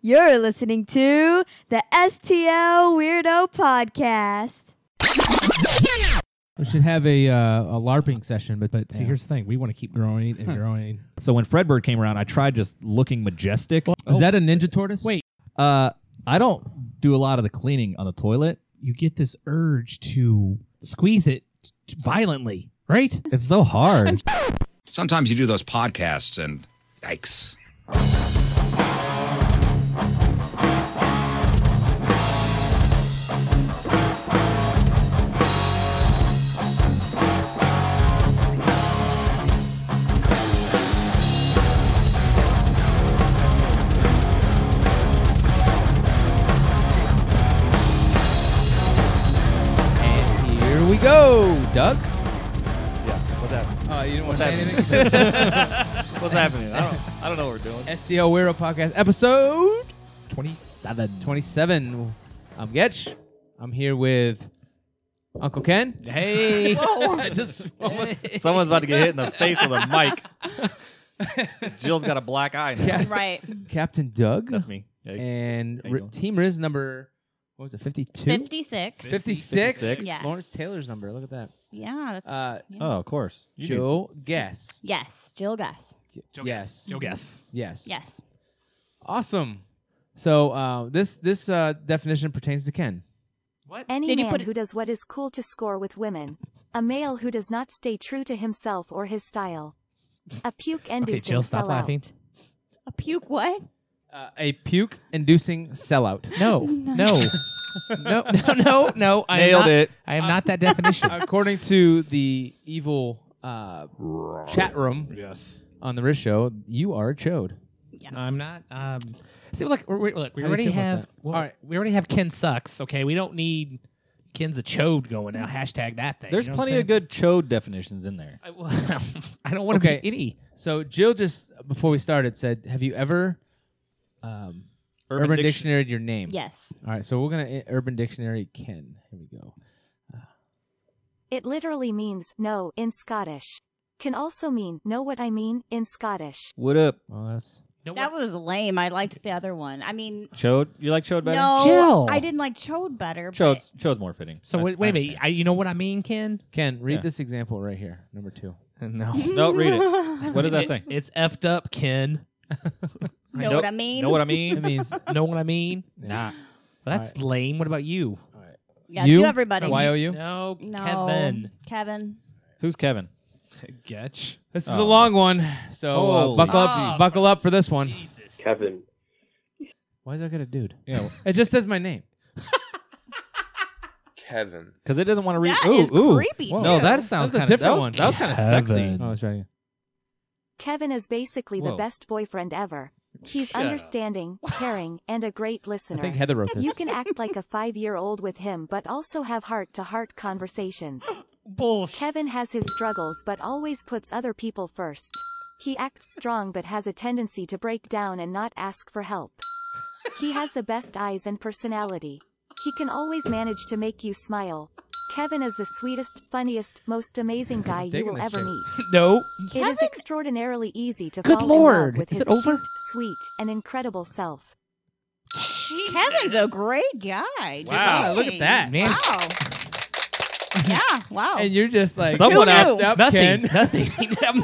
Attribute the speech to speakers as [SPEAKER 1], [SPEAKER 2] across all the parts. [SPEAKER 1] You're listening to the STL Weirdo Podcast.
[SPEAKER 2] We should have a uh, a LARPing session, but
[SPEAKER 3] But see,
[SPEAKER 2] yeah.
[SPEAKER 3] here's the thing: we want to keep growing and growing.
[SPEAKER 4] So when Fredbird came around, I tried just looking majestic. Oh.
[SPEAKER 2] is that a ninja tortoise?
[SPEAKER 3] Wait.
[SPEAKER 4] Uh, I don't do a lot of the cleaning on the toilet.
[SPEAKER 3] You get this urge to squeeze it t- violently, right?
[SPEAKER 4] It's so hard.
[SPEAKER 5] Sometimes you do those podcasts and yikes.
[SPEAKER 2] And here we go, Doug.
[SPEAKER 6] Yeah, what's happening?
[SPEAKER 2] Oh, you didn't want
[SPEAKER 6] What's
[SPEAKER 2] to say
[SPEAKER 6] happening?
[SPEAKER 2] anything.
[SPEAKER 6] What's happening? I don't, I don't know what we're doing.
[SPEAKER 2] STL Weirdo Podcast episode twenty-seven. Twenty-seven. I'm Getch. I'm here with Uncle Ken. Hey. I just almost-
[SPEAKER 6] Someone's about to get hit in the face with a mic. Jill's got a black eye now.
[SPEAKER 2] Yeah.
[SPEAKER 7] Right.
[SPEAKER 2] Captain Doug.
[SPEAKER 6] That's me. Yeah,
[SPEAKER 2] and
[SPEAKER 6] How you
[SPEAKER 2] Ri-
[SPEAKER 6] doing?
[SPEAKER 2] Team Riz number what was it? Fifty-two.
[SPEAKER 7] 56.
[SPEAKER 2] 56?
[SPEAKER 6] 56.
[SPEAKER 7] Yes.
[SPEAKER 2] Lawrence Taylor's number. Look at that.
[SPEAKER 7] Yeah, that's.
[SPEAKER 2] Uh,
[SPEAKER 7] yeah.
[SPEAKER 4] oh, of course. You do.
[SPEAKER 2] Joe Guess.
[SPEAKER 7] yes, Jill Gus.
[SPEAKER 2] yes.
[SPEAKER 3] Yo, guess.
[SPEAKER 2] Yes.
[SPEAKER 7] Yes.
[SPEAKER 2] Awesome. So uh, this this uh, definition pertains to Ken.
[SPEAKER 8] Any
[SPEAKER 7] Did you
[SPEAKER 8] man
[SPEAKER 7] put it-
[SPEAKER 8] who does what is cool to score with women. A male who does not stay true to himself or his style. A puke-inducing
[SPEAKER 2] Okay, Jill, stop
[SPEAKER 8] sellout.
[SPEAKER 2] laughing.
[SPEAKER 7] A puke what?
[SPEAKER 2] Uh, a puke-inducing sellout.
[SPEAKER 3] No, no, no, no, no, no. I
[SPEAKER 6] Nailed it.
[SPEAKER 3] I am not that definition.
[SPEAKER 2] According to the evil uh, chat room
[SPEAKER 3] yes.
[SPEAKER 2] on the Riz show, you are a chode.
[SPEAKER 3] I'm not. Um, see, look, we're, we're, look, we
[SPEAKER 2] How do you
[SPEAKER 3] already
[SPEAKER 2] feel about
[SPEAKER 3] have.
[SPEAKER 2] that?
[SPEAKER 3] All right, we already have Ken sucks. Okay, we don't need Ken's a chode going now. Hashtag that thing.
[SPEAKER 4] There's
[SPEAKER 3] you know what
[SPEAKER 4] plenty
[SPEAKER 3] I'm
[SPEAKER 4] of good chode definitions in there.
[SPEAKER 3] saying? I, well, I don't want to
[SPEAKER 2] Okay.
[SPEAKER 3] be itty.
[SPEAKER 2] So Jill just before we started said, "Have you ever um, Urban, Dictionary your name?"
[SPEAKER 7] Yes.
[SPEAKER 2] All right, so we're gonna uh, Urban Dictionary Ken. Here we go.
[SPEAKER 8] It literally means no in Scottish. Can also mean know what I mean in Scottish.
[SPEAKER 4] What up,
[SPEAKER 2] Well, that's
[SPEAKER 3] No,
[SPEAKER 7] That was lame. I liked the other one. I mean,
[SPEAKER 4] chode? You like chode better?
[SPEAKER 7] no.
[SPEAKER 3] Jill.
[SPEAKER 7] I didn't like Chode better.
[SPEAKER 4] Chode's chode's more fitting.
[SPEAKER 3] so
[SPEAKER 4] I-
[SPEAKER 3] wait, wait a
[SPEAKER 4] I
[SPEAKER 3] minute. I, you know what I mean, Ken?
[SPEAKER 2] Ken. Read
[SPEAKER 4] Yeah.
[SPEAKER 2] this example right here, number two.
[SPEAKER 3] No.
[SPEAKER 7] But...
[SPEAKER 3] What
[SPEAKER 4] No, read understand. What does that say?
[SPEAKER 3] It's effed up, Ken.
[SPEAKER 7] know what I mean?
[SPEAKER 4] Know what I
[SPEAKER 3] It
[SPEAKER 4] mean?
[SPEAKER 3] means know what I mean. Nah, that's
[SPEAKER 2] All
[SPEAKER 3] lame. What about you?
[SPEAKER 7] Yeah,
[SPEAKER 2] You?
[SPEAKER 7] do everybody.
[SPEAKER 2] Y O U.
[SPEAKER 3] No,
[SPEAKER 7] No.
[SPEAKER 3] Kevin.
[SPEAKER 7] Kevin.
[SPEAKER 4] Who's Kevin?
[SPEAKER 3] Getch.
[SPEAKER 2] This is
[SPEAKER 4] Oh.
[SPEAKER 2] a long one, so uh,
[SPEAKER 4] Holy
[SPEAKER 2] buckle up,
[SPEAKER 3] Oh.
[SPEAKER 2] buckle up for this one.
[SPEAKER 3] Jesus.
[SPEAKER 9] Kevin.
[SPEAKER 2] Why is that got a dude?
[SPEAKER 4] Yeah,
[SPEAKER 2] It just says my name.
[SPEAKER 9] Kevin.
[SPEAKER 4] because it doesn't want to read.
[SPEAKER 7] That
[SPEAKER 4] ooh,
[SPEAKER 7] is
[SPEAKER 4] ooh.
[SPEAKER 7] creepy.
[SPEAKER 2] Whoa.
[SPEAKER 7] Too.
[SPEAKER 4] No, that sounds
[SPEAKER 2] That was a
[SPEAKER 4] kind of
[SPEAKER 2] different
[SPEAKER 4] that was,
[SPEAKER 2] one.
[SPEAKER 4] That was kind of sexy.
[SPEAKER 3] Kevin.
[SPEAKER 2] Oh, it's right here.
[SPEAKER 8] Kevin is basically
[SPEAKER 4] Whoa.
[SPEAKER 8] the best boyfriend ever. He's
[SPEAKER 6] Shut up.
[SPEAKER 8] understanding, caring, and a great
[SPEAKER 2] I think
[SPEAKER 8] listener.
[SPEAKER 2] Heather wrote this.
[SPEAKER 8] You can act like a five-year-old with him but also have heart-to-heart conversations.
[SPEAKER 3] Bullshit.
[SPEAKER 8] Kevin has his struggles but always puts other people first. He acts strong but has a tendency to break down and not ask for help. He has the best eyes and personality. He can always manage to make you smile. Kevin is the sweetest, funniest, most amazing guy you
[SPEAKER 2] Digging
[SPEAKER 8] will
[SPEAKER 2] this
[SPEAKER 8] ever
[SPEAKER 2] chick.
[SPEAKER 8] meet.
[SPEAKER 3] No.
[SPEAKER 8] It is extraordinarily easy to
[SPEAKER 3] Good
[SPEAKER 8] fall
[SPEAKER 3] lord,
[SPEAKER 8] in love with
[SPEAKER 3] is
[SPEAKER 8] his
[SPEAKER 3] it over?
[SPEAKER 8] cute, sweet, and incredible self.
[SPEAKER 7] Kevin's a great guy.
[SPEAKER 2] Wow,
[SPEAKER 7] Dang.
[SPEAKER 2] look at that.
[SPEAKER 3] Man.
[SPEAKER 7] Wow. yeah. Wow.
[SPEAKER 2] And you're just like
[SPEAKER 4] Someone
[SPEAKER 2] "Who
[SPEAKER 4] out-
[SPEAKER 2] effed up,
[SPEAKER 3] Nothing.
[SPEAKER 2] Ken."
[SPEAKER 3] Nothing.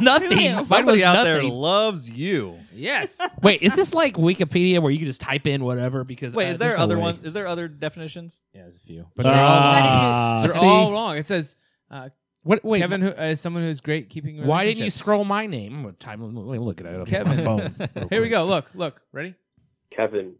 [SPEAKER 3] nothing.
[SPEAKER 7] Who knew?
[SPEAKER 3] Mine was
[SPEAKER 4] Somebody out there
[SPEAKER 3] nothing.
[SPEAKER 4] loves you.
[SPEAKER 2] Yes.
[SPEAKER 3] Wait, is this like Wikipedia where you can just type in whatever? Because
[SPEAKER 4] Wait,
[SPEAKER 3] uh,
[SPEAKER 4] is there
[SPEAKER 3] there's no
[SPEAKER 4] other
[SPEAKER 3] way.
[SPEAKER 4] one? Is there other definitions?
[SPEAKER 2] Yeah, there's a few, but they're all
[SPEAKER 3] Ah,
[SPEAKER 2] they're
[SPEAKER 3] see?
[SPEAKER 2] all wrong. It says uh,
[SPEAKER 3] What? Wait,
[SPEAKER 2] Kevin who, uh, is someone who's great keeping.
[SPEAKER 3] Why didn't you
[SPEAKER 2] relationships.
[SPEAKER 3] scroll my name? I'm gonna type- Let me look at it up on my
[SPEAKER 2] Kevin.
[SPEAKER 3] phone. real
[SPEAKER 2] Here we
[SPEAKER 3] quick.
[SPEAKER 2] go. Look, look. Ready?
[SPEAKER 9] Kevin.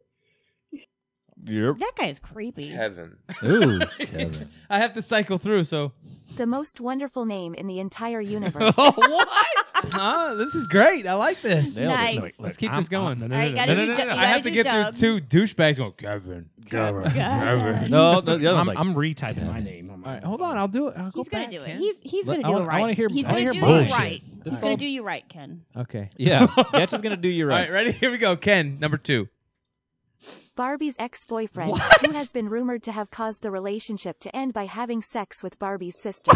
[SPEAKER 4] Yep.
[SPEAKER 7] that guy's creepy.
[SPEAKER 9] Kevin.
[SPEAKER 4] Ooh, Kevin.
[SPEAKER 2] I have to cycle through. So,
[SPEAKER 8] The most wonderful name in the entire universe.
[SPEAKER 2] oh, what? huh? This is great. I like this.
[SPEAKER 4] Nailed it.
[SPEAKER 7] Nice.
[SPEAKER 3] wait,
[SPEAKER 2] Let's keep
[SPEAKER 3] I'm-
[SPEAKER 2] this going.
[SPEAKER 3] I'm-
[SPEAKER 7] All right,
[SPEAKER 2] No,
[SPEAKER 7] gotta
[SPEAKER 2] no,
[SPEAKER 7] do
[SPEAKER 2] no,
[SPEAKER 7] Doug-
[SPEAKER 2] no,
[SPEAKER 7] you
[SPEAKER 2] I
[SPEAKER 7] gotta
[SPEAKER 2] have to
[SPEAKER 7] do
[SPEAKER 2] get
[SPEAKER 7] Doug.
[SPEAKER 2] through two douchebags. Going Kevin, Kevin, Kevin.
[SPEAKER 4] No, no, the other
[SPEAKER 3] I'm,
[SPEAKER 4] one's like
[SPEAKER 3] I'm retyping my name.
[SPEAKER 2] All right, hold on. I'll do it. I'll go
[SPEAKER 7] He's gonna
[SPEAKER 2] back,
[SPEAKER 7] do it.
[SPEAKER 2] Ken.
[SPEAKER 7] He's he's
[SPEAKER 4] Let-
[SPEAKER 7] gonna
[SPEAKER 4] I
[SPEAKER 7] do it
[SPEAKER 4] wanna- I wanna
[SPEAKER 7] right.
[SPEAKER 4] hear-
[SPEAKER 7] He's
[SPEAKER 4] I wanna
[SPEAKER 7] gonna
[SPEAKER 4] hear
[SPEAKER 7] do
[SPEAKER 4] bullshit.
[SPEAKER 7] you right.
[SPEAKER 4] This
[SPEAKER 7] He's
[SPEAKER 4] is
[SPEAKER 7] gonna
[SPEAKER 4] all-
[SPEAKER 7] do you right, Ken.
[SPEAKER 2] okay.
[SPEAKER 4] Yeah, Getch is gonna do you
[SPEAKER 2] All
[SPEAKER 4] right.
[SPEAKER 2] right, ready? Here we go. Ken, number two.
[SPEAKER 8] Barbie's ex-boyfriend, who has been rumored to have caused the relationship to end by having sex with Barbie's sister.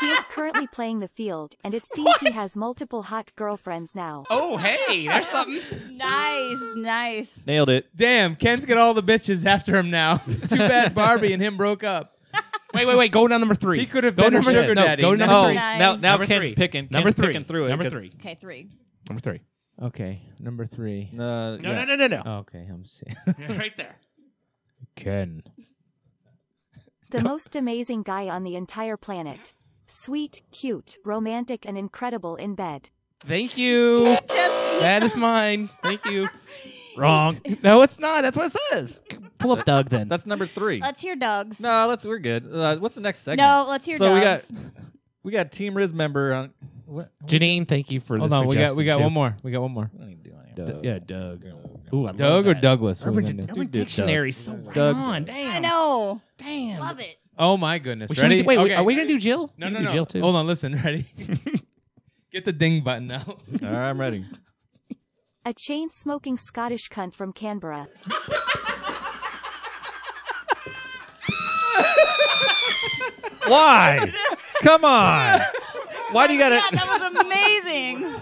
[SPEAKER 8] He is currently playing the field, and it seems he has multiple hot girlfriends now.
[SPEAKER 9] Oh, hey, there's something.
[SPEAKER 7] Nice, nice.
[SPEAKER 6] Nailed it.
[SPEAKER 2] Damn, Ken's got all the bitches after him now. Too bad Barbie and him broke up.
[SPEAKER 9] Wait, wait, wait. Go down number three.
[SPEAKER 2] He could have
[SPEAKER 9] Go
[SPEAKER 2] been a
[SPEAKER 9] number-
[SPEAKER 2] sugar
[SPEAKER 9] no,
[SPEAKER 2] daddy.
[SPEAKER 9] go number
[SPEAKER 6] oh,
[SPEAKER 9] three.
[SPEAKER 7] Nice.
[SPEAKER 6] now now
[SPEAKER 9] Number
[SPEAKER 6] Ken's
[SPEAKER 9] three.
[SPEAKER 6] picking. Ken's
[SPEAKER 9] Number three.
[SPEAKER 6] picking through it.
[SPEAKER 9] Number
[SPEAKER 6] 'cause-
[SPEAKER 9] three.
[SPEAKER 7] Okay, three.
[SPEAKER 9] Number three.
[SPEAKER 2] Okay, number three.
[SPEAKER 6] Uh,
[SPEAKER 3] No,
[SPEAKER 6] yeah.
[SPEAKER 3] no, no, no, no.
[SPEAKER 2] Okay, I'm seeing.
[SPEAKER 3] right there.
[SPEAKER 2] Ken.
[SPEAKER 8] The most amazing guy on the entire planet. Sweet, cute, romantic, and incredible in bed.
[SPEAKER 9] Thank you.
[SPEAKER 7] Just
[SPEAKER 9] That is mine. Thank you.
[SPEAKER 3] Wrong.
[SPEAKER 9] No, it's not. That's what it says. Pull up Doug then.
[SPEAKER 6] That's number three.
[SPEAKER 7] let's hear Doug's.
[SPEAKER 6] no, let's. We're good. Uh, what's the next segment?
[SPEAKER 7] No, let's hear
[SPEAKER 6] So we got
[SPEAKER 7] Doug's.
[SPEAKER 6] we got Team Riz member on. What?
[SPEAKER 9] Janine, thank you for
[SPEAKER 2] Hold
[SPEAKER 9] the
[SPEAKER 2] on, we got we
[SPEAKER 9] suggestion,
[SPEAKER 2] got
[SPEAKER 9] too.
[SPEAKER 2] one more. We got one more.
[SPEAKER 6] What are you doing?
[SPEAKER 2] Doug,
[SPEAKER 9] Yeah, Doug. Ooh, I love
[SPEAKER 2] Doug or
[SPEAKER 9] that.
[SPEAKER 2] Douglas? What are we
[SPEAKER 9] Urban,
[SPEAKER 2] gonna do?
[SPEAKER 9] Urban
[SPEAKER 6] do Doug.
[SPEAKER 9] Dictionary. So right
[SPEAKER 6] Doug.
[SPEAKER 9] on. Damn.
[SPEAKER 7] I know.
[SPEAKER 9] Damn.
[SPEAKER 7] Love it.
[SPEAKER 2] Oh my goodness!
[SPEAKER 9] Wait, should we
[SPEAKER 2] Ready?
[SPEAKER 9] do- wait, wait,
[SPEAKER 2] Okay.
[SPEAKER 9] are we gonna do Jill?
[SPEAKER 2] No,
[SPEAKER 9] You
[SPEAKER 2] no,
[SPEAKER 9] can do
[SPEAKER 2] no.
[SPEAKER 9] Jill too.
[SPEAKER 2] Hold on, listen. Ready? Get the ding button out.
[SPEAKER 6] All right, I'm ready.
[SPEAKER 8] A chain smoking Scottish cunt from Canberra.
[SPEAKER 6] Why? Come on. Why do you
[SPEAKER 7] Yeah,
[SPEAKER 6] gotta?
[SPEAKER 7] that was amazing.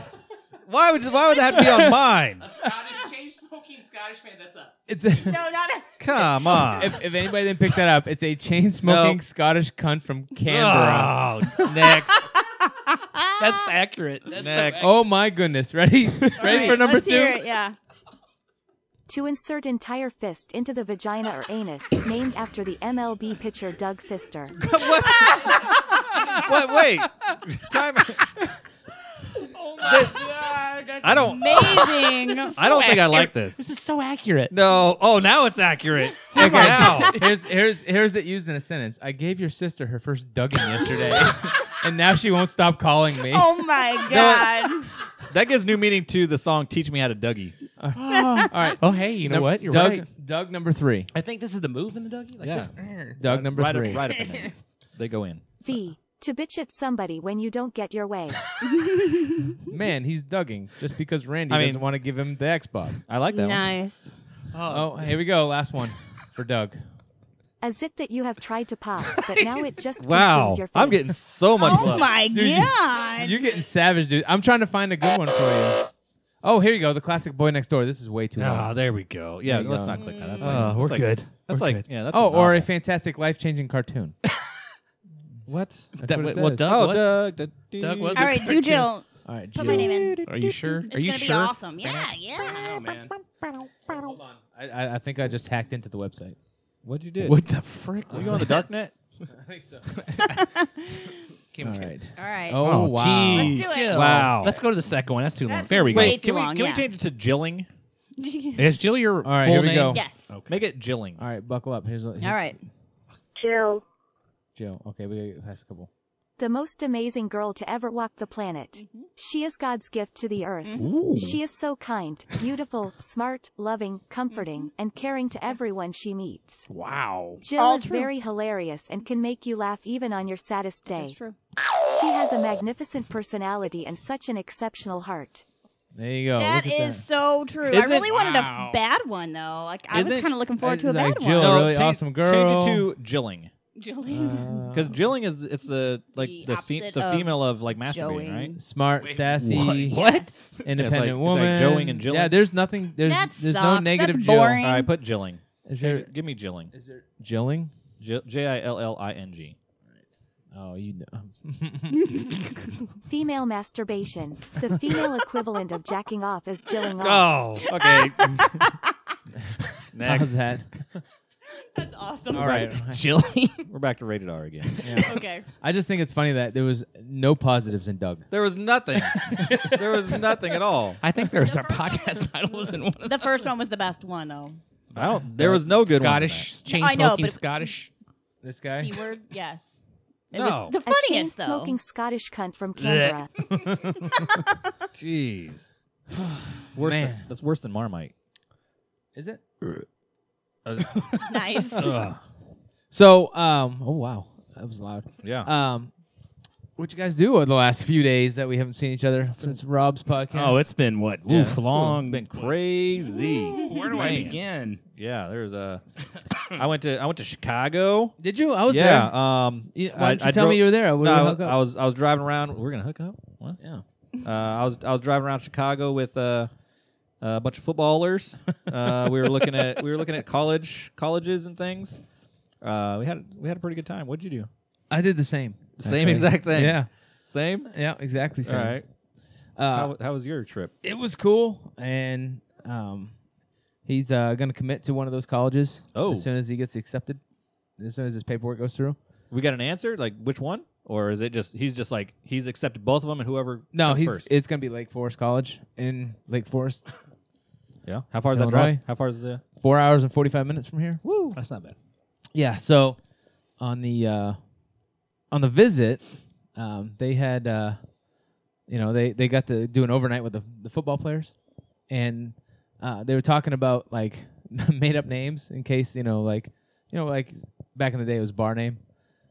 [SPEAKER 6] Why would why would that be on mine?
[SPEAKER 9] Scottish change smoking Scottish man. That's up.
[SPEAKER 2] It's a,
[SPEAKER 7] no, not
[SPEAKER 6] Come on.
[SPEAKER 2] if, if anybody didn't pick that up, it's a chain smoking
[SPEAKER 6] No.
[SPEAKER 2] Scottish cunt from Canberra.
[SPEAKER 6] Oh, next.
[SPEAKER 9] That's accurate. That's
[SPEAKER 6] Next.
[SPEAKER 2] Oh my goodness! Ready? Ready for number
[SPEAKER 7] let's
[SPEAKER 2] two?
[SPEAKER 7] Hear it. Yeah.
[SPEAKER 8] To insert entire fist into the vagina or anus, named after the MLB pitcher Doug Fister.
[SPEAKER 6] What? Wait. Time.
[SPEAKER 7] Oh
[SPEAKER 6] I don't.
[SPEAKER 7] Amazing.
[SPEAKER 6] I don't think I like
[SPEAKER 9] This
[SPEAKER 6] this.
[SPEAKER 9] is so accurate.
[SPEAKER 6] No. Oh, now it's accurate.
[SPEAKER 7] Oh
[SPEAKER 6] Look now.
[SPEAKER 2] here's here's here's it used in a sentence. I gave your sister her first dugging yesterday, and now she won't stop calling me.
[SPEAKER 7] oh my god.
[SPEAKER 6] That gives new meaning to the song "Teach Me How to Dougie."
[SPEAKER 2] All right.
[SPEAKER 9] Oh, hey, you know
[SPEAKER 2] Num-
[SPEAKER 9] what? You're
[SPEAKER 2] Doug,
[SPEAKER 9] right.
[SPEAKER 2] Doug number three.
[SPEAKER 9] I think this is the move in the Dougie. Like
[SPEAKER 6] Yeah.
[SPEAKER 9] this.
[SPEAKER 2] Doug number
[SPEAKER 6] right
[SPEAKER 2] three.
[SPEAKER 6] Up, right up in there. They go in.
[SPEAKER 8] V. To bitch at somebody when you don't get your way.
[SPEAKER 2] Man, he's dugging just because Randy
[SPEAKER 6] I mean-
[SPEAKER 2] doesn't want to give him the Xbox.
[SPEAKER 6] I like that one.
[SPEAKER 7] nice.
[SPEAKER 2] Oh, here we go. Last one for Doug.
[SPEAKER 8] A zit that you have tried to pop, but now it just
[SPEAKER 6] Wow.
[SPEAKER 8] consumes your face.
[SPEAKER 6] I'm getting so much
[SPEAKER 7] Oh
[SPEAKER 6] love.
[SPEAKER 7] my
[SPEAKER 2] Dude, you-
[SPEAKER 7] god.
[SPEAKER 2] You're getting savage, dude. I'm trying to find a good one for you. Oh, here you go. The classic boy next door. This is way too
[SPEAKER 6] Ah,
[SPEAKER 2] long.
[SPEAKER 6] there we go. Yeah,
[SPEAKER 2] There you
[SPEAKER 6] let's
[SPEAKER 2] go.
[SPEAKER 6] not click that. That's like,
[SPEAKER 9] Oh, we're
[SPEAKER 6] that's like-
[SPEAKER 9] good.
[SPEAKER 6] That's
[SPEAKER 9] We're
[SPEAKER 6] like,
[SPEAKER 9] good.
[SPEAKER 6] yeah. That's
[SPEAKER 2] Oh,
[SPEAKER 6] a
[SPEAKER 2] or a
[SPEAKER 6] novel.
[SPEAKER 2] fantastic life-changing cartoon.
[SPEAKER 6] what?
[SPEAKER 2] That's
[SPEAKER 9] That-
[SPEAKER 2] what it
[SPEAKER 9] well,
[SPEAKER 2] says.
[SPEAKER 9] Doug
[SPEAKER 6] oh,
[SPEAKER 9] was-
[SPEAKER 6] Doug. Doug,
[SPEAKER 9] Doug was-
[SPEAKER 7] All right, do Jill.
[SPEAKER 2] All right,
[SPEAKER 7] Put
[SPEAKER 2] Jill.
[SPEAKER 7] my name in.
[SPEAKER 9] Are you sure? Are
[SPEAKER 7] It's
[SPEAKER 9] you
[SPEAKER 7] gonna
[SPEAKER 9] sure?
[SPEAKER 7] be awesome. Yeah, yeah.
[SPEAKER 2] Oh man. Hold on. I, I, I think I just hacked into the website.
[SPEAKER 6] What'd you do?
[SPEAKER 9] What the frick?
[SPEAKER 6] You
[SPEAKER 9] was
[SPEAKER 6] go on the
[SPEAKER 9] that?
[SPEAKER 6] dark net?
[SPEAKER 2] I think so.
[SPEAKER 9] Okay,
[SPEAKER 2] All
[SPEAKER 9] okay.
[SPEAKER 2] right.
[SPEAKER 7] All right.
[SPEAKER 2] Oh,
[SPEAKER 9] Oh,
[SPEAKER 2] wow.
[SPEAKER 9] geez.
[SPEAKER 7] Let's do it.
[SPEAKER 6] Wow.
[SPEAKER 9] Let's go to the second one. That's too long.
[SPEAKER 7] That's
[SPEAKER 9] there we go.
[SPEAKER 7] way
[SPEAKER 6] Wait,
[SPEAKER 7] too
[SPEAKER 6] can we
[SPEAKER 7] long,
[SPEAKER 6] can we
[SPEAKER 7] yeah.
[SPEAKER 6] change it to Jilling?
[SPEAKER 9] Is Jill your
[SPEAKER 2] All right,
[SPEAKER 9] full
[SPEAKER 2] here we
[SPEAKER 9] name?
[SPEAKER 2] go.
[SPEAKER 7] yes.
[SPEAKER 6] Make it Jilling.
[SPEAKER 2] All right, buckle up. Here's a, here,
[SPEAKER 7] All right.
[SPEAKER 10] Jill,
[SPEAKER 2] Jill. Okay, we gotta get past a couple.
[SPEAKER 8] The most amazing girl to ever walk the planet.
[SPEAKER 7] Mm-hmm.
[SPEAKER 8] She is God's gift to the earth. She is so kind, beautiful, smart, loving, comforting, and caring to everyone she meets.
[SPEAKER 9] Wow.
[SPEAKER 8] Jill
[SPEAKER 7] Mm-hmm. All
[SPEAKER 8] is
[SPEAKER 7] true.
[SPEAKER 8] very hilarious and can make you laugh even on your saddest day.
[SPEAKER 7] That's true.
[SPEAKER 8] She has a magnificent personality and such an exceptional heart.
[SPEAKER 2] There you go.
[SPEAKER 7] that
[SPEAKER 2] Oh, Look at
[SPEAKER 7] is so true. I
[SPEAKER 6] Isn't-
[SPEAKER 7] really wanted
[SPEAKER 9] Wow.
[SPEAKER 7] a bad one though. Like I was
[SPEAKER 6] Isn't-
[SPEAKER 7] kind of looking forward
[SPEAKER 2] that
[SPEAKER 7] to a
[SPEAKER 2] is like
[SPEAKER 7] bad
[SPEAKER 2] Jill.
[SPEAKER 7] one.
[SPEAKER 2] No, really awesome girl.
[SPEAKER 6] Change it to Jilling.
[SPEAKER 7] Jillian.
[SPEAKER 6] Because Jilling is it's the like
[SPEAKER 7] Oh. The
[SPEAKER 6] the fe-
[SPEAKER 7] opposite
[SPEAKER 6] the
[SPEAKER 7] of
[SPEAKER 6] female of like masturbating,
[SPEAKER 7] Joeing.
[SPEAKER 6] right?
[SPEAKER 2] that. Smart, sassy,
[SPEAKER 7] What?
[SPEAKER 2] independent
[SPEAKER 6] Yeah, it's like- it's
[SPEAKER 2] woman.
[SPEAKER 6] like Joeing and Jilling.
[SPEAKER 2] Yeah, there's nothing. There's
[SPEAKER 7] That
[SPEAKER 2] there's no
[SPEAKER 7] sucks.
[SPEAKER 2] negative.
[SPEAKER 7] That's
[SPEAKER 2] Jill.
[SPEAKER 6] All
[SPEAKER 7] boring.
[SPEAKER 6] right, put Jilling.
[SPEAKER 2] Is there
[SPEAKER 6] Give me Jilling.
[SPEAKER 2] is there Jilling?
[SPEAKER 6] J i l l i n g.
[SPEAKER 2] Oh, you know.
[SPEAKER 8] Female masturbation. The female equivalent of jacking off is jilling off.
[SPEAKER 6] Oh, okay.
[SPEAKER 2] How's
[SPEAKER 6] Next,
[SPEAKER 2] that?
[SPEAKER 7] That's awesome.
[SPEAKER 2] All right.
[SPEAKER 9] Jill.
[SPEAKER 6] we're back to rated R again.
[SPEAKER 7] Okay.
[SPEAKER 2] I just think it's funny that there was no positives in Doug.
[SPEAKER 6] There was nothing. there was nothing at all.
[SPEAKER 9] I think there's our podcast title was in one of
[SPEAKER 7] The first one was the best one though.
[SPEAKER 6] I don't. There was no good
[SPEAKER 9] Scottish chain
[SPEAKER 7] I know,
[SPEAKER 9] smoking
[SPEAKER 7] but-
[SPEAKER 9] Scottish.
[SPEAKER 2] This guy.
[SPEAKER 7] C word. Yes. It
[SPEAKER 6] No.
[SPEAKER 7] was the
[SPEAKER 8] A chain
[SPEAKER 7] funniest though.
[SPEAKER 8] smoking Scottish cunt from Canberra.
[SPEAKER 6] Ones in that. Jeez. It's worse than-
[SPEAKER 2] Man.
[SPEAKER 6] that's worse than Marmite.
[SPEAKER 2] Is it?
[SPEAKER 7] Nice.
[SPEAKER 2] So, um, oh wow, that was loud.
[SPEAKER 6] Uh, Yeah.
[SPEAKER 2] Um, what you guys do over the last few days that we haven't seen each other since Rob's podcast?
[SPEAKER 3] Oh, it's been what?
[SPEAKER 6] Yeah.
[SPEAKER 3] Oof, long.
[SPEAKER 6] Been crazy.
[SPEAKER 9] Where do I
[SPEAKER 6] Man.
[SPEAKER 9] begin?
[SPEAKER 6] Yeah, there's a. I went to I went to Chicago.
[SPEAKER 2] Did you? I was
[SPEAKER 6] yeah.
[SPEAKER 2] there.
[SPEAKER 6] Um.
[SPEAKER 2] You- why didn't you tell me you were there? I would've
[SPEAKER 6] no, I,
[SPEAKER 2] hooked
[SPEAKER 6] was,
[SPEAKER 2] up.
[SPEAKER 6] I was I was driving around. We're gonna hook up. What? Yeah. Uh, I was I was driving around Chicago with uh, a bunch of footballers. Uh, we were looking at we were looking at college colleges and things. Uh, we had we had a pretty good time. What'd you do?
[SPEAKER 2] I did the same.
[SPEAKER 6] Same exact thing.
[SPEAKER 2] Yeah.
[SPEAKER 6] Same.
[SPEAKER 2] Yeah. Exactly.
[SPEAKER 6] All
[SPEAKER 2] Same.
[SPEAKER 6] right.
[SPEAKER 2] Uh,
[SPEAKER 6] how, how was your trip?
[SPEAKER 2] it was cool, and um, he's uh, going to commit to one of those colleges.
[SPEAKER 6] Oh.
[SPEAKER 2] as soon as he gets accepted, as soon as his paperwork goes through.
[SPEAKER 6] We got an answer. Like which one? Or is it just he's just like he's accepted both of them and whoever?
[SPEAKER 2] No,
[SPEAKER 6] comes
[SPEAKER 2] he's
[SPEAKER 6] first.
[SPEAKER 2] it's going to be Lake Forest College in Lake Forest.
[SPEAKER 6] yeah. How far is that drive?
[SPEAKER 2] Illinois.
[SPEAKER 6] How far is the?
[SPEAKER 2] Four hours and forty five minutes from here.
[SPEAKER 6] Woo.
[SPEAKER 3] That's not bad.
[SPEAKER 2] Yeah. So on the uh, on the visit, um, they had uh, you know they they got to do an overnight with the, the football players, and uh, they were talking about like made up names in case you know like you know like back in the day it was bar name,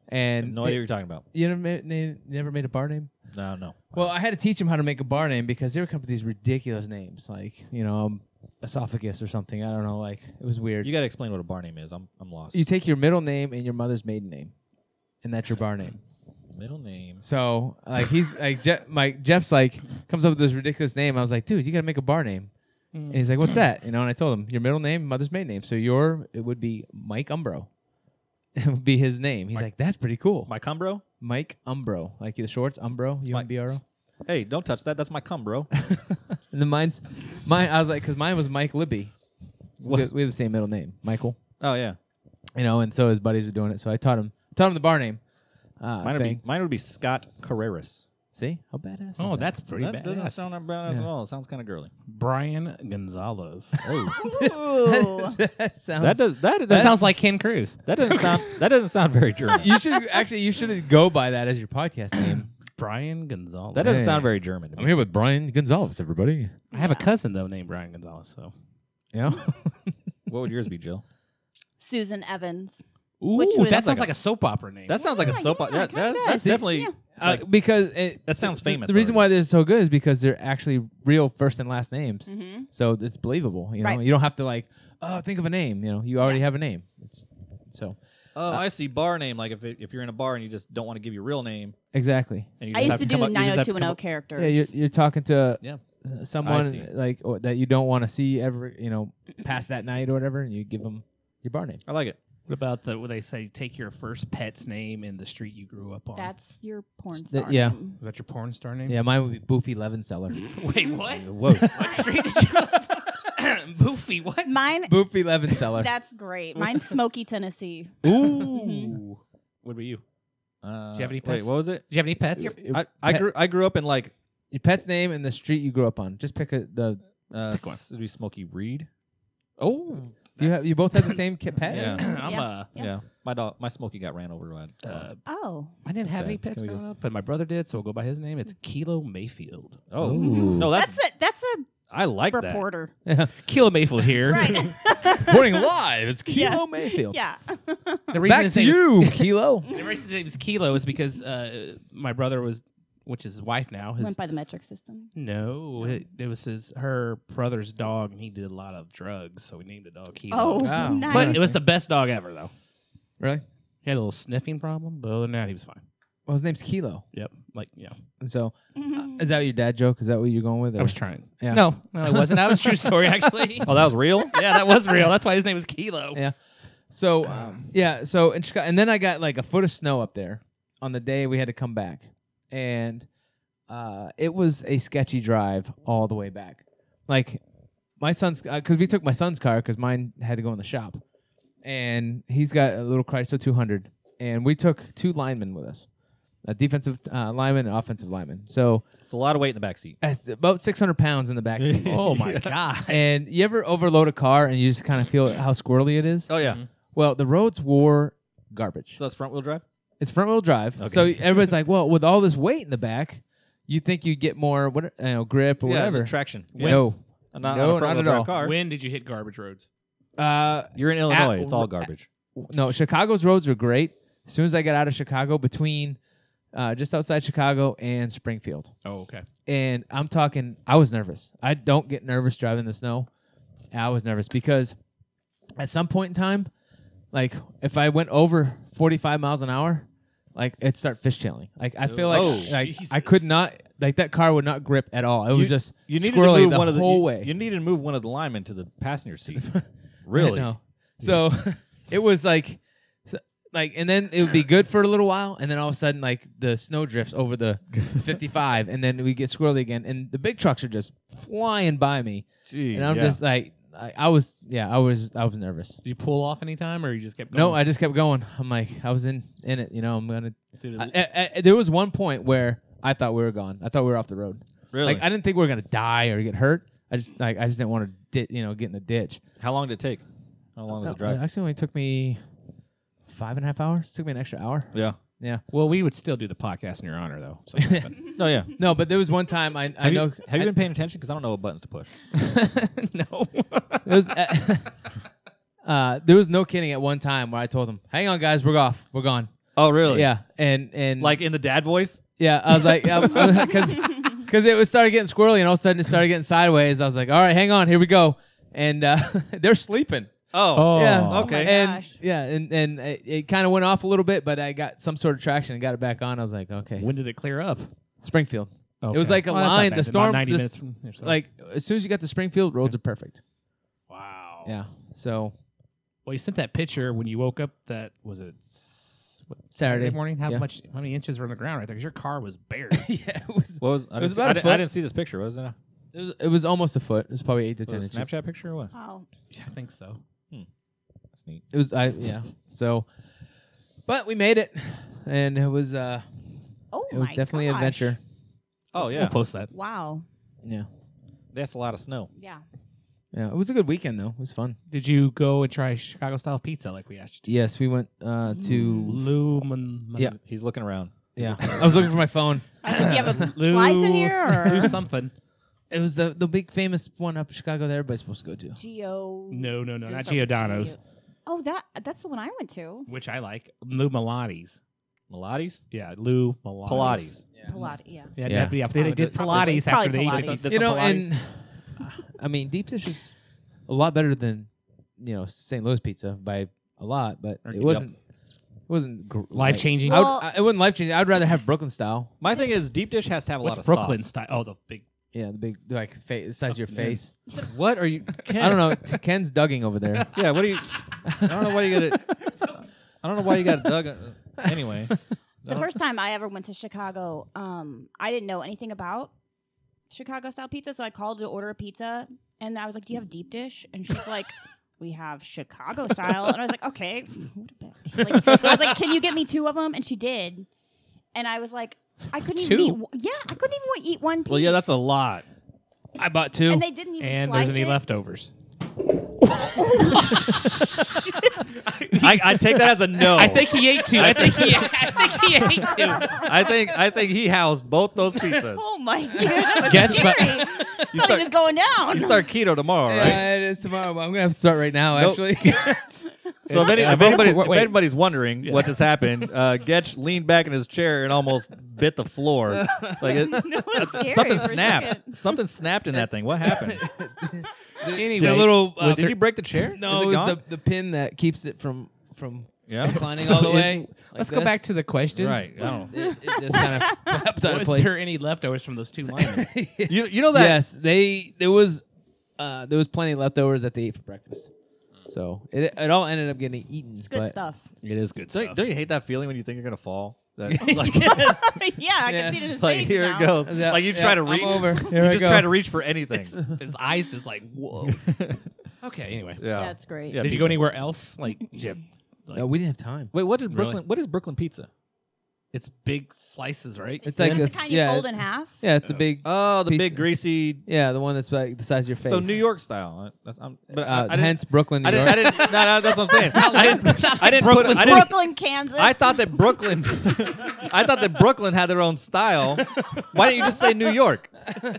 [SPEAKER 2] and
[SPEAKER 6] No idea what you're talking about.
[SPEAKER 2] you never made, na- never made a bar name.
[SPEAKER 6] No, no.
[SPEAKER 2] Well, I had to teach him how to make a bar name because they were coming up with these ridiculous names like you know um, esophagus or something. I don't know. Like it was weird.
[SPEAKER 6] You got to explain what a bar name is. I'm I'm lost.
[SPEAKER 2] you take your middle name and your mother's maiden name, and that's your bar name.
[SPEAKER 6] Middle name.
[SPEAKER 2] So like he's like Je- Mike Jeff's like comes up with this ridiculous name. I was like, dude, you gotta make a bar name. And he's like, what's that? You know, and I told him your middle name, mother's maiden name. So your it would be Mike Umbro. It would be his name. He's like, that's pretty cool.
[SPEAKER 6] My cum, bro.
[SPEAKER 2] Mike Umbro, like the shorts, Umbro, U M B R O.
[SPEAKER 6] Hey, don't touch that. That's my cum, bro.
[SPEAKER 2] And then mine's mine. I was like, because mine was Mike Libby. We, we have the same middle name, Michael.
[SPEAKER 6] oh yeah.
[SPEAKER 2] You know, and so his buddies were doing it. So I taught him, taught him the bar name. Uh,
[SPEAKER 6] Mine would
[SPEAKER 2] thing.
[SPEAKER 6] be mine would be Scott Carreras.
[SPEAKER 2] See how badass. is
[SPEAKER 3] Oh,
[SPEAKER 2] that?
[SPEAKER 3] that's pretty
[SPEAKER 6] That doesn't
[SPEAKER 3] badass.
[SPEAKER 6] sound that badass
[SPEAKER 2] Yeah.
[SPEAKER 6] at all. It sounds kind of girly.
[SPEAKER 3] Brian Gonzalez.
[SPEAKER 6] Oh,
[SPEAKER 7] Ooh.
[SPEAKER 2] that sounds.
[SPEAKER 6] that does that that,
[SPEAKER 3] that sounds like Ken Cruz.
[SPEAKER 6] that doesn't sound that doesn't sound very German.
[SPEAKER 2] you should actually. You should go by that as your podcast name.
[SPEAKER 3] Brian Gonzalez.
[SPEAKER 6] That doesn't
[SPEAKER 2] Hey.
[SPEAKER 6] sound very German. To me.
[SPEAKER 2] here with Brian Gonzalez, everybody.
[SPEAKER 3] I have a cousin though named Brian Gonzalez. So
[SPEAKER 2] Yeah.
[SPEAKER 6] What would yours be, Jill?
[SPEAKER 7] Susan Evans.
[SPEAKER 3] Ooh,
[SPEAKER 7] Which was-
[SPEAKER 3] that sounds like a soap opera name.
[SPEAKER 6] That sounds like a soap. opera. that, that, that's
[SPEAKER 2] See?
[SPEAKER 6] definitely.
[SPEAKER 2] uh, because it,
[SPEAKER 6] That sounds
[SPEAKER 2] the-
[SPEAKER 6] famous
[SPEAKER 2] The reason why
[SPEAKER 6] already.
[SPEAKER 2] they're so good is because they're actually real first and last names,
[SPEAKER 7] Mm-hmm.
[SPEAKER 2] so it's believable. You know,
[SPEAKER 7] Right.
[SPEAKER 2] you don't have to like, oh, think of a name. You know, you already have a name. It's, so
[SPEAKER 6] Oh, I see. Bar name. Like if it, if you're in a bar and you just don't want to give your real name.
[SPEAKER 2] exactly.
[SPEAKER 6] And you
[SPEAKER 7] I
[SPEAKER 6] just
[SPEAKER 7] used
[SPEAKER 6] have
[SPEAKER 7] to
[SPEAKER 6] come
[SPEAKER 7] do
[SPEAKER 6] up- you just have to oh come
[SPEAKER 7] 90210
[SPEAKER 6] up-
[SPEAKER 7] characters.
[SPEAKER 2] Yeah, you're, you're talking to
[SPEAKER 3] Yeah.
[SPEAKER 2] s-
[SPEAKER 6] I see.
[SPEAKER 2] someone like or, that you don't want to see ever. You know, past that night or whatever, and you give them your bar name.
[SPEAKER 6] I like it.
[SPEAKER 3] What about the what they say? Take your first pet's name and the street you grew up on.
[SPEAKER 7] That's your porn
[SPEAKER 2] That-
[SPEAKER 7] star.
[SPEAKER 2] yeah.
[SPEAKER 7] name.
[SPEAKER 3] is that your porn star name?
[SPEAKER 2] Yeah, mine would be Boofy Levenseller.
[SPEAKER 3] Wait, what?
[SPEAKER 6] Whoa.
[SPEAKER 3] what street did you live? on? Boofy, what?
[SPEAKER 7] Mine.
[SPEAKER 2] Boofy Levenseller.
[SPEAKER 7] That's great. Mine's Smoky, Tennessee. Mm-hmm.
[SPEAKER 3] Ooh. what about you? Do
[SPEAKER 6] Uh,
[SPEAKER 3] you have any
[SPEAKER 6] Wait,
[SPEAKER 3] pets?
[SPEAKER 6] what was it?
[SPEAKER 3] you have any pets?
[SPEAKER 6] I, I
[SPEAKER 2] Pet-
[SPEAKER 6] grew I grew up in like
[SPEAKER 2] Your pet's name and the street you grew up on. Just pick a the.
[SPEAKER 6] uh,
[SPEAKER 3] Pick one.
[SPEAKER 6] s- it'd be Smoky Reed.
[SPEAKER 2] Oh, you have you both have the same ki- pet. Oh,
[SPEAKER 6] Yeah.
[SPEAKER 3] I'm uh,
[SPEAKER 7] Yeah.
[SPEAKER 3] a.
[SPEAKER 6] Yeah. My dog, my Smokey got ran over by. a dog.
[SPEAKER 3] Uh,
[SPEAKER 7] Oh.
[SPEAKER 3] I didn't have
[SPEAKER 6] Sad.
[SPEAKER 3] any pets
[SPEAKER 6] Can we
[SPEAKER 3] growing
[SPEAKER 6] just-
[SPEAKER 3] up, but my brother did, so we'll go by his name. It's Kilo Mayfield.
[SPEAKER 6] oh
[SPEAKER 2] Ooh.
[SPEAKER 6] no, that's,
[SPEAKER 7] That's a that's a
[SPEAKER 6] I like that.
[SPEAKER 7] reporter.
[SPEAKER 3] Kilo Mayfield here.
[SPEAKER 7] Right.
[SPEAKER 2] Reporting live, it's Kilo
[SPEAKER 7] Yeah.
[SPEAKER 2] Mayfield.
[SPEAKER 7] yeah.
[SPEAKER 3] The reason
[SPEAKER 2] Back
[SPEAKER 3] his
[SPEAKER 2] to
[SPEAKER 3] name is-
[SPEAKER 2] you, Kilo.
[SPEAKER 3] the reason his name is Kilo is because uh, my brother was, which is his wife now. His
[SPEAKER 7] Went by the metric system.
[SPEAKER 3] no, it, it was his her brother's dog, and he did a lot of drugs, so we named the dog Kilo.
[SPEAKER 7] Oh,
[SPEAKER 2] Wow.
[SPEAKER 7] nice.
[SPEAKER 3] But it was the best dog ever, though.
[SPEAKER 2] Really?
[SPEAKER 3] He had a little sniffing problem, but other than that, he was fine.
[SPEAKER 2] Well, his name's Kilo.
[SPEAKER 3] Yep. Like, yeah.
[SPEAKER 2] And so, uh,
[SPEAKER 7] Mm-hmm.
[SPEAKER 2] is that your dad joke? Is that what you're going with?
[SPEAKER 3] I was trying.
[SPEAKER 2] Yeah.
[SPEAKER 3] No, no, it wasn't. That was a true story, actually.
[SPEAKER 6] Oh, that was real.
[SPEAKER 3] yeah, that was real. That's why his name was Kilo.
[SPEAKER 2] Yeah. So, um, yeah. So in Chicago, and then I got like a foot of snow up there on the day we had to come back, and uh, it was a sketchy drive all the way back. Like my son's, because we took my son's car because mine had to go in the shop, and he's got a little Chrysler 200, and we took two linemen with us, a defensive uh, lineman and offensive lineman. So
[SPEAKER 6] It's a lot of weight in the backseat.
[SPEAKER 2] that's about 600 pounds in the back seat.
[SPEAKER 3] Oh, my God.
[SPEAKER 2] And you ever overload a car and you just kind of feel how squirrely it is?
[SPEAKER 6] Oh yeah.
[SPEAKER 2] Well, the roads wore garbage.
[SPEAKER 6] So that's front wheel drive.
[SPEAKER 2] It's front wheel drive. So everybody's like, well, with all this weight in the back, you think you'd get more what you know, grip or
[SPEAKER 6] Yeah,
[SPEAKER 2] whatever.
[SPEAKER 6] traction.
[SPEAKER 2] No.
[SPEAKER 6] Yeah. Not
[SPEAKER 2] No,
[SPEAKER 6] on a front wheel
[SPEAKER 2] not at
[SPEAKER 6] drive
[SPEAKER 2] all.
[SPEAKER 6] car.
[SPEAKER 3] When did you hit garbage roads?
[SPEAKER 2] Uh,
[SPEAKER 6] You're in Illinois.
[SPEAKER 2] At-
[SPEAKER 6] it's all garbage.
[SPEAKER 2] no, Chicago's roads were great. As soon as I got out of Chicago between uh, just outside Chicago and Springfield.
[SPEAKER 9] Oh, okay.
[SPEAKER 2] And I'm talking, I was nervous. I don't get nervous driving in the snow. I was nervous because at some point in time, like if I went over 45 miles an hour, like it'd start fishtailing. Like I feel like,
[SPEAKER 6] Oh,
[SPEAKER 2] like I could not, like that car would not grip at all. It was just
[SPEAKER 6] you needed to
[SPEAKER 2] squirrely
[SPEAKER 6] move
[SPEAKER 2] the
[SPEAKER 6] one of the
[SPEAKER 2] whole
[SPEAKER 6] you,
[SPEAKER 2] way.
[SPEAKER 6] You needed to move one of the linemen to the passenger seat. really?
[SPEAKER 2] No. So it was like, so- like, and then it would be good for a little while, and then all of a sudden, like the snow drifts over the 55, and then we get squirrely again, and the big trucks are just flying by me,
[SPEAKER 6] Jeez,
[SPEAKER 2] and I'm
[SPEAKER 6] yeah.
[SPEAKER 2] just uh, like, I, I was, yeah, I was, I was nervous.
[SPEAKER 3] Did you pull off any time, or you just kept going?
[SPEAKER 2] No, I just kept going. I'm like, I was in in it, you know. I'm gonna.
[SPEAKER 3] Dude,
[SPEAKER 2] I- I- I- there was one point where I thought we were gone. I thought we were off the road.
[SPEAKER 6] Really?
[SPEAKER 2] Like I didn't think we were gonna die or get hurt. I just like I just didn't want to, di- you know, get in the ditch.
[SPEAKER 6] How long did it take? How long was
[SPEAKER 2] No,
[SPEAKER 6] the drive?
[SPEAKER 2] It Oh, actually only took me five and a half hours. took me an extra hour.
[SPEAKER 6] Yeah.
[SPEAKER 2] Yeah.
[SPEAKER 3] well, we would still do the podcast in your honor, though. So it happened.
[SPEAKER 6] No, Oh, yeah.
[SPEAKER 2] No, but there was one time I, I
[SPEAKER 6] have
[SPEAKER 2] know.
[SPEAKER 6] you, have
[SPEAKER 2] I,
[SPEAKER 6] you been paying attention? Because I don't know what buttons to push.
[SPEAKER 3] no.
[SPEAKER 2] it was, uh, uh, there was no kidding at one time where I told them, "Hang on, guys, we're off. We're gone."
[SPEAKER 6] Oh, really?
[SPEAKER 2] Yeah, and and
[SPEAKER 6] Like in the dad voice?
[SPEAKER 2] yeah, I was like, because because it was started getting squirrely, and all of a sudden it started getting sideways. I was like, "All right, hang on, here we go," and uh, they're sleeping.
[SPEAKER 6] Oh.
[SPEAKER 2] Yeah.
[SPEAKER 6] Okay.
[SPEAKER 2] and
[SPEAKER 1] gosh.
[SPEAKER 2] yeah, and and it, it kind of went off a little bit, but I got some sort of traction and got it back on. I was like, okay,
[SPEAKER 3] When did it clear up?
[SPEAKER 2] Springfield. It was
[SPEAKER 3] Okay.
[SPEAKER 2] like a
[SPEAKER 3] Well, that's not
[SPEAKER 2] line.
[SPEAKER 3] bad.
[SPEAKER 2] The
[SPEAKER 3] About
[SPEAKER 2] storm,
[SPEAKER 3] 90
[SPEAKER 2] the
[SPEAKER 3] minutes
[SPEAKER 2] s-
[SPEAKER 3] from here, so-
[SPEAKER 2] like as soon as you got to Springfield, roads are perfect.
[SPEAKER 3] wow.
[SPEAKER 2] Yeah. So
[SPEAKER 3] Well, you sent that picture when you woke up. That was it. s- What,
[SPEAKER 2] Saturday.
[SPEAKER 3] morning. How
[SPEAKER 2] Yeah.
[SPEAKER 3] much? How many inches were on the ground right there? Because your car was buried.
[SPEAKER 2] yeah, it was,
[SPEAKER 6] What was, I,
[SPEAKER 2] It was
[SPEAKER 6] didn't see,
[SPEAKER 2] about
[SPEAKER 6] I,
[SPEAKER 2] a
[SPEAKER 6] didn't- I
[SPEAKER 2] foot.
[SPEAKER 6] didn't see this picture. Was it a,
[SPEAKER 2] it was it was almost a foot. It was probably eight to ten
[SPEAKER 6] was it a
[SPEAKER 2] inches.
[SPEAKER 6] Snapchat picture or what?
[SPEAKER 7] Wow.
[SPEAKER 3] I think so.
[SPEAKER 6] That's neat.
[SPEAKER 2] It was I yeah. So, but we made it, and it was uh
[SPEAKER 7] Oh
[SPEAKER 2] it was
[SPEAKER 7] my
[SPEAKER 2] definitely an
[SPEAKER 7] gosh.
[SPEAKER 2] adventure.
[SPEAKER 6] Oh, yeah.
[SPEAKER 3] We'll post that.
[SPEAKER 7] Wow.
[SPEAKER 2] Yeah,
[SPEAKER 6] That's a lot of snow.
[SPEAKER 7] Yeah.
[SPEAKER 2] yeah. It was a good weekend though. It was fun.
[SPEAKER 3] Did you go and try Chicago style pizza like we asked you?
[SPEAKER 2] Yes, we went uh
[SPEAKER 3] to?
[SPEAKER 2] to
[SPEAKER 3] Lumen.
[SPEAKER 2] Yeah.
[SPEAKER 6] He's looking around.
[SPEAKER 2] yeah. I was looking for my phone.
[SPEAKER 7] I think you have a
[SPEAKER 3] Lou-
[SPEAKER 7] slice in here
[SPEAKER 3] Lou
[SPEAKER 7] or
[SPEAKER 3] something.
[SPEAKER 2] It was the the big famous one up in Chicago that everybody's supposed to go to.
[SPEAKER 7] Geo.
[SPEAKER 3] No, no, no,
[SPEAKER 7] There's
[SPEAKER 3] not
[SPEAKER 7] something
[SPEAKER 3] Giordano's,
[SPEAKER 7] Geo- Oh, that that's the one I went to.
[SPEAKER 3] which I like. Lou Malati's.
[SPEAKER 6] Melati's?
[SPEAKER 3] Yeah, Lou Malati's.
[SPEAKER 6] Pilates.
[SPEAKER 7] Pilates. Yeah.
[SPEAKER 3] Yeah,
[SPEAKER 2] Yeah.
[SPEAKER 3] yeah. They, they did
[SPEAKER 7] Probably-
[SPEAKER 3] Pilates
[SPEAKER 7] probably
[SPEAKER 3] after they
[SPEAKER 7] Pilates.
[SPEAKER 3] ate the pizza.
[SPEAKER 6] Did
[SPEAKER 2] you
[SPEAKER 6] some
[SPEAKER 2] know,
[SPEAKER 6] Pilates?
[SPEAKER 2] and I mean, deep dish is a lot better than you know St. Louis pizza by a lot, but it
[SPEAKER 3] Yep.
[SPEAKER 2] wasn't it wasn't gr-
[SPEAKER 3] Life
[SPEAKER 2] like-
[SPEAKER 3] changing.
[SPEAKER 2] I would,
[SPEAKER 7] Well-
[SPEAKER 2] I, it wasn't life changing. I'd rather have Brooklyn style.
[SPEAKER 6] My thing is, deep dish has to have a
[SPEAKER 3] What's
[SPEAKER 6] lot of
[SPEAKER 3] Brooklyn
[SPEAKER 6] sauce.
[SPEAKER 3] style? Oh, the big.
[SPEAKER 2] Yeah, the big like fa- the size of your face.
[SPEAKER 6] What are you?
[SPEAKER 2] I don't know. T- Ken's dugging over there.
[SPEAKER 6] Yeah, what do you? I don't know why you got it. I don't know why you got dug. uh, Anyway,
[SPEAKER 7] The first time I ever went to Chicago, um, I didn't know anything about Chicago style pizza, so I called to order a pizza, and I was like, "Do you have deep dish?" And she's like. We have Chicago style, and I was like, okay. what a bitch. Like, I was like, can you get me two of them? And she did, and I was like, I couldn't even
[SPEAKER 3] Two?
[SPEAKER 7] eat. one- Yeah, I couldn't even eat one piece.
[SPEAKER 6] well, yeah, that's a lot.
[SPEAKER 3] I bought two.
[SPEAKER 7] and they didn't even
[SPEAKER 3] and
[SPEAKER 7] slice
[SPEAKER 3] there's any
[SPEAKER 7] it.
[SPEAKER 3] leftovers.
[SPEAKER 6] I, I take that as a no.
[SPEAKER 3] I think he ate two. I think he. I think he ate two.
[SPEAKER 6] I think I think he housed both those pizzas.
[SPEAKER 7] Oh my god!
[SPEAKER 3] Guess what?
[SPEAKER 7] I thought
[SPEAKER 6] start-
[SPEAKER 7] he was going down.
[SPEAKER 6] You start keto tomorrow, right?
[SPEAKER 2] it is tomorrow. I'm gonna have to start right now.
[SPEAKER 6] Nope.
[SPEAKER 2] Actually,
[SPEAKER 6] So if, any,
[SPEAKER 3] Yeah,
[SPEAKER 6] if,
[SPEAKER 3] wait,
[SPEAKER 6] anybody's,
[SPEAKER 3] wait,
[SPEAKER 6] if
[SPEAKER 3] wait.
[SPEAKER 6] anybody's wondering what just happened, uh, Getch leaned back in his chair and almost bit the floor. Like it,
[SPEAKER 7] It was scary
[SPEAKER 6] something
[SPEAKER 7] for a second.
[SPEAKER 6] snapped. Something snapped in that thing. What happened?
[SPEAKER 3] Anyway,
[SPEAKER 2] the little uh,
[SPEAKER 6] Did you break the chair?
[SPEAKER 2] no,
[SPEAKER 6] Is
[SPEAKER 2] it
[SPEAKER 6] it
[SPEAKER 2] was
[SPEAKER 6] gone?
[SPEAKER 2] the, the pin that keeps it from from
[SPEAKER 6] Yeah.
[SPEAKER 2] declining
[SPEAKER 3] So
[SPEAKER 2] all the
[SPEAKER 3] is-
[SPEAKER 2] way.
[SPEAKER 3] Let's go back to the question.
[SPEAKER 6] right. I don't.
[SPEAKER 2] It, it just kind of flapped out of
[SPEAKER 3] Was
[SPEAKER 2] place.
[SPEAKER 3] there any leftovers from those two linemen?
[SPEAKER 6] You you know that
[SPEAKER 2] yes, they there was uh, there was plenty leftovers that they ate for breakfast.
[SPEAKER 6] Mm.
[SPEAKER 2] So it it all ended up getting eaten.
[SPEAKER 7] Good
[SPEAKER 2] but-
[SPEAKER 7] stuff.
[SPEAKER 3] it is good
[SPEAKER 6] Don't,
[SPEAKER 3] stuff.
[SPEAKER 6] don't you hate that feeling when you think you're gonna fall? That, like,
[SPEAKER 7] yeah, I
[SPEAKER 2] Yeah.
[SPEAKER 7] can see it in his
[SPEAKER 6] like
[SPEAKER 7] face
[SPEAKER 6] here
[SPEAKER 7] now.
[SPEAKER 6] it goes.
[SPEAKER 2] Yeah,
[SPEAKER 6] like you
[SPEAKER 2] yeah,
[SPEAKER 6] try to
[SPEAKER 2] I'm
[SPEAKER 6] reach.
[SPEAKER 2] over. Here
[SPEAKER 6] You
[SPEAKER 2] I
[SPEAKER 6] just
[SPEAKER 2] go.
[SPEAKER 6] try to reach for anything.
[SPEAKER 3] His eyes just like whoa. okay. Anyway,
[SPEAKER 6] yeah.
[SPEAKER 7] That's great.
[SPEAKER 6] Yeah,
[SPEAKER 3] did you
[SPEAKER 6] pizza.
[SPEAKER 3] go anywhere else? Like, did you have-
[SPEAKER 2] No, we didn't have time.
[SPEAKER 6] Wait, what is
[SPEAKER 3] Really?
[SPEAKER 6] Brooklyn? What is Brooklyn pizza?
[SPEAKER 3] it's big slices, right?
[SPEAKER 2] It's like
[SPEAKER 7] the
[SPEAKER 2] a,
[SPEAKER 7] kind you
[SPEAKER 2] yeah,
[SPEAKER 7] fold in half.
[SPEAKER 2] yeah, it's a big
[SPEAKER 6] Oh, the
[SPEAKER 2] Pizza.
[SPEAKER 6] big greasy.
[SPEAKER 2] yeah, the one that's like the size of your face.
[SPEAKER 6] So New York style. That's, I'm, but I-
[SPEAKER 2] uh,
[SPEAKER 6] I, didn't-
[SPEAKER 2] hence Brooklyn, New
[SPEAKER 6] I didn't.
[SPEAKER 2] York.
[SPEAKER 6] I didn't. No, no, that's what I'm saying. I didn't. I didn't put. I didn't.
[SPEAKER 7] Brooklyn, Kansas.
[SPEAKER 6] I thought that Brooklyn. I thought that Brooklyn had their own style. Why didn't you just say New York? Why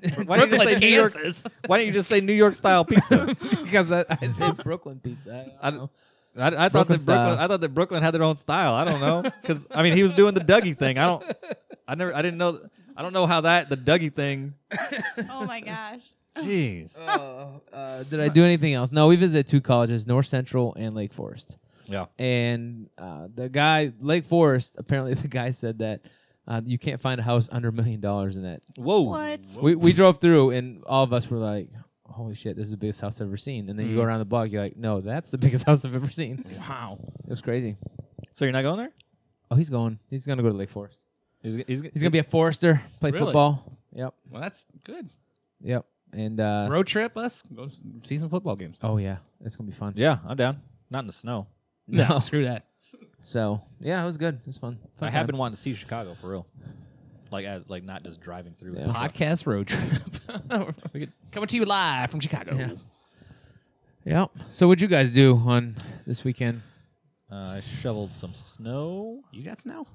[SPEAKER 6] didn't you just say
[SPEAKER 3] Brooklyn,
[SPEAKER 6] New York?
[SPEAKER 3] Kansas.
[SPEAKER 6] Why didn't you just say New York style pizza?
[SPEAKER 2] because I, I said Brooklyn pizza. I
[SPEAKER 6] I
[SPEAKER 2] don't know.
[SPEAKER 6] I, I thought
[SPEAKER 2] Brooklyn
[SPEAKER 6] that Brooklyn.
[SPEAKER 2] style.
[SPEAKER 6] I thought that Brooklyn had their own style. I don't know because I mean he was doing the Dougie thing. I don't. I never. I didn't know. I don't know how that the Dougie thing.
[SPEAKER 7] Oh my gosh.
[SPEAKER 6] Jeez.
[SPEAKER 2] Oh, uh, did I do anything else? No, we visited two colleges, North Central and Lake Forest.
[SPEAKER 6] Yeah.
[SPEAKER 2] And uh, the guy, Lake Forest, apparently the guy said that uh, you can't find a house under a million dollars in that.
[SPEAKER 6] Whoa.
[SPEAKER 7] What?
[SPEAKER 2] We, we drove through and all of us were like, holy shit, this is the biggest house I've ever seen. And then
[SPEAKER 6] Mm-hmm.
[SPEAKER 2] you go around the block, you're like, no, that's the biggest house I've ever seen.
[SPEAKER 9] Wow.
[SPEAKER 2] It was crazy.
[SPEAKER 6] So you're not going there?
[SPEAKER 2] Oh, he's going. He's going to go to Lake Forest.
[SPEAKER 6] He's, he's,
[SPEAKER 2] He's going to be a Forester, play
[SPEAKER 9] Really?
[SPEAKER 2] football. Yep.
[SPEAKER 9] Well, that's good.
[SPEAKER 2] Yep. And, uh,
[SPEAKER 9] Road trip us. Go s- see some football games.
[SPEAKER 2] oh, yeah, it's going to be fun.
[SPEAKER 6] Yeah, I'm down. Not in the snow.
[SPEAKER 9] No, screw that.
[SPEAKER 2] So, yeah, it was good. It was fun.
[SPEAKER 6] I
[SPEAKER 2] Fun
[SPEAKER 6] have
[SPEAKER 2] time.
[SPEAKER 6] been wanting to see Chicago for real. Like as like not just driving through.
[SPEAKER 2] Yeah.
[SPEAKER 6] and stuff.
[SPEAKER 9] Podcast road trip. we could, coming to you live from Chicago.
[SPEAKER 2] Yeah. Yeah. So what'd you guys do on this weekend?
[SPEAKER 6] Uh, I shoveled some snow.
[SPEAKER 9] You got snow?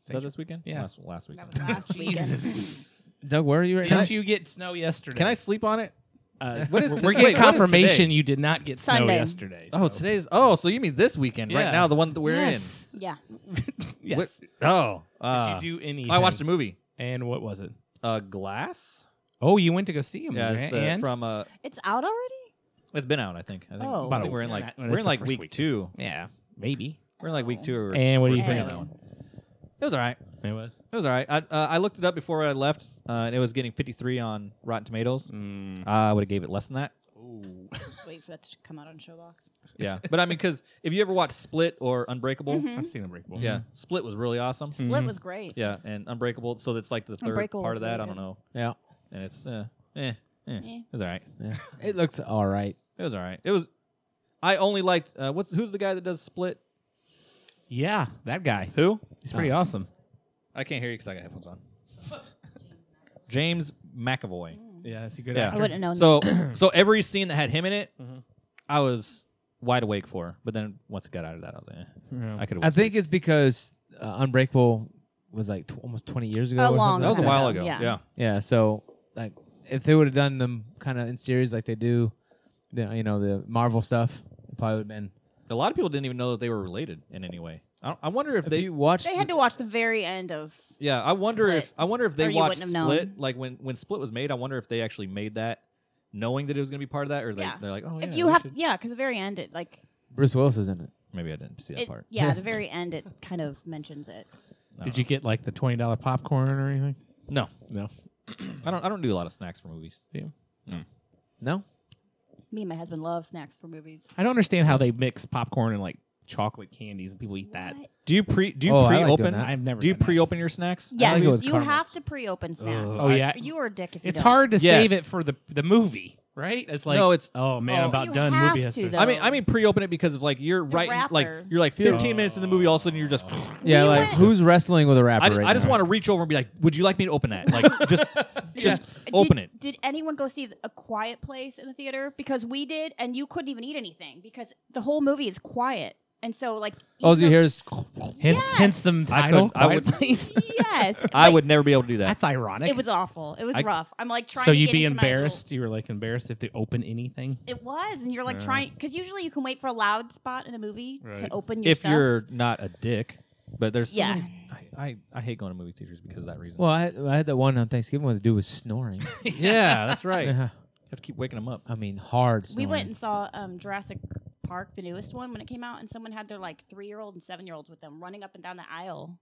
[SPEAKER 6] Is that this weekend?
[SPEAKER 9] Yeah.
[SPEAKER 6] Last, last weekend.
[SPEAKER 7] That was last weekend.
[SPEAKER 9] Jesus.
[SPEAKER 2] Doug, where are you right now?
[SPEAKER 9] Didn't you get snow yesterday?
[SPEAKER 6] Can I sleep on it?
[SPEAKER 9] Uh,
[SPEAKER 6] What is
[SPEAKER 9] we're
[SPEAKER 6] to-
[SPEAKER 9] getting
[SPEAKER 6] wait, what is
[SPEAKER 9] confirmation
[SPEAKER 6] today?
[SPEAKER 9] you did not get snow
[SPEAKER 7] Sunday.
[SPEAKER 9] yesterday.
[SPEAKER 6] Oh,
[SPEAKER 9] so-
[SPEAKER 6] today's. Oh, so you mean this weekend
[SPEAKER 9] Yeah.
[SPEAKER 6] right now, the one that we're
[SPEAKER 9] yes.
[SPEAKER 7] Yeah.
[SPEAKER 6] in?
[SPEAKER 9] Yes.
[SPEAKER 6] What- Oh. uh,
[SPEAKER 9] did you do anything?
[SPEAKER 6] I watched a movie.
[SPEAKER 9] And what was it?
[SPEAKER 6] Uh, Glass.
[SPEAKER 9] Oh, you went to go see him.
[SPEAKER 6] Yeah,
[SPEAKER 9] right?
[SPEAKER 6] it's the,
[SPEAKER 9] and
[SPEAKER 6] from uh,
[SPEAKER 7] It's out already?
[SPEAKER 6] it's been out. I think. I think,
[SPEAKER 7] Oh.
[SPEAKER 6] I
[SPEAKER 9] About a
[SPEAKER 6] think we're
[SPEAKER 9] week.
[SPEAKER 6] in
[SPEAKER 9] Yeah,
[SPEAKER 6] like
[SPEAKER 9] that- well,
[SPEAKER 6] we're
[SPEAKER 9] that's
[SPEAKER 6] in
[SPEAKER 9] the
[SPEAKER 6] like
[SPEAKER 9] first
[SPEAKER 6] week
[SPEAKER 9] week.
[SPEAKER 6] two.
[SPEAKER 9] yeah, maybe
[SPEAKER 6] We're in like week two. Or
[SPEAKER 9] And what do you
[SPEAKER 6] or three
[SPEAKER 9] think?
[SPEAKER 6] on that one. It was all right.
[SPEAKER 9] it was.
[SPEAKER 6] It was all right. I, uh, I looked it up before I left, uh, and it was getting 53 on Rotten Tomatoes. I would have gave it less than that.
[SPEAKER 7] Just wait for that to come out on Showbox.
[SPEAKER 6] Yeah, but I mean, because if you ever watched Split or Unbreakable,
[SPEAKER 7] Mm-hmm.
[SPEAKER 9] I've seen Unbreakable.
[SPEAKER 6] yeah, Split was really awesome.
[SPEAKER 7] Split was great.
[SPEAKER 6] Yeah, and Unbreakable. So that's like the third
[SPEAKER 7] Unbreakable
[SPEAKER 6] part
[SPEAKER 7] was
[SPEAKER 6] of that.
[SPEAKER 7] really
[SPEAKER 6] I don't
[SPEAKER 7] good.
[SPEAKER 6] know.
[SPEAKER 2] yeah.
[SPEAKER 6] And it's uh, eh, eh.
[SPEAKER 7] Eh.
[SPEAKER 6] It's all right.
[SPEAKER 2] yeah. It looks all right.
[SPEAKER 6] It was all right. It was. I only liked uh, what's who's the guy that does Split?
[SPEAKER 9] yeah, that guy.
[SPEAKER 6] Who?
[SPEAKER 9] He's pretty awesome.
[SPEAKER 6] I can't hear you because I got headphones on. James
[SPEAKER 7] Mm.
[SPEAKER 6] McAvoy.
[SPEAKER 9] Yeah, that's a good
[SPEAKER 6] Yeah.
[SPEAKER 7] I wouldn't know.
[SPEAKER 6] So so every scene that had him in it,
[SPEAKER 2] Mm-hmm.
[SPEAKER 6] I was wide awake for. But then once it got out of that, I was like, eh, I could.
[SPEAKER 2] I think it's because uh, Unbreakable was like tw- almost 20 years ago.
[SPEAKER 7] A
[SPEAKER 2] or something
[SPEAKER 7] long
[SPEAKER 6] that was a
[SPEAKER 2] like
[SPEAKER 7] time
[SPEAKER 6] while
[SPEAKER 7] ago,
[SPEAKER 6] ago.
[SPEAKER 7] yeah.
[SPEAKER 6] Yeah.
[SPEAKER 2] Yeah. So like if they would have done them kind of in series like they do, the, you know, the Marvel stuff, it probably would have been.
[SPEAKER 6] a lot of people didn't even know that they were related in any way. I, don't- I wonder if,
[SPEAKER 2] If
[SPEAKER 6] they.
[SPEAKER 2] you watched,
[SPEAKER 7] they had to watch the very end of.
[SPEAKER 6] yeah, I wonder if
[SPEAKER 7] Split.
[SPEAKER 6] I wonder if
[SPEAKER 7] Or
[SPEAKER 6] they
[SPEAKER 7] you
[SPEAKER 6] watched
[SPEAKER 7] wouldn't have
[SPEAKER 6] Split.
[SPEAKER 7] known.
[SPEAKER 6] Like when when Split was made, I wonder if they actually made that knowing that it was going to be part of that, or they,
[SPEAKER 7] Yeah.
[SPEAKER 6] they're like, oh yeah.
[SPEAKER 7] if you
[SPEAKER 6] we
[SPEAKER 7] have,
[SPEAKER 6] should-
[SPEAKER 7] yeah, because the very end, it like,
[SPEAKER 2] Bruce Willis is in it.
[SPEAKER 6] maybe I didn't see that
[SPEAKER 7] it,
[SPEAKER 6] part.
[SPEAKER 7] yeah, the very end, it kind of mentions it.
[SPEAKER 9] Did you get like the twenty dollar popcorn or anything?
[SPEAKER 6] No,
[SPEAKER 9] No.
[SPEAKER 6] I don't. I don't do a lot of snacks for movies.
[SPEAKER 2] No.
[SPEAKER 7] Me and my husband love snacks for movies.
[SPEAKER 9] I don't understand how they mix popcorn and like chocolate candies and people eat that.
[SPEAKER 6] Do you pre do you
[SPEAKER 2] Oh, I like doing
[SPEAKER 6] pre-open?
[SPEAKER 2] that.
[SPEAKER 9] I've never
[SPEAKER 6] do you
[SPEAKER 9] done that.
[SPEAKER 6] pre-open your snacks?
[SPEAKER 7] Yes,
[SPEAKER 2] like it with
[SPEAKER 7] you
[SPEAKER 2] caramels.
[SPEAKER 7] have to pre-open snacks.
[SPEAKER 9] Oh yeah,
[SPEAKER 7] You are a dick if you
[SPEAKER 9] it's
[SPEAKER 7] don't.
[SPEAKER 9] hard to
[SPEAKER 6] Yes.
[SPEAKER 9] save it for the the movie, right? It's like
[SPEAKER 6] No, it's-
[SPEAKER 9] oh man, I'm
[SPEAKER 7] Oh,
[SPEAKER 9] about
[SPEAKER 7] you
[SPEAKER 9] done.
[SPEAKER 7] have
[SPEAKER 9] Movie
[SPEAKER 7] to,
[SPEAKER 9] has to.
[SPEAKER 7] though.
[SPEAKER 6] I mean, I mean pre-open it because of like you're right, in- like
[SPEAKER 7] wrapper.
[SPEAKER 6] you're like 15 minutes in the movie, all of a sudden you're just.
[SPEAKER 2] Yeah.
[SPEAKER 7] We
[SPEAKER 2] like
[SPEAKER 7] went-
[SPEAKER 2] who's wrestling with a rapper
[SPEAKER 6] I,
[SPEAKER 2] right
[SPEAKER 6] I just
[SPEAKER 2] now?
[SPEAKER 6] want to reach over and be like, "Would you like me to open that?" Like, just, just open
[SPEAKER 7] did,
[SPEAKER 6] it.
[SPEAKER 7] Did anyone go see a quiet place in the theater? Because we did, and you couldn't even eat anything because the whole movie is quiet, and so like
[SPEAKER 2] All
[SPEAKER 7] even
[SPEAKER 2] you hear
[SPEAKER 7] though-
[SPEAKER 2] is
[SPEAKER 9] Hence,
[SPEAKER 7] Yes.
[SPEAKER 9] hence the title.
[SPEAKER 6] I
[SPEAKER 9] Quiet
[SPEAKER 6] would-
[SPEAKER 9] Place.
[SPEAKER 7] yes.
[SPEAKER 6] I
[SPEAKER 7] like,
[SPEAKER 6] would never be able to do that.
[SPEAKER 9] That's ironic.
[SPEAKER 7] It was awful. It was
[SPEAKER 6] I-
[SPEAKER 7] rough. I'm like trying.
[SPEAKER 9] so
[SPEAKER 7] to
[SPEAKER 9] you'd
[SPEAKER 7] get
[SPEAKER 9] be
[SPEAKER 7] into my little-
[SPEAKER 9] embarrassed. You were like embarrassed if they open anything.
[SPEAKER 7] It was, and you're like trying because usually you can wait for a loud spot in a movie to open your
[SPEAKER 6] if
[SPEAKER 7] stuff.
[SPEAKER 6] you're not a dick. But there's so
[SPEAKER 7] Yeah.
[SPEAKER 6] many- I, I I hate going to movie theaters because of that reason.
[SPEAKER 2] Well, I had, I had that one on Thanksgiving where the dude was snoring.
[SPEAKER 6] yeah, that's right. You
[SPEAKER 2] Yeah.
[SPEAKER 6] have to keep waking them up.
[SPEAKER 2] I mean, hard
[SPEAKER 7] we
[SPEAKER 2] snoring.
[SPEAKER 7] went and saw um, Jurassic Park, the newest one, when it came out, and someone had their like three year old and seven year olds with them running up and down the aisle.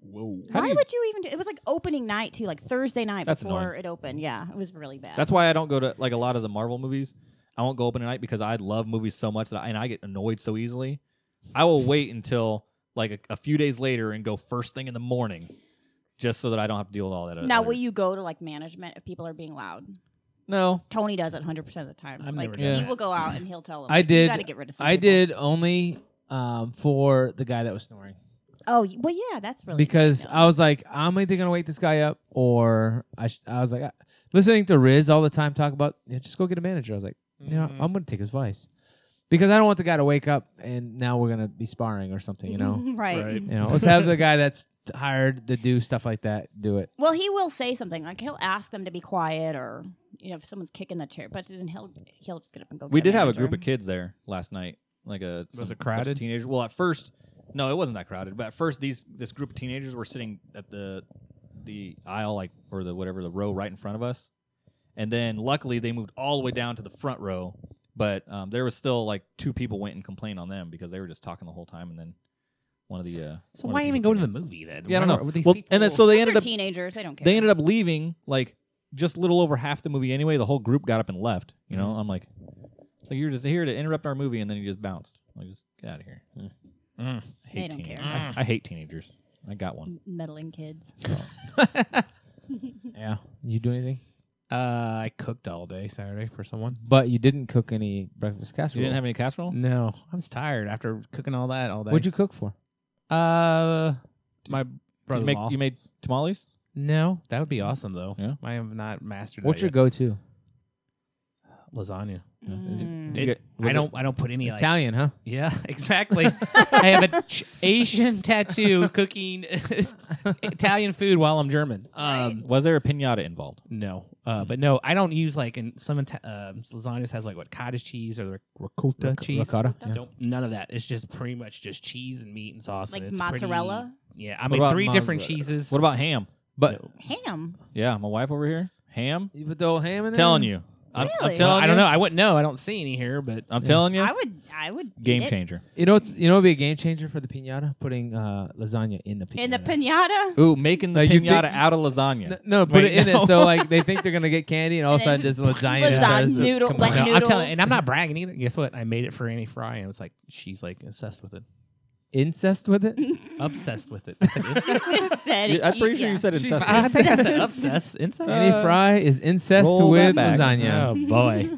[SPEAKER 9] Whoa.
[SPEAKER 6] How do
[SPEAKER 7] Why
[SPEAKER 6] you-
[SPEAKER 7] would you even do? It was like opening night too, like Thursday night
[SPEAKER 6] That's
[SPEAKER 7] before
[SPEAKER 6] annoying.
[SPEAKER 7] it opened. Yeah, it was really bad.
[SPEAKER 6] That's why I don't go to like a lot of the Marvel movies. I won't go open at night because I love movies so much that I, and I get annoyed so easily. I will wait until like a, a few days later and go first thing in the morning, just so that uh, I don't have to deal with all that.
[SPEAKER 7] now,
[SPEAKER 6] other-
[SPEAKER 7] will you go to like management if people are being loud?
[SPEAKER 6] No,
[SPEAKER 7] Tony does it 100 percent of the time.
[SPEAKER 9] I've
[SPEAKER 7] like,
[SPEAKER 9] never
[SPEAKER 2] done
[SPEAKER 7] He
[SPEAKER 9] that.
[SPEAKER 7] will go out and he'll tell them.
[SPEAKER 2] I
[SPEAKER 7] like, You
[SPEAKER 2] did-
[SPEAKER 7] got to get rid of. Some
[SPEAKER 2] I
[SPEAKER 7] people."
[SPEAKER 2] did only um, for the guy that was snoring
[SPEAKER 7] Oh y- well, yeah, that's really
[SPEAKER 2] because
[SPEAKER 7] annoying, though.
[SPEAKER 2] I was like, I'm either gonna wake this guy up or I. Sh- I was like, I- listening to Riz all the time talk about yeah, just go get a manager. I was like, you know,
[SPEAKER 3] Mm-hmm.
[SPEAKER 7] Mm-hmm.
[SPEAKER 2] I'm gonna take his advice because I don't want the guy to wake up and now we're gonna be sparring or something. You know,
[SPEAKER 7] right.
[SPEAKER 2] you know, let's have the guy that's hired to do stuff like that do it.
[SPEAKER 7] Well, he will say something like he'll ask them to be quiet, or you know, if someone's kicking the chair, but then he'll he'll just get up and go.
[SPEAKER 6] we
[SPEAKER 7] get
[SPEAKER 6] did have a
[SPEAKER 7] manager.
[SPEAKER 6] group of kids there last night, Like a some
[SPEAKER 3] it
[SPEAKER 6] bunch of
[SPEAKER 3] crowded?
[SPEAKER 6] Teenagers. Well, at first, no, it wasn't that crowded. But at first, these this group of teenagers were sitting at the the aisle, like or the whatever the row right in front of us. And then luckily they moved all the way down to the front row. But um, there was still like two people went and complained on them because they were just talking the whole time. And then one of the uh,
[SPEAKER 11] So
[SPEAKER 6] one of
[SPEAKER 11] why
[SPEAKER 6] the
[SPEAKER 11] even
[SPEAKER 6] people
[SPEAKER 11] go to the
[SPEAKER 6] came
[SPEAKER 11] movie then?
[SPEAKER 6] in. Yeah, I
[SPEAKER 11] Why
[SPEAKER 6] don't know.
[SPEAKER 11] were these
[SPEAKER 6] Well,
[SPEAKER 11] people-
[SPEAKER 6] and then so they ended
[SPEAKER 7] They're
[SPEAKER 6] up
[SPEAKER 7] teenagers. They don't care.
[SPEAKER 6] they ended up leaving like just little over half the movie anyway. The whole group got up and left. You know,
[SPEAKER 7] Mm-hmm.
[SPEAKER 6] I'm like, so you're just here to interrupt our movie, and then you just bounced. I'm like, just get out of here. Mm. I hate
[SPEAKER 7] They don't
[SPEAKER 6] teenagers.
[SPEAKER 7] care.
[SPEAKER 6] I, I hate teenagers. I got one.
[SPEAKER 7] M- meddling kids.
[SPEAKER 2] Yeah. You do anything?
[SPEAKER 3] Uh, I cooked all day Saturday for someone.
[SPEAKER 2] But you didn't cook any breakfast
[SPEAKER 6] You
[SPEAKER 2] casserole.
[SPEAKER 6] didn't have any casserole?
[SPEAKER 3] No, I was tired after cooking all that all day.
[SPEAKER 2] What'd you cook for?
[SPEAKER 3] Uh, my
[SPEAKER 6] Did you,
[SPEAKER 3] brother
[SPEAKER 6] make, you made tamales?
[SPEAKER 3] No, that would be awesome though.
[SPEAKER 6] Yeah?
[SPEAKER 3] I have not mastered.
[SPEAKER 2] What's
[SPEAKER 3] that
[SPEAKER 2] your go-to?
[SPEAKER 3] yet. lasagna?
[SPEAKER 7] Mm.
[SPEAKER 6] Did you
[SPEAKER 3] It-
[SPEAKER 6] get- was
[SPEAKER 3] I
[SPEAKER 6] it-
[SPEAKER 3] don't. I don't put any like.
[SPEAKER 2] Italian, huh?
[SPEAKER 3] Yeah, exactly. I have a ch- Asian tattoo cooking Italian food while I'm German. Um,
[SPEAKER 6] Was there a pinata involved?
[SPEAKER 3] no,
[SPEAKER 6] Mm.
[SPEAKER 3] uh, but no, I don't use like in some Ita- uh, lasagnas has like what cottage cheese or like ricotta cheese.
[SPEAKER 2] Ricotta. yeah.
[SPEAKER 3] Don't none of that. It's just pretty much just cheese and meat and sauce.
[SPEAKER 7] Like
[SPEAKER 3] and it's
[SPEAKER 7] mozzarella?
[SPEAKER 3] Pretty, yeah, I
[SPEAKER 6] What
[SPEAKER 3] made
[SPEAKER 6] about
[SPEAKER 3] three different
[SPEAKER 2] mozzarella?
[SPEAKER 3] cheeses.
[SPEAKER 6] What about ham?
[SPEAKER 2] But
[SPEAKER 7] Ham.
[SPEAKER 6] Yeah, my wife over here. Ham?
[SPEAKER 2] you put the whole ham in there.
[SPEAKER 6] telling you. I'm, I'm
[SPEAKER 7] Really?
[SPEAKER 6] telling
[SPEAKER 3] Uh, I don't
[SPEAKER 6] you.
[SPEAKER 3] know. I wouldn't know. I don't see any here, but
[SPEAKER 6] I'm telling you.
[SPEAKER 7] I would. I would. eat
[SPEAKER 6] game
[SPEAKER 7] it.
[SPEAKER 6] changer.
[SPEAKER 2] You know, it's you know, it'd be a game changer for the pinata putting uh, lasagna in the pinata.
[SPEAKER 7] In the pinata.
[SPEAKER 6] Ooh, making the
[SPEAKER 2] No, you
[SPEAKER 6] pinata
[SPEAKER 2] think-
[SPEAKER 6] out of lasagna.
[SPEAKER 2] No, no, put
[SPEAKER 3] Wait,
[SPEAKER 2] it in
[SPEAKER 3] no.
[SPEAKER 2] it so like they think they're gonna get candy, and all of a
[SPEAKER 7] And
[SPEAKER 2] sudden
[SPEAKER 7] it's
[SPEAKER 2] just lasagna.
[SPEAKER 7] lasagna
[SPEAKER 2] starts to
[SPEAKER 7] noodle,
[SPEAKER 2] come
[SPEAKER 7] like
[SPEAKER 2] out.
[SPEAKER 3] uh, No, I'm telling,
[SPEAKER 7] Noodles.
[SPEAKER 3] and I'm not bragging either. Guess what? I made it for Annie Fry, and it's like she's like obsessed with it,
[SPEAKER 2] incest with it.
[SPEAKER 3] obsessed with it. I said incest.
[SPEAKER 7] said
[SPEAKER 6] You- I'm pretty
[SPEAKER 7] eat-
[SPEAKER 6] sure
[SPEAKER 7] yeah.
[SPEAKER 6] you said incest.
[SPEAKER 3] I think Uh, I said obsessed. Incest.
[SPEAKER 2] Annie Fry is incest
[SPEAKER 6] roll
[SPEAKER 2] with
[SPEAKER 6] that back.
[SPEAKER 2] lasagna.
[SPEAKER 3] Oh boy.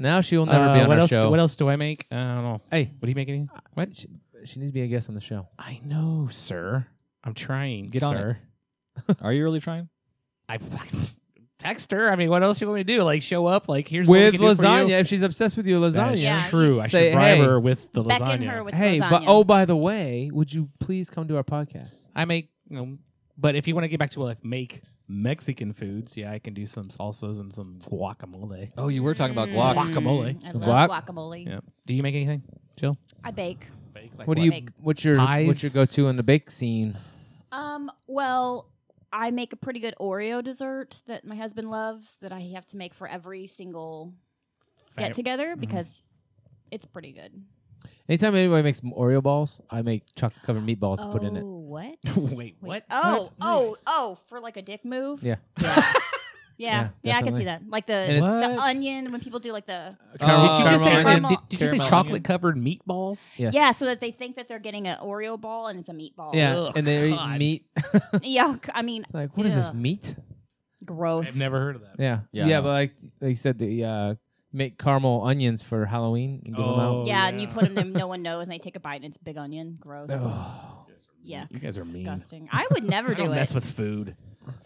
[SPEAKER 2] Now she will never be
[SPEAKER 3] Uh,
[SPEAKER 2] on
[SPEAKER 3] what
[SPEAKER 2] our
[SPEAKER 3] else?
[SPEAKER 2] show.
[SPEAKER 3] What else do I make? I don't know.
[SPEAKER 2] Hey,
[SPEAKER 3] What do you make? Any? What?
[SPEAKER 2] she, she needs to be a guest on the show.
[SPEAKER 3] I know, sir. I'm trying,
[SPEAKER 6] Get on
[SPEAKER 3] sir.
[SPEAKER 6] Are you really trying?
[SPEAKER 3] I text her. I mean, what else you want me to do? Like show up? Like here's
[SPEAKER 2] With
[SPEAKER 3] what we can do for you?
[SPEAKER 2] lasagna, if she's obsessed with your
[SPEAKER 3] That's
[SPEAKER 2] lasagna.
[SPEAKER 7] Yeah, you
[SPEAKER 3] true.
[SPEAKER 7] just
[SPEAKER 3] I should
[SPEAKER 2] say,
[SPEAKER 3] bribe
[SPEAKER 2] "Hey."
[SPEAKER 3] her with the
[SPEAKER 7] Beckon
[SPEAKER 3] lasagna.
[SPEAKER 7] her with
[SPEAKER 2] Hey,
[SPEAKER 7] lasagna.
[SPEAKER 2] but oh, by the way, would you please come to our podcast?
[SPEAKER 3] I make, you know, but if you want to get back to like make Mexican foods, yeah, I can do some salsas and some guacamole.
[SPEAKER 6] Oh, you were talking about
[SPEAKER 7] Mm.
[SPEAKER 6] guac.
[SPEAKER 3] Guacamole.
[SPEAKER 7] I love guacamole.
[SPEAKER 3] Yeah. Do you make anything, Jill?
[SPEAKER 7] I bake.
[SPEAKER 3] Bake,
[SPEAKER 2] what do you?
[SPEAKER 7] Make
[SPEAKER 2] What's your?
[SPEAKER 3] pies?
[SPEAKER 2] What's your go-to in the bake scene?
[SPEAKER 7] Um, well, I make a pretty good Oreo dessert that my husband loves that I have to make for every single get together because it's pretty good.
[SPEAKER 2] Anytime anybody makes m- Oreo balls, I make chocolate covered meatballs to put in it.
[SPEAKER 7] Oh, what?
[SPEAKER 3] Wait,
[SPEAKER 7] Wait,
[SPEAKER 3] what?
[SPEAKER 7] Oh,
[SPEAKER 3] What?
[SPEAKER 7] oh, oh, for like a dick move?
[SPEAKER 2] Yeah. Yeah,
[SPEAKER 7] Yeah. Yeah, yeah, I can
[SPEAKER 2] definitely.
[SPEAKER 7] see that. Like the,
[SPEAKER 2] And
[SPEAKER 7] the
[SPEAKER 2] it's-
[SPEAKER 7] onion when people do like the
[SPEAKER 6] Caramel-
[SPEAKER 3] did you just say
[SPEAKER 2] caramel
[SPEAKER 3] did,
[SPEAKER 7] onion.
[SPEAKER 3] did you say
[SPEAKER 6] Caramel
[SPEAKER 3] chocolate covered meatballs?
[SPEAKER 2] Yes.
[SPEAKER 7] yeah, so that they think that they're getting an Oreo ball and it's a meatball.
[SPEAKER 2] Yeah,
[SPEAKER 3] Ugh,
[SPEAKER 2] and they eat
[SPEAKER 3] Oh, God.
[SPEAKER 2] meat.
[SPEAKER 7] Yuck. I mean,
[SPEAKER 2] like, what is
[SPEAKER 7] Ugh.
[SPEAKER 2] this meat?
[SPEAKER 7] gross.
[SPEAKER 3] I've never heard of that.
[SPEAKER 2] Yeah, yeah,
[SPEAKER 6] Yeah, I know.
[SPEAKER 2] but like they said, the uh, make caramel onions for Halloween and give them
[SPEAKER 3] Oh,
[SPEAKER 2] out.
[SPEAKER 7] yeah, and you
[SPEAKER 3] yeah.
[SPEAKER 7] put them there, no one knows, and they take a bite, and it's big onion.
[SPEAKER 3] Oh.
[SPEAKER 7] Gross. Yeah.
[SPEAKER 3] You guys are mean.
[SPEAKER 7] Disgusting. I would never
[SPEAKER 3] I
[SPEAKER 7] do
[SPEAKER 3] don't
[SPEAKER 7] it.
[SPEAKER 3] mess with food.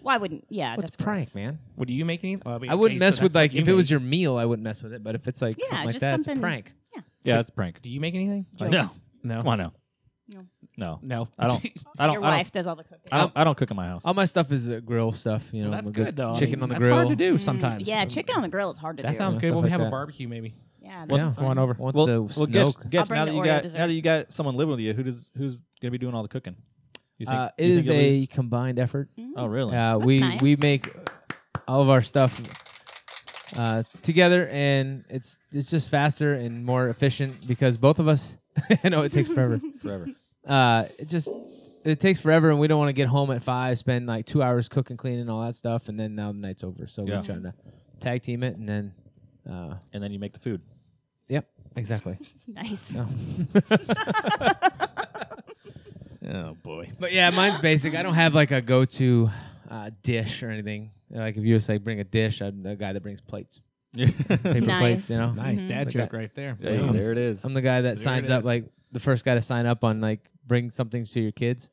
[SPEAKER 7] Why wouldn't? Yeah,
[SPEAKER 2] What's
[SPEAKER 7] that's
[SPEAKER 2] a prank,
[SPEAKER 7] gross.
[SPEAKER 2] man?
[SPEAKER 3] What do you make anything? Well, mean,
[SPEAKER 2] I wouldn't
[SPEAKER 3] okay, so
[SPEAKER 2] mess with
[SPEAKER 3] that's what
[SPEAKER 2] like
[SPEAKER 3] you
[SPEAKER 2] if it was
[SPEAKER 3] make.
[SPEAKER 2] your meal, I wouldn't mess with it. But if it's like
[SPEAKER 7] Yeah,
[SPEAKER 2] something
[SPEAKER 7] just
[SPEAKER 2] like that, it's a
[SPEAKER 7] something-
[SPEAKER 2] prank.
[SPEAKER 6] Yeah, that's a prank.
[SPEAKER 3] Do you make anything?
[SPEAKER 6] No,
[SPEAKER 3] No.
[SPEAKER 6] come on now.
[SPEAKER 7] No.
[SPEAKER 6] No,
[SPEAKER 3] No.
[SPEAKER 6] I don't. I don't.
[SPEAKER 7] Your
[SPEAKER 6] I don't,
[SPEAKER 7] wife does all the cooking.
[SPEAKER 6] I don't. I don't cook in my house.
[SPEAKER 2] All my stuff is uh, grill stuff. You know,
[SPEAKER 3] Well, that's
[SPEAKER 2] with
[SPEAKER 3] good though. I
[SPEAKER 2] Chicken
[SPEAKER 3] mean,
[SPEAKER 2] on the
[SPEAKER 3] that's
[SPEAKER 2] grill.
[SPEAKER 3] hard to do
[SPEAKER 7] Mm,
[SPEAKER 3] sometimes.
[SPEAKER 7] yeah,
[SPEAKER 3] Um,
[SPEAKER 7] chicken on the grill is hard to
[SPEAKER 3] That
[SPEAKER 7] do.
[SPEAKER 3] sounds
[SPEAKER 2] Yeah,
[SPEAKER 3] good.
[SPEAKER 2] stuff
[SPEAKER 3] When we
[SPEAKER 2] like
[SPEAKER 3] have a
[SPEAKER 2] that.
[SPEAKER 3] barbecue, maybe.
[SPEAKER 7] yeah,
[SPEAKER 2] Yeah.
[SPEAKER 7] that'd be
[SPEAKER 3] Come on
[SPEAKER 7] fun.
[SPEAKER 3] over.
[SPEAKER 2] What's
[SPEAKER 6] well,
[SPEAKER 2] the
[SPEAKER 6] well, Getch,
[SPEAKER 2] snoke?
[SPEAKER 6] Getch,
[SPEAKER 7] bring
[SPEAKER 6] now
[SPEAKER 7] the
[SPEAKER 6] that you
[SPEAKER 7] Oreo
[SPEAKER 6] got
[SPEAKER 7] dessert.
[SPEAKER 6] now that you got someone living with you, who does who's gonna be doing all the cooking? You
[SPEAKER 2] Uh,
[SPEAKER 6] you
[SPEAKER 2] it is
[SPEAKER 6] you'll be-
[SPEAKER 2] a combined effort.
[SPEAKER 7] Mm.
[SPEAKER 6] Oh really?
[SPEAKER 2] Uh, we
[SPEAKER 7] nice.
[SPEAKER 2] we make all of our stuff uh, together, and it's it's just faster and more efficient because both of us. I know it takes forever.
[SPEAKER 6] Forever.
[SPEAKER 2] Uh, it just it takes forever, and we don't want to get home at five, spend like two hours cooking, cleaning, all that stuff, and then now the night's over. So
[SPEAKER 6] Yeah.
[SPEAKER 2] we're trying to tag team it, and then. Uh,
[SPEAKER 6] And then you make the food.
[SPEAKER 2] yep, exactly.
[SPEAKER 7] Nice.
[SPEAKER 3] Oh boy.
[SPEAKER 2] But yeah, mine's basic. I don't have like a go-to uh, dish or anything. Like if you just like bring a dish, I'm the guy that brings plates, paper
[SPEAKER 7] Nice.
[SPEAKER 2] plates. You know,
[SPEAKER 3] Nice dad
[SPEAKER 2] Like
[SPEAKER 3] joke
[SPEAKER 2] that.
[SPEAKER 3] right there.
[SPEAKER 6] Hey,
[SPEAKER 3] Boom.
[SPEAKER 6] there it is.
[SPEAKER 2] I'm the guy
[SPEAKER 3] There
[SPEAKER 2] that
[SPEAKER 3] it
[SPEAKER 2] signs up
[SPEAKER 3] is.
[SPEAKER 2] like the first guy to sign up on like bring something to your kids.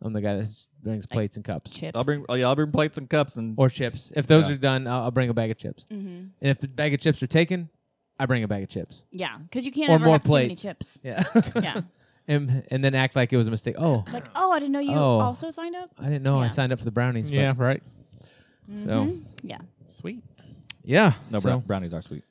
[SPEAKER 2] I'm the guy that s- brings plates and cups
[SPEAKER 7] Chips.
[SPEAKER 6] I'll bring. Oh, yeah, I'll bring plates and cups and.
[SPEAKER 2] or chips. If those
[SPEAKER 6] Yeah.
[SPEAKER 2] are done, I'll, I'll bring a bag of chips.
[SPEAKER 7] hmm
[SPEAKER 2] And if the bag of chips are taken, I bring a bag of chips.
[SPEAKER 7] Yeah, because you can't
[SPEAKER 2] Or
[SPEAKER 7] ever
[SPEAKER 2] more
[SPEAKER 7] have
[SPEAKER 2] plates.
[SPEAKER 7] too many chips.
[SPEAKER 2] Yeah.
[SPEAKER 7] Yeah.
[SPEAKER 2] and and then act like it was a mistake. Oh,
[SPEAKER 7] Like, oh, I didn't know you
[SPEAKER 2] Oh.
[SPEAKER 7] also signed up.
[SPEAKER 2] I didn't know I
[SPEAKER 7] Yeah. Mm-hmm.
[SPEAKER 2] signed up for the brownies. but-
[SPEAKER 3] Yeah. Right.
[SPEAKER 2] So
[SPEAKER 7] Yeah.
[SPEAKER 3] Sweet.
[SPEAKER 2] yeah.
[SPEAKER 6] No,
[SPEAKER 2] so
[SPEAKER 6] brown brownies are sweet.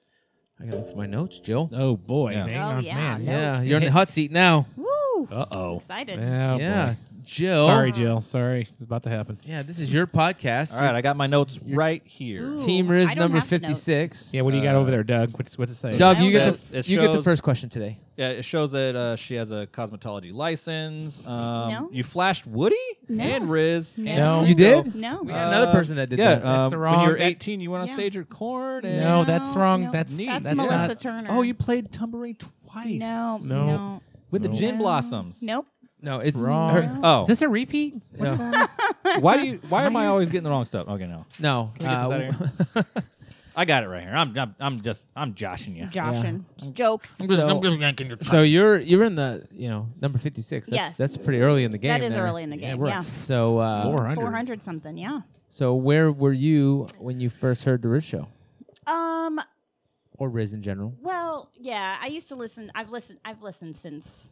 [SPEAKER 2] I gotta look for my notes, Jill.
[SPEAKER 9] Oh boy.
[SPEAKER 6] Yeah.
[SPEAKER 9] man.
[SPEAKER 7] Oh, yeah.
[SPEAKER 9] man.
[SPEAKER 2] Yeah, you're in the hot seat now.
[SPEAKER 7] Woo!
[SPEAKER 9] Uh oh.
[SPEAKER 7] Excited.
[SPEAKER 9] Yeah.
[SPEAKER 2] yeah,
[SPEAKER 9] boy.
[SPEAKER 2] Jill.
[SPEAKER 9] Sorry, Jill. Sorry, it's about to happen.
[SPEAKER 2] Yeah, this is your podcast.
[SPEAKER 6] All right, I got my notes right here.
[SPEAKER 7] Ooh,
[SPEAKER 2] Team
[SPEAKER 7] I
[SPEAKER 2] Riz
[SPEAKER 7] don't
[SPEAKER 2] number
[SPEAKER 7] have notes.
[SPEAKER 2] fifty six.
[SPEAKER 9] Yeah. What do you got over there, Doug? What's what's it say?
[SPEAKER 2] Doug, you
[SPEAKER 7] I
[SPEAKER 2] get
[SPEAKER 7] don't
[SPEAKER 2] the
[SPEAKER 6] know. It
[SPEAKER 2] you get the
[SPEAKER 6] shows-
[SPEAKER 2] first question today.
[SPEAKER 6] Yeah, it shows that uh, she has a cosmetology license. Um,
[SPEAKER 7] No.
[SPEAKER 6] You flashed Woody
[SPEAKER 7] No.
[SPEAKER 6] and Riz.
[SPEAKER 7] No.
[SPEAKER 6] and
[SPEAKER 2] You
[SPEAKER 6] Jingo.
[SPEAKER 2] did?
[SPEAKER 7] No.
[SPEAKER 2] We had another person that did
[SPEAKER 6] yeah,
[SPEAKER 2] that.
[SPEAKER 6] um,
[SPEAKER 9] That's the wrong-
[SPEAKER 6] When you were
[SPEAKER 9] that-
[SPEAKER 6] 18, you went on
[SPEAKER 7] Yeah.
[SPEAKER 6] stage at Cord. And
[SPEAKER 9] No, that's wrong. That's-
[SPEAKER 7] that's,
[SPEAKER 9] that's
[SPEAKER 7] Melissa
[SPEAKER 9] not-
[SPEAKER 7] Turner.
[SPEAKER 6] Oh, you played tambourine twice.
[SPEAKER 7] no,
[SPEAKER 9] No.
[SPEAKER 7] no,
[SPEAKER 6] With the
[SPEAKER 9] No.
[SPEAKER 6] Gin
[SPEAKER 7] no.
[SPEAKER 6] Blossoms.
[SPEAKER 7] Nope.
[SPEAKER 2] No, it's
[SPEAKER 9] wrong.
[SPEAKER 2] her-
[SPEAKER 6] Oh,
[SPEAKER 9] Is this a repeat?
[SPEAKER 6] why do you? Why am I always getting the wrong stuff? Okay, no,
[SPEAKER 2] no.
[SPEAKER 6] Can we get this
[SPEAKER 2] uh,
[SPEAKER 6] I got it right here. I'm, I'm, I'm just, I'm joshing you.
[SPEAKER 7] Joshin. Jokes.
[SPEAKER 2] so, so you're you're in the you know number fifty six. That's
[SPEAKER 7] Yes.
[SPEAKER 2] that's pretty early in the game.
[SPEAKER 7] That is
[SPEAKER 2] there.
[SPEAKER 7] early in the game.
[SPEAKER 9] we're
[SPEAKER 7] Yeah.
[SPEAKER 9] at
[SPEAKER 2] So uh,
[SPEAKER 9] 400.
[SPEAKER 7] 400 something. Yeah.
[SPEAKER 2] so where were you when you first heard the Riz show
[SPEAKER 7] Um,
[SPEAKER 2] or Riz in general?
[SPEAKER 7] well, yeah, I used to listen. I've listened I've listened since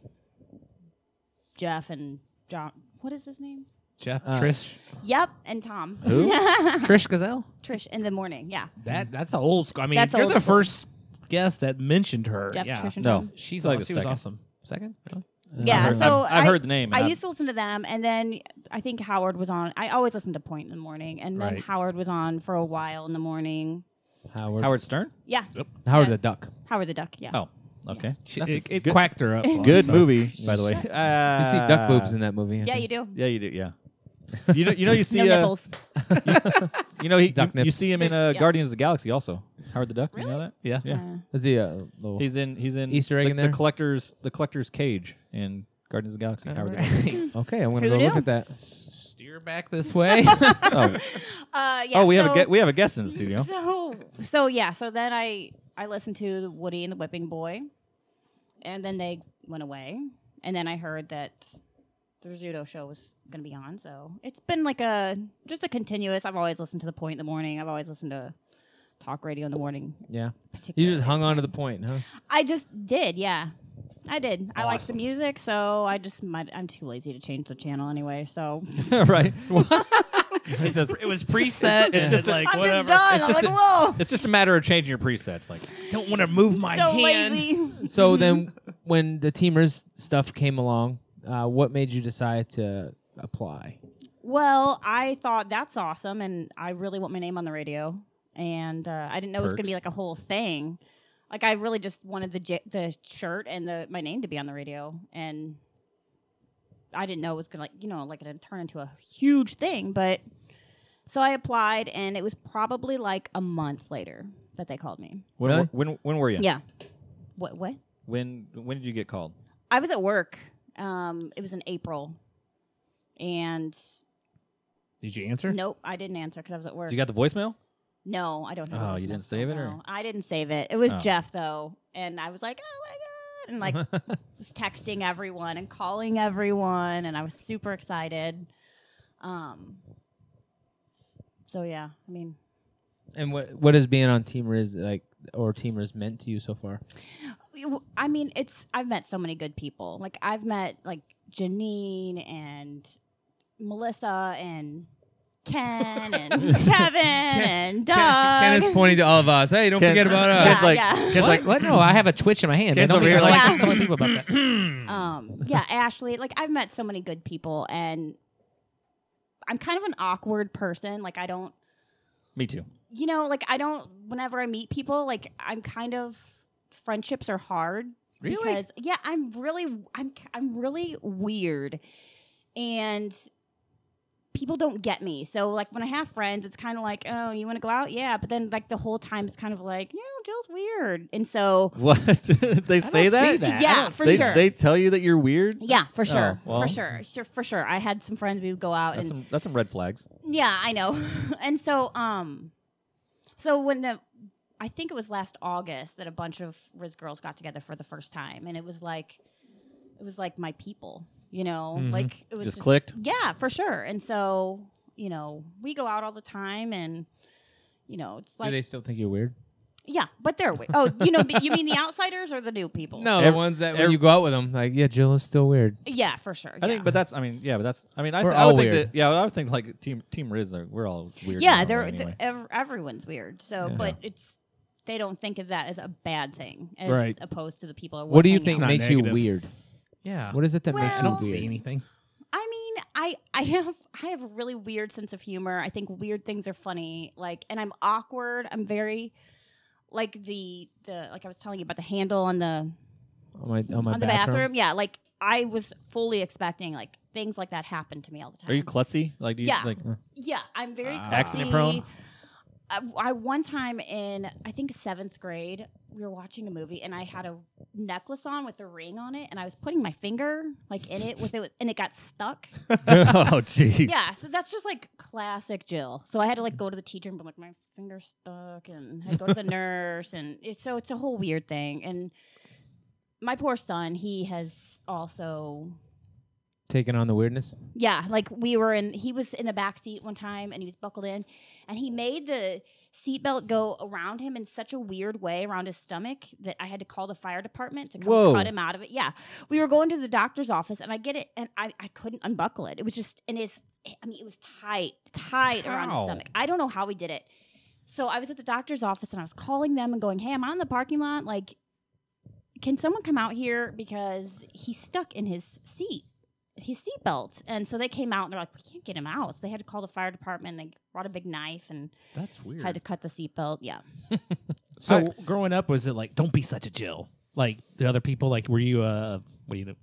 [SPEAKER 7] Jeff and John. What is his name?
[SPEAKER 9] Jeff,
[SPEAKER 2] Uh,
[SPEAKER 9] Trish,
[SPEAKER 7] Yep, and Tom.
[SPEAKER 9] Trish Gazelle.
[SPEAKER 7] Trish in the morning. Yeah.
[SPEAKER 9] That that's a old school. I mean,
[SPEAKER 7] That's
[SPEAKER 9] you're
[SPEAKER 7] old
[SPEAKER 9] the
[SPEAKER 7] school.
[SPEAKER 9] first guest that mentioned her.
[SPEAKER 7] Jeff,
[SPEAKER 9] yeah.
[SPEAKER 7] Trish, and
[SPEAKER 6] No.
[SPEAKER 7] Tom.
[SPEAKER 9] She's
[SPEAKER 6] Like
[SPEAKER 9] like
[SPEAKER 6] the
[SPEAKER 9] she was
[SPEAKER 6] second.
[SPEAKER 9] awesome. Second? Really?
[SPEAKER 7] Yeah,
[SPEAKER 6] I've heard-
[SPEAKER 7] so
[SPEAKER 6] I've- I've
[SPEAKER 7] I-
[SPEAKER 6] heard the name, and
[SPEAKER 7] I
[SPEAKER 6] I've-
[SPEAKER 7] used to listen to them, and then I think Howard was on. I always listened to Point in the morning, and then
[SPEAKER 9] Right.
[SPEAKER 7] Howard was on for a while in the morning.
[SPEAKER 2] Howard
[SPEAKER 6] Howard Stern.
[SPEAKER 7] Yeah,
[SPEAKER 2] Howard
[SPEAKER 7] yeah.
[SPEAKER 2] the Duck.
[SPEAKER 7] Howard the Duck. Yeah.
[SPEAKER 6] Oh, okay.
[SPEAKER 9] She,
[SPEAKER 6] That's a
[SPEAKER 9] it it
[SPEAKER 6] good-
[SPEAKER 9] quacked her up.
[SPEAKER 6] Good
[SPEAKER 9] also.
[SPEAKER 6] movie, by the way. Uh,
[SPEAKER 2] You see duck boobs in that movie. I
[SPEAKER 7] Yeah,
[SPEAKER 2] think.
[SPEAKER 7] you do.
[SPEAKER 6] Yeah, you do. Yeah. you know, you know, you see,
[SPEAKER 7] No
[SPEAKER 6] uh,
[SPEAKER 7] nipples.
[SPEAKER 6] you know, he,
[SPEAKER 2] Duck
[SPEAKER 6] you, you
[SPEAKER 2] nips.
[SPEAKER 6] see him in uh,
[SPEAKER 7] There's- yeah.
[SPEAKER 6] Guardians of the Galaxy also. Howard the Duck. You know that?
[SPEAKER 9] Yeah.
[SPEAKER 6] Yeah.
[SPEAKER 7] Uh,
[SPEAKER 2] Is he a little?
[SPEAKER 6] He's in. He's in
[SPEAKER 2] Easter egg
[SPEAKER 6] the,
[SPEAKER 2] in
[SPEAKER 6] the
[SPEAKER 2] there?
[SPEAKER 6] collector's the collector's cage in Guardians of the Galaxy. Howard the
[SPEAKER 2] okay, I'm gonna
[SPEAKER 7] Who
[SPEAKER 2] go look
[SPEAKER 7] knew?
[SPEAKER 2] at that.
[SPEAKER 9] Steer back this way.
[SPEAKER 6] Duck. oh,
[SPEAKER 7] uh, yeah,
[SPEAKER 6] oh, we have a
[SPEAKER 7] so-
[SPEAKER 6] gue- we have a guest in the studio.
[SPEAKER 7] So, so yeah. So then I I listened to Woody and the Whipping Boy, and then they went away, and then I heard that the Rizzuto show was going to be on. So it's been like a just a continuous. I've always listened to the Point in the morning. I've always listened to talk radio in the morning.
[SPEAKER 2] Yeah, you
[SPEAKER 7] particularly.
[SPEAKER 2] just hung on to the point, huh?
[SPEAKER 7] I just did. Yeah, I did. I like the music, so I just might, I'm too lazy to change the channel anyway. So
[SPEAKER 6] right.
[SPEAKER 9] it was- it was preset. It's just like
[SPEAKER 7] I'm
[SPEAKER 9] whatever.
[SPEAKER 7] just done.
[SPEAKER 6] It's
[SPEAKER 7] I'm
[SPEAKER 6] just
[SPEAKER 7] like,
[SPEAKER 6] a-
[SPEAKER 7] whoa,
[SPEAKER 6] It's just a matter of changing your presets. Like,
[SPEAKER 9] Don't want to move my
[SPEAKER 7] so
[SPEAKER 9] hand.
[SPEAKER 7] lazy.
[SPEAKER 2] So then, when the teamers stuff came along, uh, what made you decide to apply?
[SPEAKER 7] Well, I thought that's awesome, and I really want my name on the radio. And uh, I didn't know it was going to
[SPEAKER 6] Perks.
[SPEAKER 7] be like a whole thing. Like I really just wanted the j- the shirt and the my name to be on the radio, and I didn't know it was going to like you know like it turn into a huge thing. But so I applied, and it was probably like a month later that they called me.
[SPEAKER 6] when
[SPEAKER 2] Really?
[SPEAKER 6] when when were you?
[SPEAKER 7] What what?
[SPEAKER 6] When when did you get called?
[SPEAKER 7] I was at work. Um, it was in April, and
[SPEAKER 9] Did you answer?
[SPEAKER 7] nope, I didn't answer because I was at work.
[SPEAKER 6] So you got the voicemail?
[SPEAKER 7] No, I don't have.
[SPEAKER 6] Oh,
[SPEAKER 7] a
[SPEAKER 6] you
[SPEAKER 7] voicemail.
[SPEAKER 6] didn't save it, or-
[SPEAKER 7] No, I didn't save it. It was
[SPEAKER 6] Oh.
[SPEAKER 7] Jeff though, and I was like, oh my god, and like was texting everyone and calling everyone, and I was super excited. Um. So yeah, I mean,
[SPEAKER 2] And what what has being on Team Riz like or Team Riz meant to you so far?
[SPEAKER 7] You- I mean, it's I've met so many good people. Like I've met like Janine and Melissa and Ken and Kevin and Doug.
[SPEAKER 2] pointing to all of us. Hey, don't
[SPEAKER 6] Ken- forget about us.
[SPEAKER 7] Yeah,
[SPEAKER 6] Ken's like-
[SPEAKER 7] yeah.
[SPEAKER 6] Ken's
[SPEAKER 9] What?
[SPEAKER 6] like,
[SPEAKER 9] what? No, I have a twitch in my hand. I
[SPEAKER 6] Kids
[SPEAKER 9] don't
[SPEAKER 6] over
[SPEAKER 9] think
[SPEAKER 6] here
[SPEAKER 9] I like
[SPEAKER 7] like-
[SPEAKER 9] I'm telling people about that.
[SPEAKER 7] um yeah ashley like i've met so many good people and i'm kind of an awkward person like i don't
[SPEAKER 6] me too.
[SPEAKER 7] you know like i don't whenever i meet people like i'm kind of friendships are hard
[SPEAKER 9] Really?
[SPEAKER 7] because yeah i'm really i'm i'm really weird and people don't get me so like when i have friends it's kind of like oh you want to go out yeah but then like the whole time it's kind of like yeah jill's weird and so
[SPEAKER 6] What they say that?
[SPEAKER 9] see that. I
[SPEAKER 7] yeah
[SPEAKER 9] don't
[SPEAKER 7] for
[SPEAKER 6] they,
[SPEAKER 7] sure
[SPEAKER 6] they tell you that you're weird.
[SPEAKER 7] yeah, for sure.
[SPEAKER 6] well.
[SPEAKER 7] For sure. Sure for sure. I had some friends we would go out
[SPEAKER 6] That's
[SPEAKER 7] and
[SPEAKER 6] some that's some red flags.
[SPEAKER 7] Yeah, I know. and so um so when the I think it was last August that a bunch of Riz girls got together for the first time and it was like it was like my people, you know? Like it was
[SPEAKER 6] Mm-hmm. Just clicked?
[SPEAKER 7] Yeah, for sure. And so, you know, we go out all the time and you know, it's
[SPEAKER 2] Do
[SPEAKER 7] like
[SPEAKER 2] they still think you're weird?
[SPEAKER 7] yeah, but they're weird. Oh, you know, you mean the outsiders or the new people?
[SPEAKER 2] No,
[SPEAKER 6] Ev-
[SPEAKER 2] the ones that
[SPEAKER 6] ev-
[SPEAKER 2] when you go out with them, like yeah, Jill is still weird.
[SPEAKER 7] yeah, for sure.
[SPEAKER 6] I think, but that's I mean, yeah, but that's I mean, I,
[SPEAKER 2] We're
[SPEAKER 6] th- I would
[SPEAKER 2] all
[SPEAKER 6] think
[SPEAKER 2] weird.
[SPEAKER 6] that yeah, I would think like team team Riz, like, we're all weird. in
[SPEAKER 7] yeah
[SPEAKER 6] our
[SPEAKER 7] they're,
[SPEAKER 6] way anyway.
[SPEAKER 7] th- ev- everyone's weird so but it's they don't think of that as a bad thing, as
[SPEAKER 6] Right.
[SPEAKER 7] opposed to the people. Who
[SPEAKER 2] What do you
[SPEAKER 7] hang
[SPEAKER 2] think
[SPEAKER 7] out.
[SPEAKER 3] not
[SPEAKER 2] makes you
[SPEAKER 3] negative.
[SPEAKER 2] weird?
[SPEAKER 3] Yeah.
[SPEAKER 2] What is it that
[SPEAKER 7] Well-
[SPEAKER 2] makes
[SPEAKER 3] I
[SPEAKER 2] you
[SPEAKER 3] don't
[SPEAKER 2] weird?
[SPEAKER 3] see anything.
[SPEAKER 7] I mean, I I have I have a really weird sense of humor. I think weird things are funny. Like, and I'm awkward. I'm very like the the like I was telling you about the handle on the
[SPEAKER 2] On my, on my
[SPEAKER 7] on the bathroom. Yeah, like I was fully expecting like things like that happen to me all the time.
[SPEAKER 6] Are you klutzy? Like, do you
[SPEAKER 7] Yeah.
[SPEAKER 6] like
[SPEAKER 7] Yeah, I'm very
[SPEAKER 3] Ah.
[SPEAKER 6] Accident prone?
[SPEAKER 7] I, I one time in I think seventh grade, we were watching a movie and I had a necklace on with a ring on it, and I was putting my finger like in it with it, and it got stuck.
[SPEAKER 6] oh, jeez.
[SPEAKER 7] yeah, so that's just like classic Jill. So I had to like go to the teacher and be like, my finger stuck, and I go to the nurse, and it's, so it's a whole weird thing. And my poor son, he has also
[SPEAKER 2] Taking on the weirdness.
[SPEAKER 7] yeah, like we were in. He was in the back seat one time, and he was buckled in, and he made the seatbelt go around him in such a weird way around his stomach that I had to call the fire department to come
[SPEAKER 6] Whoa.
[SPEAKER 7] cut him out of it. Yeah, we were going to the doctor's office, and I get it, and I I couldn't unbuckle it. It was just in his. I mean, it was tight, tight around his
[SPEAKER 6] How?
[SPEAKER 7] stomach. I don't know how he did it. So I was at the doctor's office, and I was calling them and going, "Hey, I'm out in the parking lot. Like, can someone come out here because he's stuck in his seat his seatbelt and so they came out and they're like we can't get him out so they had to call the fire department they brought a big knife and
[SPEAKER 3] That's
[SPEAKER 2] Hmm.
[SPEAKER 3] weird.
[SPEAKER 7] had to cut the seatbelt yeah
[SPEAKER 3] So growing up, was it like, don't be such a Jill? Like the other people, like were you uh, what do you know,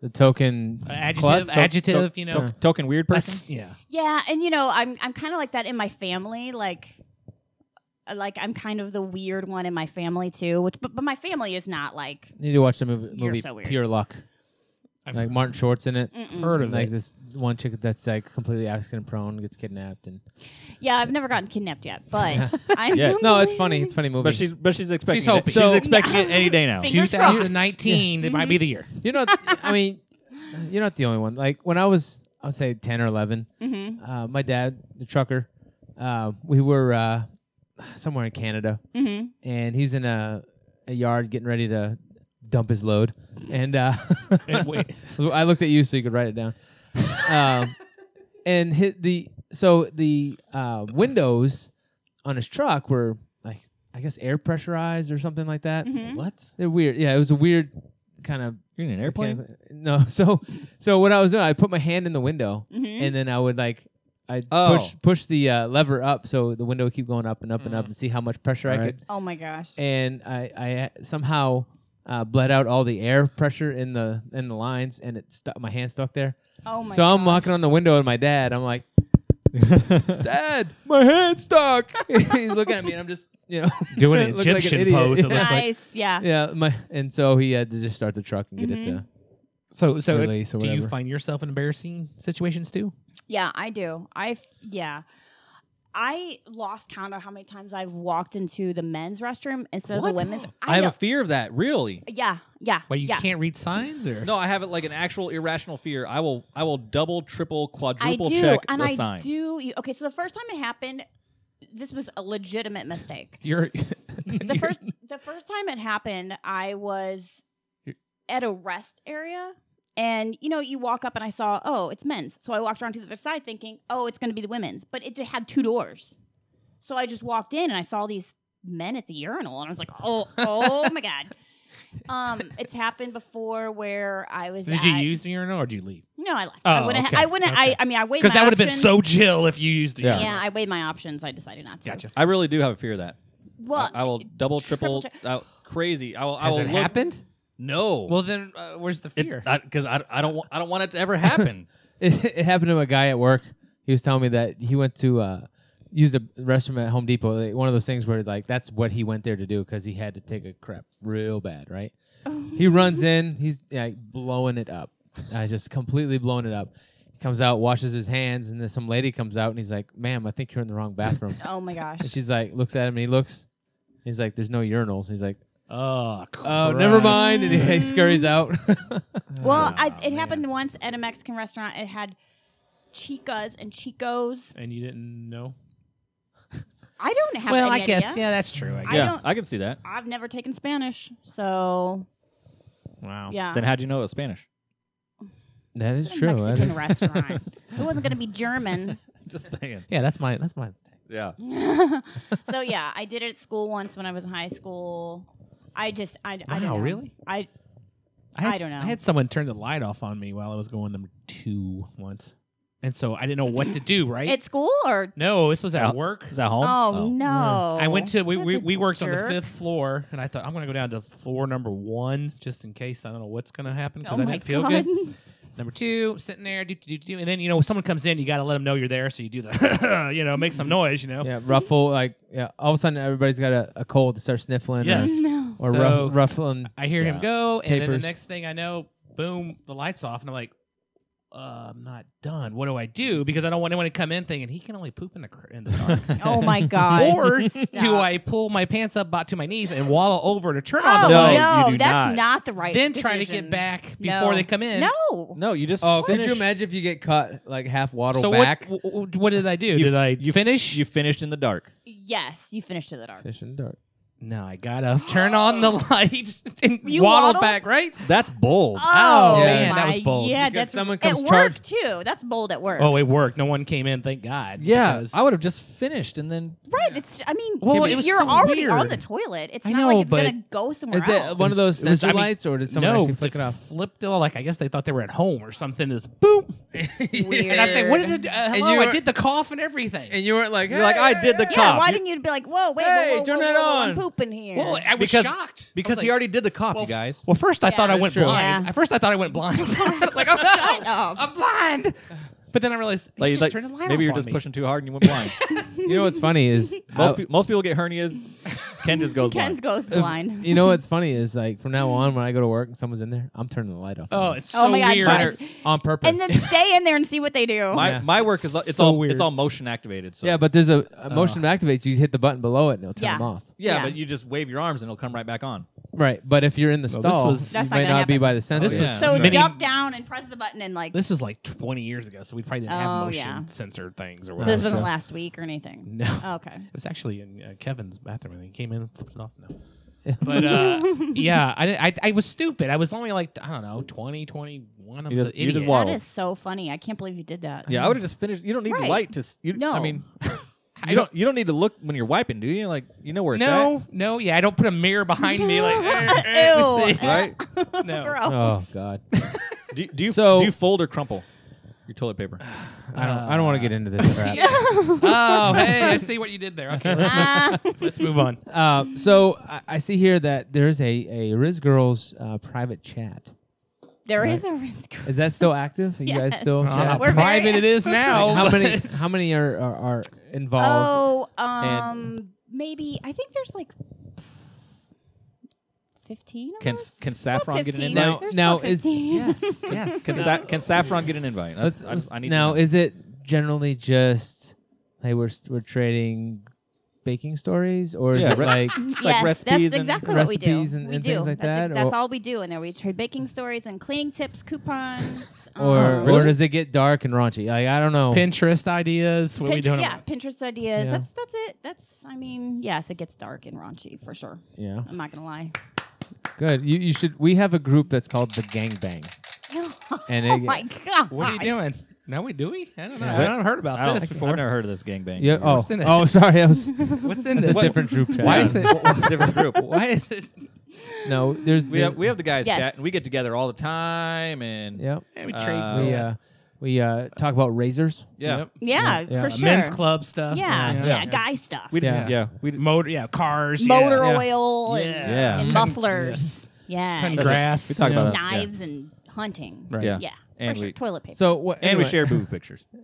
[SPEAKER 2] The token.
[SPEAKER 3] Uh, adjective,
[SPEAKER 2] klutz?
[SPEAKER 3] adjective, you know?
[SPEAKER 6] To- token weird
[SPEAKER 3] That's-
[SPEAKER 6] person.
[SPEAKER 3] yeah.
[SPEAKER 7] yeah and you know i'm i'm kind of like that in my family like uh, like i'm kind of the weird one in my family too which but, but my family is not like
[SPEAKER 2] You need to watch the movie,
[SPEAKER 7] You're
[SPEAKER 2] movie
[SPEAKER 7] so weird.
[SPEAKER 2] Pure Luck.
[SPEAKER 3] I've
[SPEAKER 2] like Martin Short's in it.
[SPEAKER 7] Mm-mm.
[SPEAKER 3] heard of
[SPEAKER 2] like
[SPEAKER 3] it.
[SPEAKER 2] this one chick that's like completely accident prone gets kidnapped and
[SPEAKER 7] yeah i've never gotten kidnapped yet but i'm
[SPEAKER 6] Yeah.
[SPEAKER 2] no, it's funny. It's a funny movie.
[SPEAKER 6] But she's but she's expecting
[SPEAKER 3] She's hoping.
[SPEAKER 6] it.
[SPEAKER 3] So-
[SPEAKER 6] she's expecting it any day now.
[SPEAKER 7] Fingers crossed.
[SPEAKER 3] 2019, it might be the year.
[SPEAKER 2] you're not. I mean, you're not the only one. Like when I was, I would say ten or eleven.
[SPEAKER 7] mm-hmm.
[SPEAKER 2] Uh, my dad, the trucker, uh, we were uh, somewhere in Canada,
[SPEAKER 7] Mm-hmm.
[SPEAKER 2] and he was in a, a yard getting ready to dump his load. And uh,
[SPEAKER 3] And wait.
[SPEAKER 2] I looked at you so you could write it down. Um, and hit the so the uh, windows on his truck were like I guess air pressurized or something like that.
[SPEAKER 7] Mhm.
[SPEAKER 2] What? They're weird. Yeah, it was a weird kind of
[SPEAKER 6] You're in an airplane.
[SPEAKER 2] mechanical- No, so so what I was doing, I put my hand in the window
[SPEAKER 7] Mm-hmm.
[SPEAKER 2] and then I would like I
[SPEAKER 6] Oh.
[SPEAKER 2] push push the uh, lever up so the window would keep going up and up and
[SPEAKER 7] Mm.
[SPEAKER 2] up and see how much pressure I
[SPEAKER 3] Alright.
[SPEAKER 2] could.
[SPEAKER 7] oh my gosh
[SPEAKER 2] And I I uh, somehow uh, bled out all the air pressure in the in the lines and it stuck my hand stuck there.
[SPEAKER 7] oh my
[SPEAKER 2] so I'm
[SPEAKER 7] gosh.
[SPEAKER 2] knocking on the window and my dad. I'm like, Dad, my hand's stuck. He's looking at me and I'm just you know
[SPEAKER 3] Doing an
[SPEAKER 2] look like an
[SPEAKER 3] Egyptian
[SPEAKER 2] idiot.
[SPEAKER 3] pose. It
[SPEAKER 2] Yeah.
[SPEAKER 3] looks like.
[SPEAKER 7] nice yeah
[SPEAKER 2] yeah my and so he had to just start the truck and get it
[SPEAKER 7] Mhm.
[SPEAKER 2] to
[SPEAKER 3] So, so it-
[SPEAKER 2] Release or
[SPEAKER 3] do you
[SPEAKER 2] whatever.
[SPEAKER 3] find yourself in embarrassing situations too?
[SPEAKER 7] Yeah, I do. I yeah. I lost count of how many times I've walked into the men's restroom instead of the women's.
[SPEAKER 6] I have
[SPEAKER 7] know.
[SPEAKER 6] a fear of that. Really?
[SPEAKER 7] yeah, yeah,
[SPEAKER 3] Well, you
[SPEAKER 7] yeah.
[SPEAKER 3] can't read signs or
[SPEAKER 6] No, I have it like an actual irrational fear. I will I will double, triple,
[SPEAKER 7] I
[SPEAKER 6] quadruple
[SPEAKER 7] do,
[SPEAKER 6] check
[SPEAKER 7] and
[SPEAKER 6] the
[SPEAKER 7] I
[SPEAKER 6] sign.
[SPEAKER 7] do. You, okay, so the first time it happened, this was a legitimate mistake.
[SPEAKER 3] you're
[SPEAKER 7] The first, the first time it happened, I was at a rest area, and you know, you walk up and I saw, oh, it's men's. So I walked around to the other side, thinking, oh, it's going to be the women's, but it had two doors. So I just walked in and I saw these men at the urinal, and I was like, oh, oh my god. Um, it's happened before where I was.
[SPEAKER 3] Did
[SPEAKER 7] at,
[SPEAKER 3] you use the urinal or did you leave?
[SPEAKER 7] No, I left.
[SPEAKER 3] Oh,
[SPEAKER 7] I wouldn't.
[SPEAKER 3] okay,
[SPEAKER 7] I wouldn't.
[SPEAKER 3] okay.
[SPEAKER 7] I. I mean, I weighed
[SPEAKER 3] Because
[SPEAKER 7] my
[SPEAKER 3] that would have been
[SPEAKER 7] options.
[SPEAKER 3] so Jill if you used the
[SPEAKER 6] Yeah.
[SPEAKER 3] urinal.
[SPEAKER 7] Yeah, I weighed my options. I decided not to.
[SPEAKER 3] Gotcha.
[SPEAKER 6] I really do have a fear of that.
[SPEAKER 7] Well,
[SPEAKER 6] I, I will double, triple,
[SPEAKER 7] triple check.
[SPEAKER 6] I, crazy. I will. I
[SPEAKER 3] Has
[SPEAKER 6] will
[SPEAKER 3] it
[SPEAKER 6] look,
[SPEAKER 3] happened?
[SPEAKER 6] No.
[SPEAKER 3] Well, then uh, where's the fear?
[SPEAKER 6] because I, I don't want I don't want it to ever happen.
[SPEAKER 2] it, it happened to a guy at work. He was telling me that he went to uh, use the restroom at Home Depot. like, one of those things where like that's what he went there to do because he had to take a crap real bad, right?
[SPEAKER 7] Oh.
[SPEAKER 2] he runs in, he's like blowing it up, uh, just completely blowing it up. He comes out, washes his hands, and then some lady comes out and he's like, "Ma'am, I think you're in the wrong bathroom."
[SPEAKER 7] Oh my
[SPEAKER 2] and
[SPEAKER 7] gosh.
[SPEAKER 2] she's like, looks at him and he looks. He's like, "There's no urinals." He's like,
[SPEAKER 6] Ah,
[SPEAKER 3] oh,
[SPEAKER 2] "Oh, never mind," and he like, scurries out.
[SPEAKER 7] Well, I,
[SPEAKER 3] Oh,
[SPEAKER 7] it happened once at a Mexican restaurant. It had chicas and chicos.
[SPEAKER 3] And you didn't know?
[SPEAKER 7] I don't have.
[SPEAKER 3] Well, I
[SPEAKER 7] any
[SPEAKER 3] guess
[SPEAKER 7] idea.
[SPEAKER 3] yeah, that's true. I
[SPEAKER 7] I
[SPEAKER 3] guess.
[SPEAKER 6] yeah,
[SPEAKER 7] don't-
[SPEAKER 6] I can see that.
[SPEAKER 7] I've never taken Spanish, so
[SPEAKER 3] Wow.
[SPEAKER 7] yeah.
[SPEAKER 6] Then how'd you know it was Spanish?
[SPEAKER 2] that is
[SPEAKER 7] It's a
[SPEAKER 2] true. That
[SPEAKER 7] Mexican
[SPEAKER 2] is-
[SPEAKER 7] restaurant. It wasn't going to be German.
[SPEAKER 6] Just saying.
[SPEAKER 3] Yeah, that's my that's my
[SPEAKER 6] Yeah.
[SPEAKER 7] so yeah, I did it at school once when I was in high school. I just I, I don't know.
[SPEAKER 3] Wow, really?
[SPEAKER 7] I
[SPEAKER 3] I, had,
[SPEAKER 7] I don't
[SPEAKER 3] s-
[SPEAKER 7] know.
[SPEAKER 3] I had someone turn the light off on me while I was going number two once, and so I didn't know what to do. Right?
[SPEAKER 7] at school or
[SPEAKER 3] no, this was at
[SPEAKER 9] Out.
[SPEAKER 3] work.
[SPEAKER 9] Is that home?
[SPEAKER 7] oh, no.
[SPEAKER 3] I went to we
[SPEAKER 7] That's
[SPEAKER 3] we,
[SPEAKER 7] a
[SPEAKER 3] we worked on the
[SPEAKER 7] jerk.
[SPEAKER 3] fifth floor, and I thought I'm gonna go down to floor number one just in case I don't know what's gonna happen because
[SPEAKER 7] Oh
[SPEAKER 3] I
[SPEAKER 7] my
[SPEAKER 3] didn't feel
[SPEAKER 7] God.
[SPEAKER 3] good. Number two, sitting there, do, do, do, do, and then you know, when someone comes in, you got to let them know you're there, so you do the, you know, make some noise, you know.
[SPEAKER 2] Yeah, ruffle like yeah. All of a sudden, everybody's got a, a cold to start sniffling. or-
[SPEAKER 3] Yes.
[SPEAKER 7] No.
[SPEAKER 2] Or,
[SPEAKER 3] So-
[SPEAKER 2] ruff, ruffling.
[SPEAKER 3] I hear him
[SPEAKER 2] Yeah.
[SPEAKER 3] go, and then
[SPEAKER 2] Tapers.
[SPEAKER 3] the next thing I know, boom, the lights off, and I'm like, uh, I'm not done. What do I do? Because I don't want anyone to come in thinking he can only poop in the cr- in the dark.
[SPEAKER 7] Oh my god.
[SPEAKER 3] Or do
[SPEAKER 7] Stop.
[SPEAKER 3] I pull my pants up about to my knees and waddle over to turn on
[SPEAKER 7] Oh
[SPEAKER 3] the light?
[SPEAKER 7] no,
[SPEAKER 6] you do
[SPEAKER 7] that's
[SPEAKER 6] not.
[SPEAKER 7] not. the right.
[SPEAKER 3] then try to
[SPEAKER 7] decision.
[SPEAKER 3] get back
[SPEAKER 7] No.
[SPEAKER 3] before they come in.
[SPEAKER 7] No.
[SPEAKER 6] No, you just.
[SPEAKER 2] Oh, could
[SPEAKER 6] finish-
[SPEAKER 2] you imagine if you get caught like half waddle
[SPEAKER 3] So what,
[SPEAKER 2] back?
[SPEAKER 3] w- w- what did I do?
[SPEAKER 6] You-
[SPEAKER 3] did I
[SPEAKER 6] you
[SPEAKER 3] finish?
[SPEAKER 6] You finished in the dark.
[SPEAKER 7] Yes, you finished in the dark.
[SPEAKER 2] Fish in the dark.
[SPEAKER 3] no, I got up, turn on the light, and
[SPEAKER 7] You
[SPEAKER 3] waddle,
[SPEAKER 7] waddled?
[SPEAKER 3] back, right?
[SPEAKER 6] That's bold.
[SPEAKER 7] Oh,
[SPEAKER 2] Yeah,
[SPEAKER 7] my,
[SPEAKER 3] that was bold.
[SPEAKER 7] Yeah,
[SPEAKER 2] Because
[SPEAKER 7] that's
[SPEAKER 2] someone
[SPEAKER 7] at
[SPEAKER 2] comes
[SPEAKER 7] work
[SPEAKER 2] charge-
[SPEAKER 7] too. That's bold at work.
[SPEAKER 3] Oh, it worked. No one came in, thank God.
[SPEAKER 6] yeah,
[SPEAKER 3] because-
[SPEAKER 6] I would have just finished and then.
[SPEAKER 7] right. It's. I mean,
[SPEAKER 3] Well,
[SPEAKER 7] you-
[SPEAKER 3] it was
[SPEAKER 7] you're
[SPEAKER 3] so
[SPEAKER 7] already on
[SPEAKER 3] weird.
[SPEAKER 7] the toilet. It's
[SPEAKER 3] I
[SPEAKER 7] not
[SPEAKER 3] know,
[SPEAKER 7] like it's
[SPEAKER 3] but-
[SPEAKER 7] gonna go somewhere
[SPEAKER 2] Is it
[SPEAKER 7] else.
[SPEAKER 2] one of those
[SPEAKER 3] It was-
[SPEAKER 2] sensor
[SPEAKER 3] I mean,
[SPEAKER 2] lights, or did someone
[SPEAKER 3] no,
[SPEAKER 2] actually flick
[SPEAKER 3] they
[SPEAKER 2] it off?
[SPEAKER 3] Flipped it all. Like I guess they thought they were at home or something. This boom.
[SPEAKER 7] Weird.
[SPEAKER 3] And I think, what did it, uh,
[SPEAKER 2] And
[SPEAKER 3] hello?
[SPEAKER 2] you
[SPEAKER 3] I
[SPEAKER 2] were-
[SPEAKER 3] did the cough and everything.
[SPEAKER 2] And you weren't like,
[SPEAKER 6] You're like, I did the
[SPEAKER 7] Yeah,
[SPEAKER 6] cop.
[SPEAKER 7] why
[SPEAKER 6] You-
[SPEAKER 7] didn't you be like, whoa, wait,
[SPEAKER 2] Hey,
[SPEAKER 7] whoa, whoa,
[SPEAKER 2] turn
[SPEAKER 7] whoa,
[SPEAKER 2] that
[SPEAKER 7] whoa, I'm
[SPEAKER 2] on.
[SPEAKER 7] pooping here.
[SPEAKER 3] well, I was
[SPEAKER 6] Because-
[SPEAKER 3] shocked I
[SPEAKER 6] Because
[SPEAKER 3] was
[SPEAKER 6] he
[SPEAKER 3] like-
[SPEAKER 6] already did the cop,
[SPEAKER 3] Well,
[SPEAKER 6] you guys.
[SPEAKER 3] Well, first I thought I
[SPEAKER 7] that's
[SPEAKER 3] went
[SPEAKER 2] true.
[SPEAKER 3] blind.
[SPEAKER 7] Yeah.
[SPEAKER 3] At first I thought I went blind. I was like, oh
[SPEAKER 7] Shut
[SPEAKER 3] no,
[SPEAKER 7] up.
[SPEAKER 3] I'm blind. But then I realized he
[SPEAKER 6] Like-
[SPEAKER 3] just
[SPEAKER 6] like,
[SPEAKER 3] turned the light
[SPEAKER 6] maybe
[SPEAKER 3] off
[SPEAKER 6] you're
[SPEAKER 3] on
[SPEAKER 6] just
[SPEAKER 3] me.
[SPEAKER 6] pushing too hard and you went blind.
[SPEAKER 2] you know what's funny is
[SPEAKER 6] most, pe- most people get hernias. Ken just goes
[SPEAKER 7] Ken's
[SPEAKER 6] blind.
[SPEAKER 7] goes blind.
[SPEAKER 2] you know what's funny is like from now on when I go to work and someone's in there, I'm turning the light off.
[SPEAKER 3] Oh, it's so
[SPEAKER 7] Oh my God,
[SPEAKER 3] weird.
[SPEAKER 7] Josh.
[SPEAKER 2] on purpose.
[SPEAKER 7] and then stay in there and see what they do.
[SPEAKER 6] My,
[SPEAKER 2] Yeah.
[SPEAKER 6] my work is it's
[SPEAKER 3] So
[SPEAKER 6] all
[SPEAKER 3] weird.
[SPEAKER 6] it's all motion activated. So
[SPEAKER 2] yeah, but there's a, a motion that activates. You hit the button below it and it'll turn
[SPEAKER 7] Yeah.
[SPEAKER 2] them off.
[SPEAKER 6] yeah,
[SPEAKER 7] Yeah.
[SPEAKER 6] but you just wave your arms and it'll come right back on.
[SPEAKER 2] Right, but if you're in the
[SPEAKER 3] Well, this
[SPEAKER 2] stall,
[SPEAKER 3] was-
[SPEAKER 2] you
[SPEAKER 7] That's not
[SPEAKER 2] might
[SPEAKER 7] gonna
[SPEAKER 2] not be
[SPEAKER 7] happen.
[SPEAKER 2] by the sensor.
[SPEAKER 3] This
[SPEAKER 6] was
[SPEAKER 2] Yeah.
[SPEAKER 7] so
[SPEAKER 3] many-
[SPEAKER 7] duck down and press the button and like this,
[SPEAKER 3] This was like 20 years ago, so we probably didn't have
[SPEAKER 7] Oh,
[SPEAKER 3] motion
[SPEAKER 7] yeah.
[SPEAKER 3] sensor things or
[SPEAKER 2] This
[SPEAKER 3] whatever.
[SPEAKER 2] was-
[SPEAKER 7] wasn't
[SPEAKER 2] sure.
[SPEAKER 7] last week or anything.
[SPEAKER 3] Oh,
[SPEAKER 7] Oh,
[SPEAKER 3] no.
[SPEAKER 7] Okay.
[SPEAKER 3] It was actually in uh, Kevin's bathroom, and he came in and flipped it off. No. but uh, yeah, I, I I was stupid. I was only like I don't know 20, 21. I'm
[SPEAKER 6] You
[SPEAKER 3] an
[SPEAKER 6] just- you
[SPEAKER 3] idiot.
[SPEAKER 6] just walk- Wow.
[SPEAKER 7] That is so funny. I can't believe you did that.
[SPEAKER 6] Yeah, I would have just finished. You don't need
[SPEAKER 7] Right.
[SPEAKER 6] the light to. s- You, I
[SPEAKER 7] No.
[SPEAKER 6] mean, you don't you don't need to look when you're wiping, do you? Like you know where it's
[SPEAKER 3] No, no, yeah, I don't put a mirror behind me like. eh, eh,
[SPEAKER 7] Ew.
[SPEAKER 3] let's see.
[SPEAKER 6] Right.
[SPEAKER 3] No.
[SPEAKER 7] Gross.
[SPEAKER 2] Oh God,
[SPEAKER 6] at. Do, do you
[SPEAKER 2] So-
[SPEAKER 6] do you fold or crumple your toilet paper?
[SPEAKER 2] I don't. I don't want to get into this crap.
[SPEAKER 3] Oh, hey, I see what you did there. Okay, let's,
[SPEAKER 7] Ah.
[SPEAKER 3] let's move on.
[SPEAKER 2] Uh, so I, I see here that there's a a Riz Girls uh, private chat.
[SPEAKER 7] there is a risk.
[SPEAKER 2] Is that still active? Are you guys
[SPEAKER 7] Yes.
[SPEAKER 2] still
[SPEAKER 3] Uh,
[SPEAKER 2] chat?
[SPEAKER 7] We're very-
[SPEAKER 3] private it is now.
[SPEAKER 2] Like, how
[SPEAKER 3] but-
[SPEAKER 2] many? How many are are, are involved?
[SPEAKER 7] Oh, um, maybe I think there's like fifteen. Of
[SPEAKER 6] Can
[SPEAKER 7] us?
[SPEAKER 6] can
[SPEAKER 7] About
[SPEAKER 6] saffron get an
[SPEAKER 7] 15.
[SPEAKER 6] invite?
[SPEAKER 2] Now-
[SPEAKER 7] There's
[SPEAKER 2] now
[SPEAKER 7] about
[SPEAKER 2] is-
[SPEAKER 7] 15.
[SPEAKER 3] Yes, yes.
[SPEAKER 6] Can, sa- can saffron get an invite? That's-
[SPEAKER 2] Let's-
[SPEAKER 6] I, just, I need to
[SPEAKER 2] now,
[SPEAKER 6] know.
[SPEAKER 2] is it generally just hey we're we're trading baking stories, or is
[SPEAKER 6] Yeah,
[SPEAKER 2] it
[SPEAKER 6] re-
[SPEAKER 2] like
[SPEAKER 6] It's like
[SPEAKER 7] yes,
[SPEAKER 6] recipes
[SPEAKER 7] that's
[SPEAKER 6] and-
[SPEAKER 7] exactly what we do.
[SPEAKER 2] recipes and-
[SPEAKER 7] we
[SPEAKER 2] and
[SPEAKER 7] do.
[SPEAKER 2] things like
[SPEAKER 7] that's
[SPEAKER 2] that,
[SPEAKER 7] that's
[SPEAKER 2] or-
[SPEAKER 7] all we do in there. We trade baking stories and cleaning tips, coupons.
[SPEAKER 2] or
[SPEAKER 7] um,
[SPEAKER 2] or does it get dark and raunchy? Like I don't know.
[SPEAKER 3] Pinterest ideas. What are we
[SPEAKER 7] Pinterest-
[SPEAKER 3] doing?
[SPEAKER 7] yeah, Pinterest ideas.
[SPEAKER 2] Yeah.
[SPEAKER 7] That's that's it. That's I mean, yes, it gets dark and raunchy for sure.
[SPEAKER 2] Yeah,
[SPEAKER 7] I'm not gonna lie.
[SPEAKER 2] good. You you should. We have a group that's called the Gang Bang. And
[SPEAKER 7] oh
[SPEAKER 2] it-
[SPEAKER 7] my god.
[SPEAKER 3] What are you doing? No, we do we? I don't know.
[SPEAKER 2] Yeah.
[SPEAKER 3] I haven't heard about
[SPEAKER 6] I don't,
[SPEAKER 3] this before.
[SPEAKER 6] I've never heard of this gangbang.
[SPEAKER 2] Yeah. Oh.
[SPEAKER 3] What's in it?
[SPEAKER 2] Oh, sorry. I was.
[SPEAKER 3] What's in
[SPEAKER 2] That's
[SPEAKER 3] this?
[SPEAKER 2] a different group chat.
[SPEAKER 3] Why is it?
[SPEAKER 6] What's the different group?
[SPEAKER 3] Why is it?
[SPEAKER 2] No, there's.
[SPEAKER 6] We
[SPEAKER 2] the-
[SPEAKER 6] have we have the guys
[SPEAKER 7] Yes.
[SPEAKER 6] chat and we get together all the time and
[SPEAKER 2] Yep.
[SPEAKER 3] we
[SPEAKER 6] trade.
[SPEAKER 3] trade.
[SPEAKER 2] We uh, we uh, talk about razors.
[SPEAKER 6] yeah.
[SPEAKER 3] Yep.
[SPEAKER 7] Yeah,
[SPEAKER 2] Yeah.
[SPEAKER 7] for
[SPEAKER 2] Uh,
[SPEAKER 7] sure.
[SPEAKER 3] Men's club stuff.
[SPEAKER 7] Yeah, yeah,
[SPEAKER 3] yeah.
[SPEAKER 7] guy stuff.
[SPEAKER 6] We just,
[SPEAKER 2] Yeah.
[SPEAKER 6] yeah. we d-
[SPEAKER 3] Motor. Yeah, cars.
[SPEAKER 7] Motor
[SPEAKER 3] yeah.
[SPEAKER 7] oil
[SPEAKER 3] Yeah.
[SPEAKER 7] and,
[SPEAKER 6] Yeah.
[SPEAKER 7] and mufflers. Yeah.
[SPEAKER 3] Cutting
[SPEAKER 6] That's it.
[SPEAKER 3] grass.
[SPEAKER 6] We talk
[SPEAKER 3] you know.
[SPEAKER 6] about that. Yeah.
[SPEAKER 7] Knives and hunting.
[SPEAKER 3] Right.
[SPEAKER 6] Yeah.
[SPEAKER 7] Yeah.
[SPEAKER 6] And
[SPEAKER 7] for sure.
[SPEAKER 6] we-
[SPEAKER 7] Toilet paper.
[SPEAKER 2] So what?
[SPEAKER 6] and we
[SPEAKER 2] anyway.
[SPEAKER 6] share boob pictures.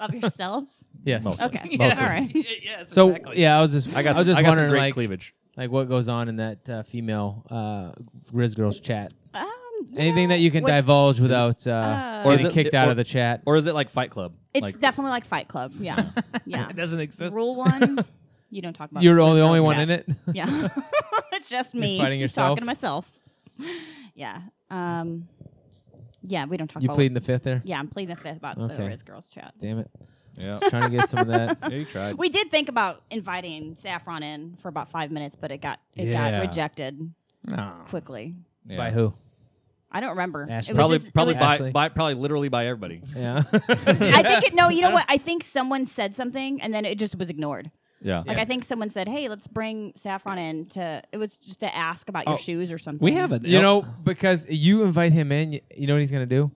[SPEAKER 7] of yourselves.
[SPEAKER 2] Yes.
[SPEAKER 6] Mostly.
[SPEAKER 7] Okay.
[SPEAKER 6] Mostly.
[SPEAKER 7] All right.
[SPEAKER 3] yes,
[SPEAKER 2] So
[SPEAKER 3] exactly.
[SPEAKER 2] yeah, I was just.
[SPEAKER 6] I got
[SPEAKER 2] I was
[SPEAKER 6] some,
[SPEAKER 2] just
[SPEAKER 6] I got some
[SPEAKER 2] wondering
[SPEAKER 6] great
[SPEAKER 2] like
[SPEAKER 6] cleavage.
[SPEAKER 2] like what goes on in that uh, female uh, Riz girls chat.
[SPEAKER 7] Um, you
[SPEAKER 2] Anything
[SPEAKER 7] know,
[SPEAKER 2] that you can
[SPEAKER 7] what's-
[SPEAKER 2] divulge without uh,
[SPEAKER 7] Or is
[SPEAKER 2] getting
[SPEAKER 6] it-
[SPEAKER 2] kicked out
[SPEAKER 6] or-
[SPEAKER 2] of the chat.
[SPEAKER 6] Or is it like Fight Club?
[SPEAKER 7] It's
[SPEAKER 6] like,
[SPEAKER 7] definitely like Fight Club. Yeah. Yeah.
[SPEAKER 3] It doesn't exist.
[SPEAKER 7] Rule one. You don't talk about.
[SPEAKER 2] You're the
[SPEAKER 7] Riz
[SPEAKER 2] only,
[SPEAKER 7] Girls
[SPEAKER 2] only one
[SPEAKER 7] chat.
[SPEAKER 2] in it.
[SPEAKER 7] Yeah. it's just me.
[SPEAKER 2] fighting yourself?
[SPEAKER 7] Talking to myself. Yeah. Um. Yeah, we don't talk
[SPEAKER 2] you
[SPEAKER 7] about.
[SPEAKER 2] pleading the fifth there.
[SPEAKER 7] Yeah, I'm pleading the fifth about
[SPEAKER 2] Okay.
[SPEAKER 7] the Riz Girls chat.
[SPEAKER 2] Damn it!
[SPEAKER 6] yeah.
[SPEAKER 2] Trying to get some of that.
[SPEAKER 6] yeah, you tried.
[SPEAKER 7] We did think about inviting Saffron in for about five minutes, but it got it
[SPEAKER 6] Yeah.
[SPEAKER 7] got rejected
[SPEAKER 3] No.
[SPEAKER 7] quickly.
[SPEAKER 6] Yeah.
[SPEAKER 2] By who?
[SPEAKER 7] I don't remember.
[SPEAKER 2] Ashley.
[SPEAKER 7] It was
[SPEAKER 6] Probably,
[SPEAKER 7] just- it
[SPEAKER 6] probably
[SPEAKER 7] was-
[SPEAKER 6] by,
[SPEAKER 2] Ashley.
[SPEAKER 6] by, probably literally by everybody.
[SPEAKER 2] Yeah.
[SPEAKER 7] I think it. No, you know what? I think someone said something and then it just was ignored.
[SPEAKER 6] Yeah.
[SPEAKER 7] Like I think someone said, "Hey, let's bring Saffron in to." It was just to ask about your shoes or something.
[SPEAKER 9] We have a
[SPEAKER 2] you know, because you invite him in, y- you know what he's gonna do?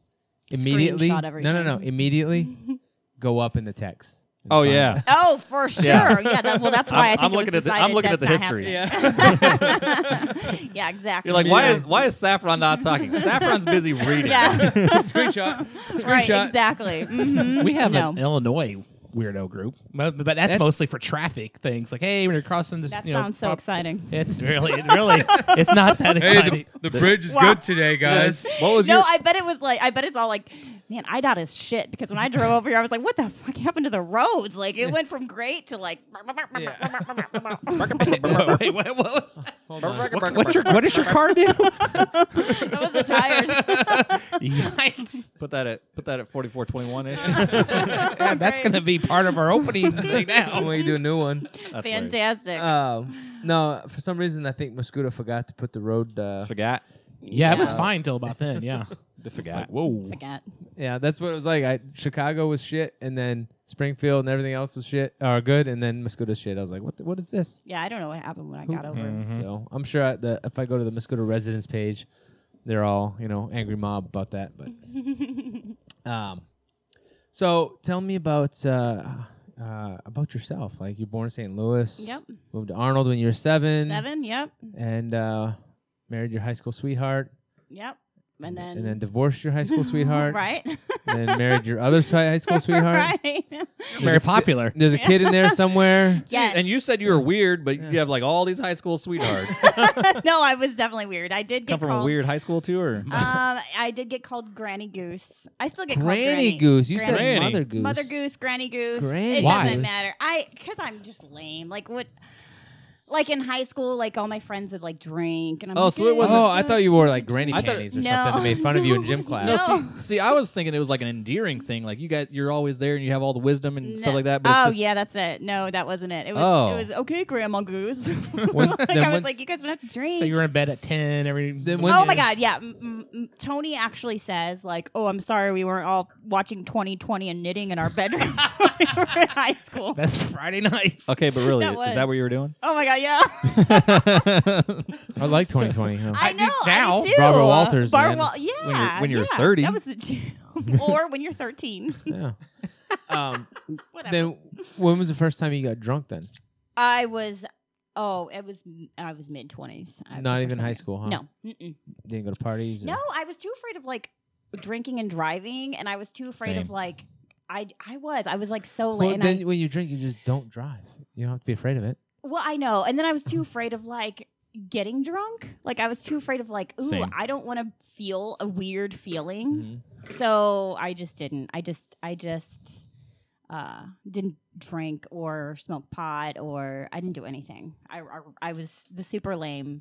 [SPEAKER 2] Immediately.
[SPEAKER 7] Screenshot
[SPEAKER 2] No, no, no.
[SPEAKER 7] everything.
[SPEAKER 2] Immediately, go up in the text.
[SPEAKER 6] Oh yeah.
[SPEAKER 7] Oh, for sure. Yeah. that, well, that's why i
[SPEAKER 6] I'm-
[SPEAKER 7] think
[SPEAKER 6] I'm
[SPEAKER 7] it was
[SPEAKER 6] looking at the-
[SPEAKER 7] decided
[SPEAKER 6] I'm looking at
[SPEAKER 7] that's
[SPEAKER 6] the
[SPEAKER 7] not
[SPEAKER 6] history.
[SPEAKER 7] happening. yeah, exactly.
[SPEAKER 6] You're like, why is why is Saffron not talking? Saffron's busy reading.
[SPEAKER 7] Yeah.
[SPEAKER 2] Screenshot.
[SPEAKER 7] right.
[SPEAKER 2] Screenshot.
[SPEAKER 7] Exactly. Mhm.
[SPEAKER 9] we have
[SPEAKER 7] no.
[SPEAKER 9] an Illinois weirdo group, but, but that's,
[SPEAKER 2] That's-
[SPEAKER 9] mostly for traffic things. Like, hey, when you're crossing this,
[SPEAKER 7] That
[SPEAKER 9] you know,
[SPEAKER 7] sounds so
[SPEAKER 9] pop-
[SPEAKER 7] exciting.
[SPEAKER 9] It's really, it's really, it's not that exciting.
[SPEAKER 2] the, bridge is
[SPEAKER 7] Wow. good
[SPEAKER 2] today,
[SPEAKER 6] What was
[SPEAKER 7] No,
[SPEAKER 6] your
[SPEAKER 7] I bet it was like I bet it's all like, man, I dot is shit because when I drove over here, I was like, what the fuck happened to the roads? Like it went from great to like.
[SPEAKER 9] Wait, wait, what, what was? What, what's your, what does your car do?
[SPEAKER 7] that was the tires.
[SPEAKER 9] Yikes!
[SPEAKER 6] put that at put that at 4421 ish?
[SPEAKER 9] Man, that's gonna be part of our opening
[SPEAKER 2] I'm
[SPEAKER 9] thing now.
[SPEAKER 2] gonna do a new one.
[SPEAKER 7] Fantastic.
[SPEAKER 2] Um, no, for some reason I think Mosquito forgot to put the road. Uh,
[SPEAKER 6] Forgot.
[SPEAKER 9] Yeah, it was
[SPEAKER 7] Yeah.
[SPEAKER 9] fine till about then. Yeah.
[SPEAKER 6] Forgot.
[SPEAKER 9] Whoa.
[SPEAKER 7] Forget.
[SPEAKER 2] yeah, that's what it was like. I Chicago was shit, and then Springfield and everything else was shit or good, and then Mosquito's shit. I was like, what? The, what is this?
[SPEAKER 7] Yeah, I don't know what happened when I got over.
[SPEAKER 2] So I'm sure I, the, if I go to the Mosquito residence page, they're all you know angry mob about that. But um, so tell me about uh, uh, about yourself. Like you were born in St. Louis.
[SPEAKER 7] Yep.
[SPEAKER 2] Moved to Arnold when you were seven.
[SPEAKER 7] Seven. Yep.
[SPEAKER 2] And uh, married your high school sweetheart.
[SPEAKER 7] Yep. And then.
[SPEAKER 2] and then divorced your high school sweetheart.
[SPEAKER 7] Right.
[SPEAKER 2] And then married your other si- high school sweetheart.
[SPEAKER 7] right.
[SPEAKER 9] Very popular.
[SPEAKER 2] There's a kid in there somewhere.
[SPEAKER 7] Yes.
[SPEAKER 6] And you said you were weird, but you have like all these high school sweethearts.
[SPEAKER 7] no, I was definitely weird. I did
[SPEAKER 6] Come
[SPEAKER 7] get
[SPEAKER 6] from
[SPEAKER 7] called.
[SPEAKER 6] a weird high school too, or
[SPEAKER 7] Um, I did get called Granny Goose. I still get
[SPEAKER 2] Granny,
[SPEAKER 7] called Granny
[SPEAKER 2] Goose. You
[SPEAKER 6] Granny.
[SPEAKER 2] said Mother Goose.
[SPEAKER 7] Mother Goose, Granny Goose.
[SPEAKER 2] Granny
[SPEAKER 7] it
[SPEAKER 2] Goose.
[SPEAKER 7] doesn't matter. I because I'm just lame. Like what? Like in high school, like all my friends would like drink, and I'm
[SPEAKER 6] Oh,
[SPEAKER 7] like,
[SPEAKER 6] so it wasn't-
[SPEAKER 2] Oh, I thought you wore like granny
[SPEAKER 6] I thought-
[SPEAKER 2] panties or
[SPEAKER 7] No.
[SPEAKER 2] something. They made fun of you in gym class.
[SPEAKER 6] no,
[SPEAKER 7] No.
[SPEAKER 6] See, see, I was thinking it was like an endearing thing. Like you guys, you're always there and you have all the wisdom and
[SPEAKER 7] No.
[SPEAKER 6] stuff like that. But it's
[SPEAKER 7] Oh
[SPEAKER 6] just-
[SPEAKER 7] yeah, that's it. No, that wasn't it. It was
[SPEAKER 6] Oh.
[SPEAKER 7] it was okay, Grandma Goose.
[SPEAKER 2] Once-
[SPEAKER 7] like
[SPEAKER 2] then
[SPEAKER 7] I was
[SPEAKER 2] once-
[SPEAKER 7] like, you guys don't have to drink.
[SPEAKER 9] So you were in bed at ten every.
[SPEAKER 2] Then when-
[SPEAKER 7] Oh my God! Yeah, mm, mm, mm. Tony actually says like, "Oh, I'm sorry, we weren't all watching 2020 and knitting in our bedroom when we were in high school."
[SPEAKER 9] That's Friday nights.
[SPEAKER 6] Okay, but really,
[SPEAKER 7] That
[SPEAKER 6] is
[SPEAKER 7] was-
[SPEAKER 6] that what you were doing?
[SPEAKER 7] Oh my God! Yeah.
[SPEAKER 2] I like 2020. huh?
[SPEAKER 7] I know.
[SPEAKER 9] now.
[SPEAKER 7] I do.
[SPEAKER 2] Robert Walters,
[SPEAKER 7] Bar-
[SPEAKER 2] man.
[SPEAKER 7] Wal-
[SPEAKER 2] When
[SPEAKER 7] yeah.
[SPEAKER 6] you're- when you're
[SPEAKER 7] yeah.
[SPEAKER 6] 30.
[SPEAKER 7] That was the jam. or when you're 13.
[SPEAKER 2] yeah. Um,
[SPEAKER 7] Whatever.
[SPEAKER 2] then when was the first time you got drunk? Then
[SPEAKER 7] I was. Oh, it was. I was mid 20s. I-
[SPEAKER 2] not
[SPEAKER 7] for
[SPEAKER 2] even
[SPEAKER 7] some
[SPEAKER 2] high
[SPEAKER 7] reason.
[SPEAKER 2] school, huh?
[SPEAKER 7] No. Mm-mm.
[SPEAKER 2] Didn't go to parties. or-
[SPEAKER 7] No, I was too afraid of like drinking and driving, and I was too afraid of
[SPEAKER 2] Same.
[SPEAKER 7] like. I I was I was like so late.
[SPEAKER 2] Well,
[SPEAKER 7] and
[SPEAKER 2] then
[SPEAKER 7] I,
[SPEAKER 2] when you drink, you just don't drive. You don't have to be afraid of it.
[SPEAKER 7] well, I know, and then I was too afraid of like getting drunk. Like I was too afraid of like, ooh,
[SPEAKER 6] Same.
[SPEAKER 7] I don't want to feel a weird feeling.
[SPEAKER 6] Mm-hmm.
[SPEAKER 7] So I just didn't. I just I just uh didn't drink or smoke pot or I didn't do anything. I I, I was the super lame,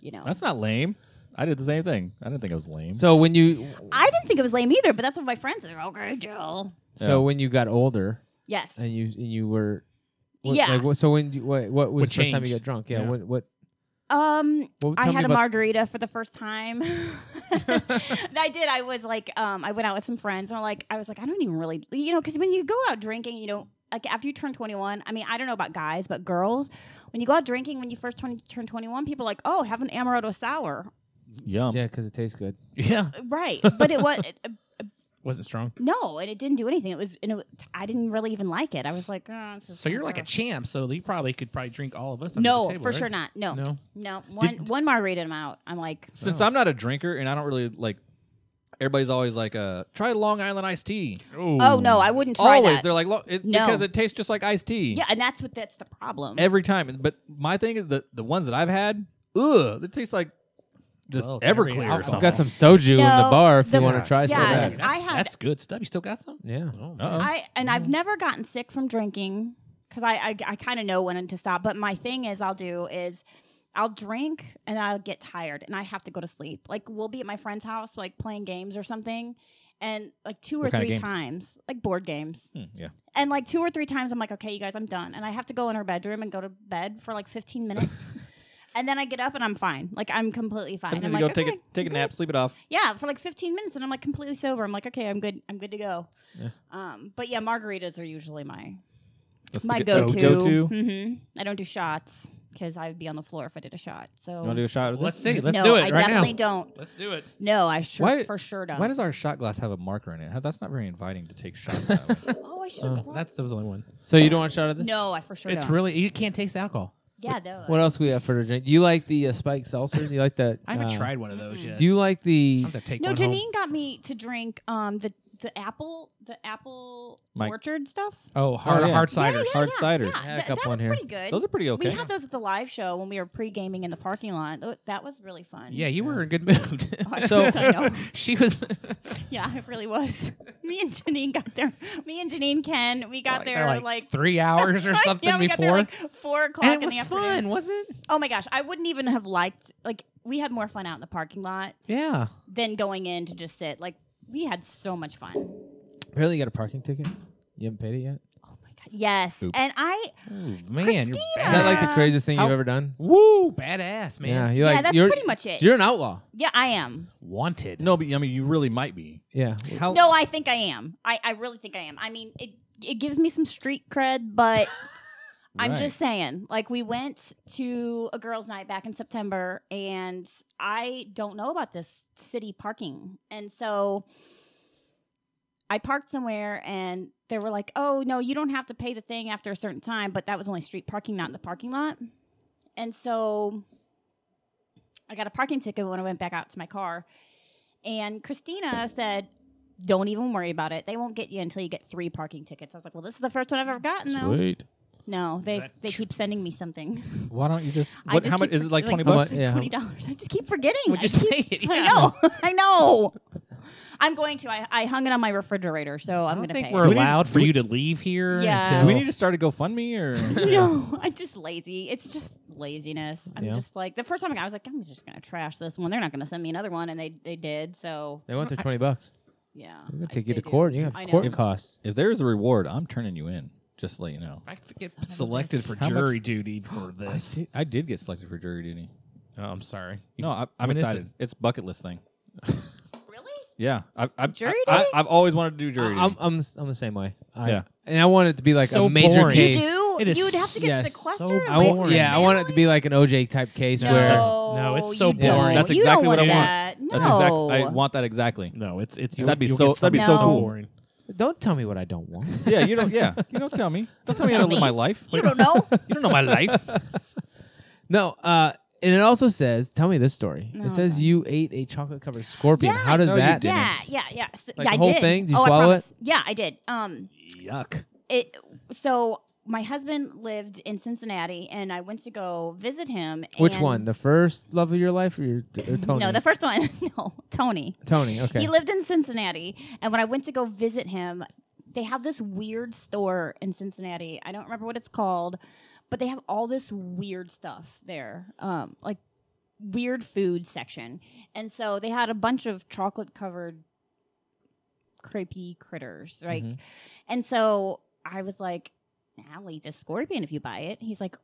[SPEAKER 7] you know.
[SPEAKER 6] That's not lame. I did the same thing. I didn't think I was lame.
[SPEAKER 2] So when you,
[SPEAKER 7] I didn't think it was lame either, but that's what my friends are. Okay, Joe.
[SPEAKER 2] so
[SPEAKER 6] Yeah.
[SPEAKER 2] when you got older,
[SPEAKER 7] Yes.
[SPEAKER 2] and you and you were what,
[SPEAKER 7] Yeah.
[SPEAKER 2] like, what, so when you, what, what was
[SPEAKER 9] What
[SPEAKER 2] the first time you
[SPEAKER 9] changed?
[SPEAKER 2] got drunk yeah,
[SPEAKER 9] Yeah.
[SPEAKER 2] what what
[SPEAKER 7] Um
[SPEAKER 2] Well,
[SPEAKER 7] I
[SPEAKER 2] tell me
[SPEAKER 7] had a
[SPEAKER 2] about-
[SPEAKER 7] margarita for the first time. I did. I was like, um, I went out with some friends, and I like, I was like, I don't even really, you know, because when you go out drinking, you don't like after you turn twenty one. I mean, I don't know about guys, but girls, when you go out drinking when you first 20, turn twenty one, people are like, oh, have an amaretto sour, Uh,
[SPEAKER 6] yum.
[SPEAKER 2] yeah because it tastes good
[SPEAKER 9] Yeah.
[SPEAKER 7] right? But it was
[SPEAKER 9] Wasn't strong.
[SPEAKER 7] no, and it didn't do anything. It was, and it, I didn't really even like it. I was like, oh, this is
[SPEAKER 9] So you're like a
[SPEAKER 7] whatever."
[SPEAKER 9] champ. So you probably could probably drink all of us. under
[SPEAKER 7] no,
[SPEAKER 9] the table,
[SPEAKER 7] for
[SPEAKER 9] right?
[SPEAKER 7] sure not. No, no,
[SPEAKER 9] No.
[SPEAKER 7] one one margarita, I'm out. I'm like,
[SPEAKER 6] Since I'm not a drinker and I don't really like, everybody's always like, uh, try Long Island iced tea.
[SPEAKER 7] oh no, I wouldn't try
[SPEAKER 6] always
[SPEAKER 7] that.
[SPEAKER 6] they're like, "Lo- it,
[SPEAKER 7] No.
[SPEAKER 6] because it tastes just like iced tea.
[SPEAKER 7] yeah, and that's what that's the problem.
[SPEAKER 6] every time. But my thing is the the ones that I've had, ugh, it tastes like just
[SPEAKER 9] Well, it's every
[SPEAKER 6] Everclear or
[SPEAKER 9] alcohol.
[SPEAKER 6] something.
[SPEAKER 2] got some soju in the
[SPEAKER 7] No,
[SPEAKER 2] bar if
[SPEAKER 7] the-
[SPEAKER 2] you want to try
[SPEAKER 7] yeah,
[SPEAKER 2] some
[SPEAKER 7] that's-
[SPEAKER 2] of that
[SPEAKER 7] I
[SPEAKER 9] That's,
[SPEAKER 7] had-
[SPEAKER 9] that's good stuff. You still got some?
[SPEAKER 2] yeah
[SPEAKER 9] Oh, man.
[SPEAKER 6] Uh-oh.
[SPEAKER 7] I and
[SPEAKER 6] Mm-hmm.
[SPEAKER 7] I've never gotten sick from drinking because I I, I kind of know when to stop. But my thing is, I'll do is I'll drink and I'll get tired and I have to go to sleep. Like we'll be at my friend's house, like playing games or something, and like two or
[SPEAKER 6] What kind of
[SPEAKER 7] three
[SPEAKER 6] games?
[SPEAKER 7] times, like board games,
[SPEAKER 6] Hmm, yeah.
[SPEAKER 7] and like two or three times, I'm like, okay, you guys, I'm done, and I have to go in her bedroom and go to bed for like 15 minutes. and then I get up and I'm fine. Like I'm completely fine.
[SPEAKER 6] I just need
[SPEAKER 7] I'm
[SPEAKER 6] to
[SPEAKER 7] like,
[SPEAKER 6] go
[SPEAKER 7] okay,
[SPEAKER 6] take a take a
[SPEAKER 7] I'm
[SPEAKER 6] nap,
[SPEAKER 7] good.
[SPEAKER 6] sleep it off.
[SPEAKER 7] Yeah, for like 15 minutes, and I'm like completely sober. I'm like, okay, I'm good. I'm good to go. Um, but yeah, margaritas are usually my
[SPEAKER 6] That's
[SPEAKER 7] my
[SPEAKER 6] the
[SPEAKER 7] go
[SPEAKER 6] go-
[SPEAKER 7] to.
[SPEAKER 6] go-to.
[SPEAKER 7] hmm I don't do shots because I'd be on the floor if I did a shot. So
[SPEAKER 6] You want to do a shot? With
[SPEAKER 3] Let's
[SPEAKER 6] this?
[SPEAKER 3] see. Let's
[SPEAKER 7] no,
[SPEAKER 3] do it
[SPEAKER 7] I
[SPEAKER 3] right
[SPEAKER 7] definitely
[SPEAKER 3] now.
[SPEAKER 7] don't.
[SPEAKER 3] Let's do it.
[SPEAKER 7] No, I sure
[SPEAKER 6] Why-
[SPEAKER 7] for sure don't.
[SPEAKER 6] Why does our shot glass have a marker in it? How- That's not very inviting to take shots. that way.
[SPEAKER 7] oh, I should.
[SPEAKER 3] That's that was the only one.
[SPEAKER 2] So you don't want a shot of this?
[SPEAKER 7] no, I for sure
[SPEAKER 3] It's
[SPEAKER 7] don't.
[SPEAKER 3] really you can't taste the alcohol.
[SPEAKER 7] yeah, though.
[SPEAKER 2] What else we have for the drink? Do you like the uh, spiked seltzer? Do you like that?
[SPEAKER 3] I haven't
[SPEAKER 2] uh,
[SPEAKER 3] tried one of those yet.
[SPEAKER 2] Do you like the?
[SPEAKER 3] I'm gonna take
[SPEAKER 7] No,
[SPEAKER 3] one home.
[SPEAKER 7] Janine got me to drink um the the apple the apple
[SPEAKER 6] Mike.
[SPEAKER 7] orchard stuff.
[SPEAKER 3] Oh, hard
[SPEAKER 6] Oh, yeah.
[SPEAKER 3] hard
[SPEAKER 7] Yeah,
[SPEAKER 3] ciders.
[SPEAKER 7] yeah,
[SPEAKER 6] Hard
[SPEAKER 7] yeah,
[SPEAKER 6] cider.
[SPEAKER 7] Yeah,
[SPEAKER 2] Had a
[SPEAKER 7] Th-
[SPEAKER 2] couple
[SPEAKER 7] that was
[SPEAKER 2] in here.
[SPEAKER 7] pretty good.
[SPEAKER 6] Those are pretty okay.
[SPEAKER 7] We had those at the live show when we were pre gaming in the parking lot. Th- That was really fun.
[SPEAKER 3] Yeah, you were in a good mood.
[SPEAKER 7] I-
[SPEAKER 2] So-
[SPEAKER 7] I know.
[SPEAKER 3] she was.
[SPEAKER 7] Yeah, it really was. Me and Janine got there. Me and Janine Ken, we got there like,
[SPEAKER 3] three hours or something
[SPEAKER 7] yeah, we got there
[SPEAKER 3] before.
[SPEAKER 7] like four o'clock
[SPEAKER 3] and it
[SPEAKER 7] in
[SPEAKER 3] was
[SPEAKER 7] the afternoon.
[SPEAKER 3] fun, wasn't it?
[SPEAKER 7] Oh my gosh, I wouldn't even have liked like we had more fun out in the parking lot
[SPEAKER 3] Yeah.
[SPEAKER 7] than going in to just sit. Like we had so much fun.
[SPEAKER 2] Really, you got a parking ticket? You haven't paid it yet.
[SPEAKER 7] Oh my god, yes.
[SPEAKER 4] Oop.
[SPEAKER 7] And I
[SPEAKER 3] man,
[SPEAKER 7] Christina!
[SPEAKER 3] you're
[SPEAKER 2] Is that like the
[SPEAKER 7] Uh,
[SPEAKER 2] craziest thing you've
[SPEAKER 3] how-
[SPEAKER 2] ever done?
[SPEAKER 3] Woo, badass, man.
[SPEAKER 2] Yeah, you're
[SPEAKER 7] Yeah,
[SPEAKER 2] like
[SPEAKER 7] that's
[SPEAKER 2] you're,
[SPEAKER 7] pretty much it.
[SPEAKER 2] You're an outlaw.
[SPEAKER 7] yeah, I am.
[SPEAKER 3] Wanted.
[SPEAKER 4] No, but I mean, you really might be.
[SPEAKER 2] Yeah.
[SPEAKER 3] Oh.
[SPEAKER 4] How?
[SPEAKER 7] No, I think I am. I, I really think I am. I mean, it it gives me some street cred, but I'm
[SPEAKER 4] Right.
[SPEAKER 7] just saying. Like we went to a girls' night back in September, and I don't know about this city parking, and so I parked somewhere, and they were like, "Oh no, you don't have to pay the thing after a certain time," but that was only street parking, not in the parking lot, and so. I got a parking ticket when I went back out to my car. And Christina said, don't even worry about it. They won't get you until you get three parking tickets. I was like, well, this is the first one I've ever gotten, though. No, they
[SPEAKER 3] that
[SPEAKER 7] they keep sending me something.
[SPEAKER 6] Why don't you just?
[SPEAKER 7] I
[SPEAKER 6] What,
[SPEAKER 7] just
[SPEAKER 6] how much
[SPEAKER 7] keep
[SPEAKER 6] is it? Like
[SPEAKER 7] forgetting-
[SPEAKER 6] twenty bucks?
[SPEAKER 2] much? Yeah.
[SPEAKER 7] Twenty dollars. I just keep forgetting.
[SPEAKER 3] Well,
[SPEAKER 7] I
[SPEAKER 3] just
[SPEAKER 7] keep-
[SPEAKER 3] pay it,
[SPEAKER 7] I
[SPEAKER 3] yeah.
[SPEAKER 7] know. I know. I'm going to. I, I hung it on my refrigerator, so I'm
[SPEAKER 3] I
[SPEAKER 7] going
[SPEAKER 3] don't
[SPEAKER 7] to
[SPEAKER 3] think
[SPEAKER 7] pay.
[SPEAKER 3] we're
[SPEAKER 7] it.
[SPEAKER 3] allowed for you to leave here.
[SPEAKER 7] Yeah.
[SPEAKER 3] until-
[SPEAKER 6] Do we need to start a GoFundMe or?
[SPEAKER 7] no, I'm just lazy. It's just laziness. I'm
[SPEAKER 2] Yeah.
[SPEAKER 7] just like the first time I was like, I'm just gonna trash this one. They're not gonna send me another one, and they they did. So
[SPEAKER 2] They want their twenty bucks.
[SPEAKER 7] yeah,
[SPEAKER 2] They're
[SPEAKER 7] I-
[SPEAKER 2] gonna take you
[SPEAKER 7] they
[SPEAKER 2] to
[SPEAKER 7] do.
[SPEAKER 2] court. You have
[SPEAKER 7] I know.
[SPEAKER 2] court costs.
[SPEAKER 4] If there is a reward, I'm turning you in. Just to let you know.
[SPEAKER 3] I could get
[SPEAKER 7] Son of a
[SPEAKER 3] selected for
[SPEAKER 4] How much-
[SPEAKER 3] jury duty for this.
[SPEAKER 4] Dude, I did get selected for jury duty.
[SPEAKER 3] Oh, I'm sorry.
[SPEAKER 4] No, I, I'm
[SPEAKER 3] When is it?
[SPEAKER 4] excited. It's bucket list thing.
[SPEAKER 7] Really?
[SPEAKER 4] Yeah, I, I,
[SPEAKER 7] Jury
[SPEAKER 4] I,
[SPEAKER 7] duty?
[SPEAKER 4] I, have always wanted to do
[SPEAKER 2] I,
[SPEAKER 4] jury duty.
[SPEAKER 2] I'm I'm the s- I'm the same way. I,
[SPEAKER 4] Yeah.
[SPEAKER 2] And I want it to be like
[SPEAKER 3] So
[SPEAKER 2] a major
[SPEAKER 3] boring. You
[SPEAKER 2] case.
[SPEAKER 7] Do
[SPEAKER 3] It is
[SPEAKER 7] you would have to get
[SPEAKER 3] yes, so
[SPEAKER 7] sequestered?
[SPEAKER 3] boring.
[SPEAKER 2] I
[SPEAKER 7] away
[SPEAKER 2] wa-
[SPEAKER 7] from your
[SPEAKER 2] yeah, I want it to
[SPEAKER 7] family?
[SPEAKER 2] be like an OJ type case
[SPEAKER 7] No,
[SPEAKER 2] where
[SPEAKER 3] No, it's so
[SPEAKER 7] you
[SPEAKER 3] boring.
[SPEAKER 7] don't.
[SPEAKER 4] That's
[SPEAKER 7] you don't
[SPEAKER 4] exactly what
[SPEAKER 7] want
[SPEAKER 4] I want.
[SPEAKER 7] that. No,
[SPEAKER 4] That's exact- I want that exactly.
[SPEAKER 3] No, it's it's
[SPEAKER 4] That'd be so- that'd be
[SPEAKER 7] so cool.
[SPEAKER 3] boring.
[SPEAKER 2] don't tell me what I don't want.
[SPEAKER 4] Yeah, you don't. Yeah, you don't tell me. Don't tell me how to
[SPEAKER 7] tell
[SPEAKER 4] live
[SPEAKER 7] me.
[SPEAKER 4] my life.
[SPEAKER 7] you don't know.
[SPEAKER 4] You don't know my life.
[SPEAKER 2] no, uh, and it also says, tell me this story.
[SPEAKER 7] No,
[SPEAKER 2] it says
[SPEAKER 7] okay.
[SPEAKER 2] you ate a chocolate covered scorpion.
[SPEAKER 7] Yeah,
[SPEAKER 2] How did
[SPEAKER 4] no, you
[SPEAKER 2] that?
[SPEAKER 4] didn't.
[SPEAKER 7] yeah, yeah, yeah. S-
[SPEAKER 2] Like
[SPEAKER 7] yeah,
[SPEAKER 2] the whole
[SPEAKER 7] I did.
[SPEAKER 2] thing? Did you
[SPEAKER 7] oh,
[SPEAKER 2] swallow
[SPEAKER 7] I
[SPEAKER 2] it?
[SPEAKER 7] promise. Yeah, I did. Um,
[SPEAKER 3] Yuck.
[SPEAKER 7] it so my husband lived in Cincinnati, and I went to go visit him.
[SPEAKER 2] Which
[SPEAKER 7] and-
[SPEAKER 2] one? The first love of your life or, your, or Tony?
[SPEAKER 7] No, the first one. no, Tony.
[SPEAKER 2] Tony. Okay.
[SPEAKER 7] He lived in Cincinnati, and when I went to go visit him, they have this weird store in Cincinnati. I don't remember what it's called, but they have all this weird stuff there, um, like weird food section. And so they had a bunch of chocolate covered crepey critters, right?
[SPEAKER 2] Mhm.
[SPEAKER 7] And so I was like, I'll eat this scorpion if you buy it. He's like,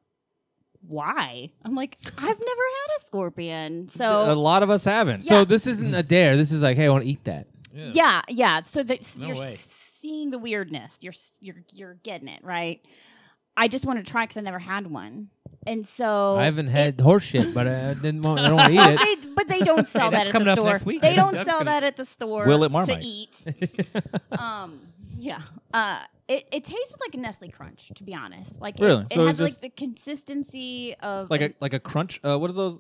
[SPEAKER 7] why? I'm like, I've never had a scorpion. So
[SPEAKER 4] A lot of us haven't.
[SPEAKER 2] uh, so this isn't a dare. This is like, hey, I want to eat that.
[SPEAKER 7] yeah, yeah. So the,
[SPEAKER 3] No
[SPEAKER 7] you're
[SPEAKER 3] way.
[SPEAKER 7] seeing the weirdness. You're s- you're you're getting it right. I just want to try because I never had one, and so
[SPEAKER 2] I haven't had horse shit, but I didn't want. I don't want to eat it.
[SPEAKER 7] They, but they don't sell
[SPEAKER 3] that's
[SPEAKER 7] that at
[SPEAKER 3] coming
[SPEAKER 7] the
[SPEAKER 3] up
[SPEAKER 7] store.
[SPEAKER 3] next week.
[SPEAKER 7] They don't
[SPEAKER 3] That's
[SPEAKER 7] sell
[SPEAKER 3] gonna-
[SPEAKER 7] that at the store.
[SPEAKER 4] Will it
[SPEAKER 7] to
[SPEAKER 4] Marmite.
[SPEAKER 7] eat? um, yeah. Uh, it, it tasted like a Nestle Crunch, to be honest. Like it-
[SPEAKER 4] Really?
[SPEAKER 7] it,
[SPEAKER 4] So it
[SPEAKER 7] had
[SPEAKER 4] was
[SPEAKER 7] like
[SPEAKER 4] just-
[SPEAKER 7] the consistency of
[SPEAKER 4] Like
[SPEAKER 7] an-
[SPEAKER 4] a like a crunch. Uh, what is those?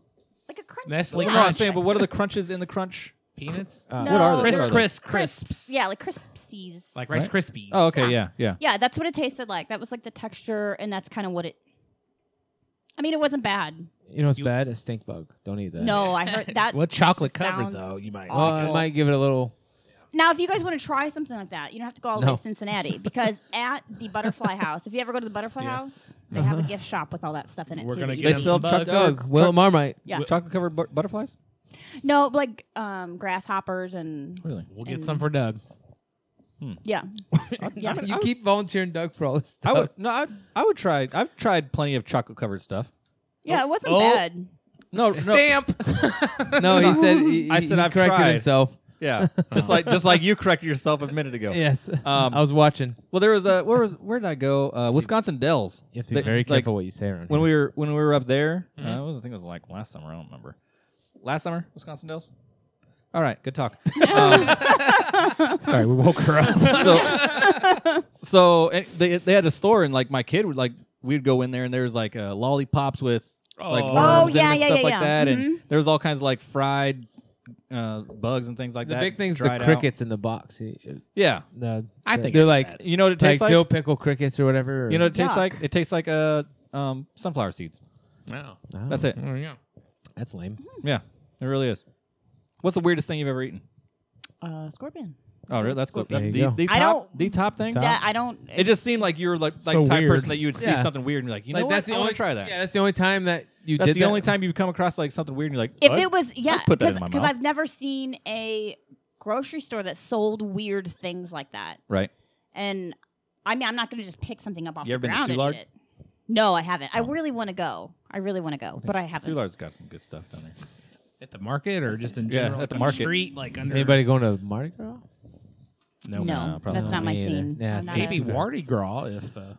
[SPEAKER 7] like a crunch.
[SPEAKER 3] Nestle
[SPEAKER 7] yeah.
[SPEAKER 4] No, I'm saying, but what are the crunches in the crunch?
[SPEAKER 3] Peanuts.
[SPEAKER 2] Uh,
[SPEAKER 7] No.
[SPEAKER 4] What are
[SPEAKER 7] Oh,
[SPEAKER 4] they?
[SPEAKER 3] Crisp,
[SPEAKER 4] What are they?
[SPEAKER 3] crisp,
[SPEAKER 7] Crisps.
[SPEAKER 3] crisps.
[SPEAKER 7] Yeah, like crispsies.
[SPEAKER 3] Like Rice Krispies.
[SPEAKER 4] Oh, okay, yeah, yeah.
[SPEAKER 7] Yeah, that's what it tasted like. That was like the texture, and that's kind of what it. I mean, it wasn't bad.
[SPEAKER 2] You know what's
[SPEAKER 3] You-
[SPEAKER 2] bad? A stink bug. Don't eat that.
[SPEAKER 7] No, I heard that.
[SPEAKER 3] Well,
[SPEAKER 7] just
[SPEAKER 3] chocolate
[SPEAKER 7] sounds
[SPEAKER 3] covered though. You might.
[SPEAKER 2] Well, I might give it a little.
[SPEAKER 7] Now, if you guys want to try something like that, you don't have to go all the
[SPEAKER 2] No.
[SPEAKER 7] way to Cincinnati because at the Butterfly House, if you ever go to the Butterfly House, they have a
[SPEAKER 6] Uh-huh.
[SPEAKER 7] gift shop with all that stuff in it.
[SPEAKER 3] We're
[SPEAKER 7] too,
[SPEAKER 3] gonna
[SPEAKER 7] that you
[SPEAKER 3] get
[SPEAKER 7] can-
[SPEAKER 3] them some bugs.
[SPEAKER 2] Doug, Will Marmite.
[SPEAKER 7] Yeah.
[SPEAKER 4] Chocolate covered but- butterflies?
[SPEAKER 7] no, like um, grasshoppers and
[SPEAKER 4] Really?
[SPEAKER 3] We'll get some for Doug.
[SPEAKER 7] yeah, yeah.
[SPEAKER 2] You keep volunteering Doug for all this
[SPEAKER 4] I
[SPEAKER 2] stuff.
[SPEAKER 4] would no. I, I would try. I've tried plenty of chocolate covered stuff.
[SPEAKER 7] yeah, it wasn't
[SPEAKER 3] Oh.
[SPEAKER 7] bad.
[SPEAKER 6] No, no.
[SPEAKER 9] stamp.
[SPEAKER 2] No, he said. He,
[SPEAKER 6] I
[SPEAKER 2] he-
[SPEAKER 6] said
[SPEAKER 2] he
[SPEAKER 6] I've
[SPEAKER 2] corrected
[SPEAKER 6] tried.
[SPEAKER 2] himself.
[SPEAKER 6] Yeah, just like just like you corrected yourself a minute ago.
[SPEAKER 2] Yes,
[SPEAKER 6] Um,
[SPEAKER 2] I was watching.
[SPEAKER 6] Well, there was a where was where did I go? Uh, Wisconsin Dells.
[SPEAKER 2] You have to be
[SPEAKER 6] They-
[SPEAKER 2] very
[SPEAKER 6] like,
[SPEAKER 2] careful what you say around
[SPEAKER 6] when we were when we were up there. uh, it was, I think it was like last summer. I don't remember. Last summer, Wisconsin Dells. All right, good talk. um,
[SPEAKER 9] Sorry, we woke her up.
[SPEAKER 6] so so and they they had a store and like my kid would like we'd go in there and there was like uh, lollipops with like
[SPEAKER 9] Oh.
[SPEAKER 6] worms
[SPEAKER 7] Oh,
[SPEAKER 6] in
[SPEAKER 7] yeah,
[SPEAKER 6] and
[SPEAKER 7] yeah,
[SPEAKER 6] stuff
[SPEAKER 7] yeah,
[SPEAKER 6] like
[SPEAKER 7] yeah.
[SPEAKER 6] that
[SPEAKER 7] Mhm.
[SPEAKER 6] and there was all kinds of like fried uh, bugs and things like
[SPEAKER 2] the
[SPEAKER 6] that.
[SPEAKER 2] big thing's the
[SPEAKER 6] dried out.
[SPEAKER 2] crickets in the box. He- uh,
[SPEAKER 6] Yeah,
[SPEAKER 2] the-
[SPEAKER 9] I
[SPEAKER 2] the-
[SPEAKER 9] think
[SPEAKER 2] they're
[SPEAKER 9] I
[SPEAKER 2] like
[SPEAKER 9] had
[SPEAKER 6] you know what it
[SPEAKER 2] like
[SPEAKER 6] tastes like.
[SPEAKER 2] dill pickle crickets or whatever. or-
[SPEAKER 6] You know what it tastes
[SPEAKER 7] Yuck.
[SPEAKER 6] like? It tastes like uh, um, sunflower seeds.
[SPEAKER 9] Wow.
[SPEAKER 2] Oh,
[SPEAKER 6] That's it.
[SPEAKER 9] There you go.
[SPEAKER 2] That's lame.
[SPEAKER 6] Yeah, it really is. What's the weirdest thing you've ever eaten?
[SPEAKER 7] Uh, scorpion.
[SPEAKER 6] Oh, really? That's, that's
[SPEAKER 2] There you
[SPEAKER 6] the,
[SPEAKER 2] go.
[SPEAKER 6] the
[SPEAKER 7] I
[SPEAKER 6] top
[SPEAKER 7] don't-
[SPEAKER 6] the top thing.
[SPEAKER 2] Top.
[SPEAKER 7] Yeah, I don't.
[SPEAKER 6] It just seemed like you were like, like
[SPEAKER 9] So
[SPEAKER 6] type of person
[SPEAKER 9] weird.
[SPEAKER 6] that you would see
[SPEAKER 2] Yeah.
[SPEAKER 6] something weird and you're like, you know
[SPEAKER 2] like
[SPEAKER 6] what?
[SPEAKER 2] that's the
[SPEAKER 6] I
[SPEAKER 2] only
[SPEAKER 6] want to try that.
[SPEAKER 2] Yeah, that's the only time that you
[SPEAKER 6] that's
[SPEAKER 2] did
[SPEAKER 6] the
[SPEAKER 2] that.
[SPEAKER 6] only time you come across like something weird and you're like,
[SPEAKER 7] if
[SPEAKER 6] "What?"
[SPEAKER 7] it was, yeah,
[SPEAKER 6] put that in my
[SPEAKER 7] because
[SPEAKER 6] mouth.
[SPEAKER 7] I've never seen a grocery store that sold weird things like that.
[SPEAKER 6] right.
[SPEAKER 7] And I mean, I'm not going to just pick something up off
[SPEAKER 6] You ever
[SPEAKER 7] the
[SPEAKER 6] been to
[SPEAKER 7] ground and eat
[SPEAKER 6] Soulard?
[SPEAKER 7] it. No, I haven't. I really want to go. I really want to go, but I haven't.
[SPEAKER 6] Soular's got some good stuff down there.
[SPEAKER 9] At the market or just in
[SPEAKER 6] Yeah,
[SPEAKER 9] general?
[SPEAKER 6] at
[SPEAKER 9] like
[SPEAKER 6] the
[SPEAKER 9] on
[SPEAKER 6] market.
[SPEAKER 9] street, like under
[SPEAKER 2] Anybody going to Mardi Gras?
[SPEAKER 7] No,
[SPEAKER 6] probably
[SPEAKER 7] that's not my
[SPEAKER 2] Me either.
[SPEAKER 7] scene.
[SPEAKER 2] Yeah,
[SPEAKER 7] I'm
[SPEAKER 2] it's
[SPEAKER 7] not
[SPEAKER 9] Maybe
[SPEAKER 7] a-
[SPEAKER 9] Mardi Gras if. Uh,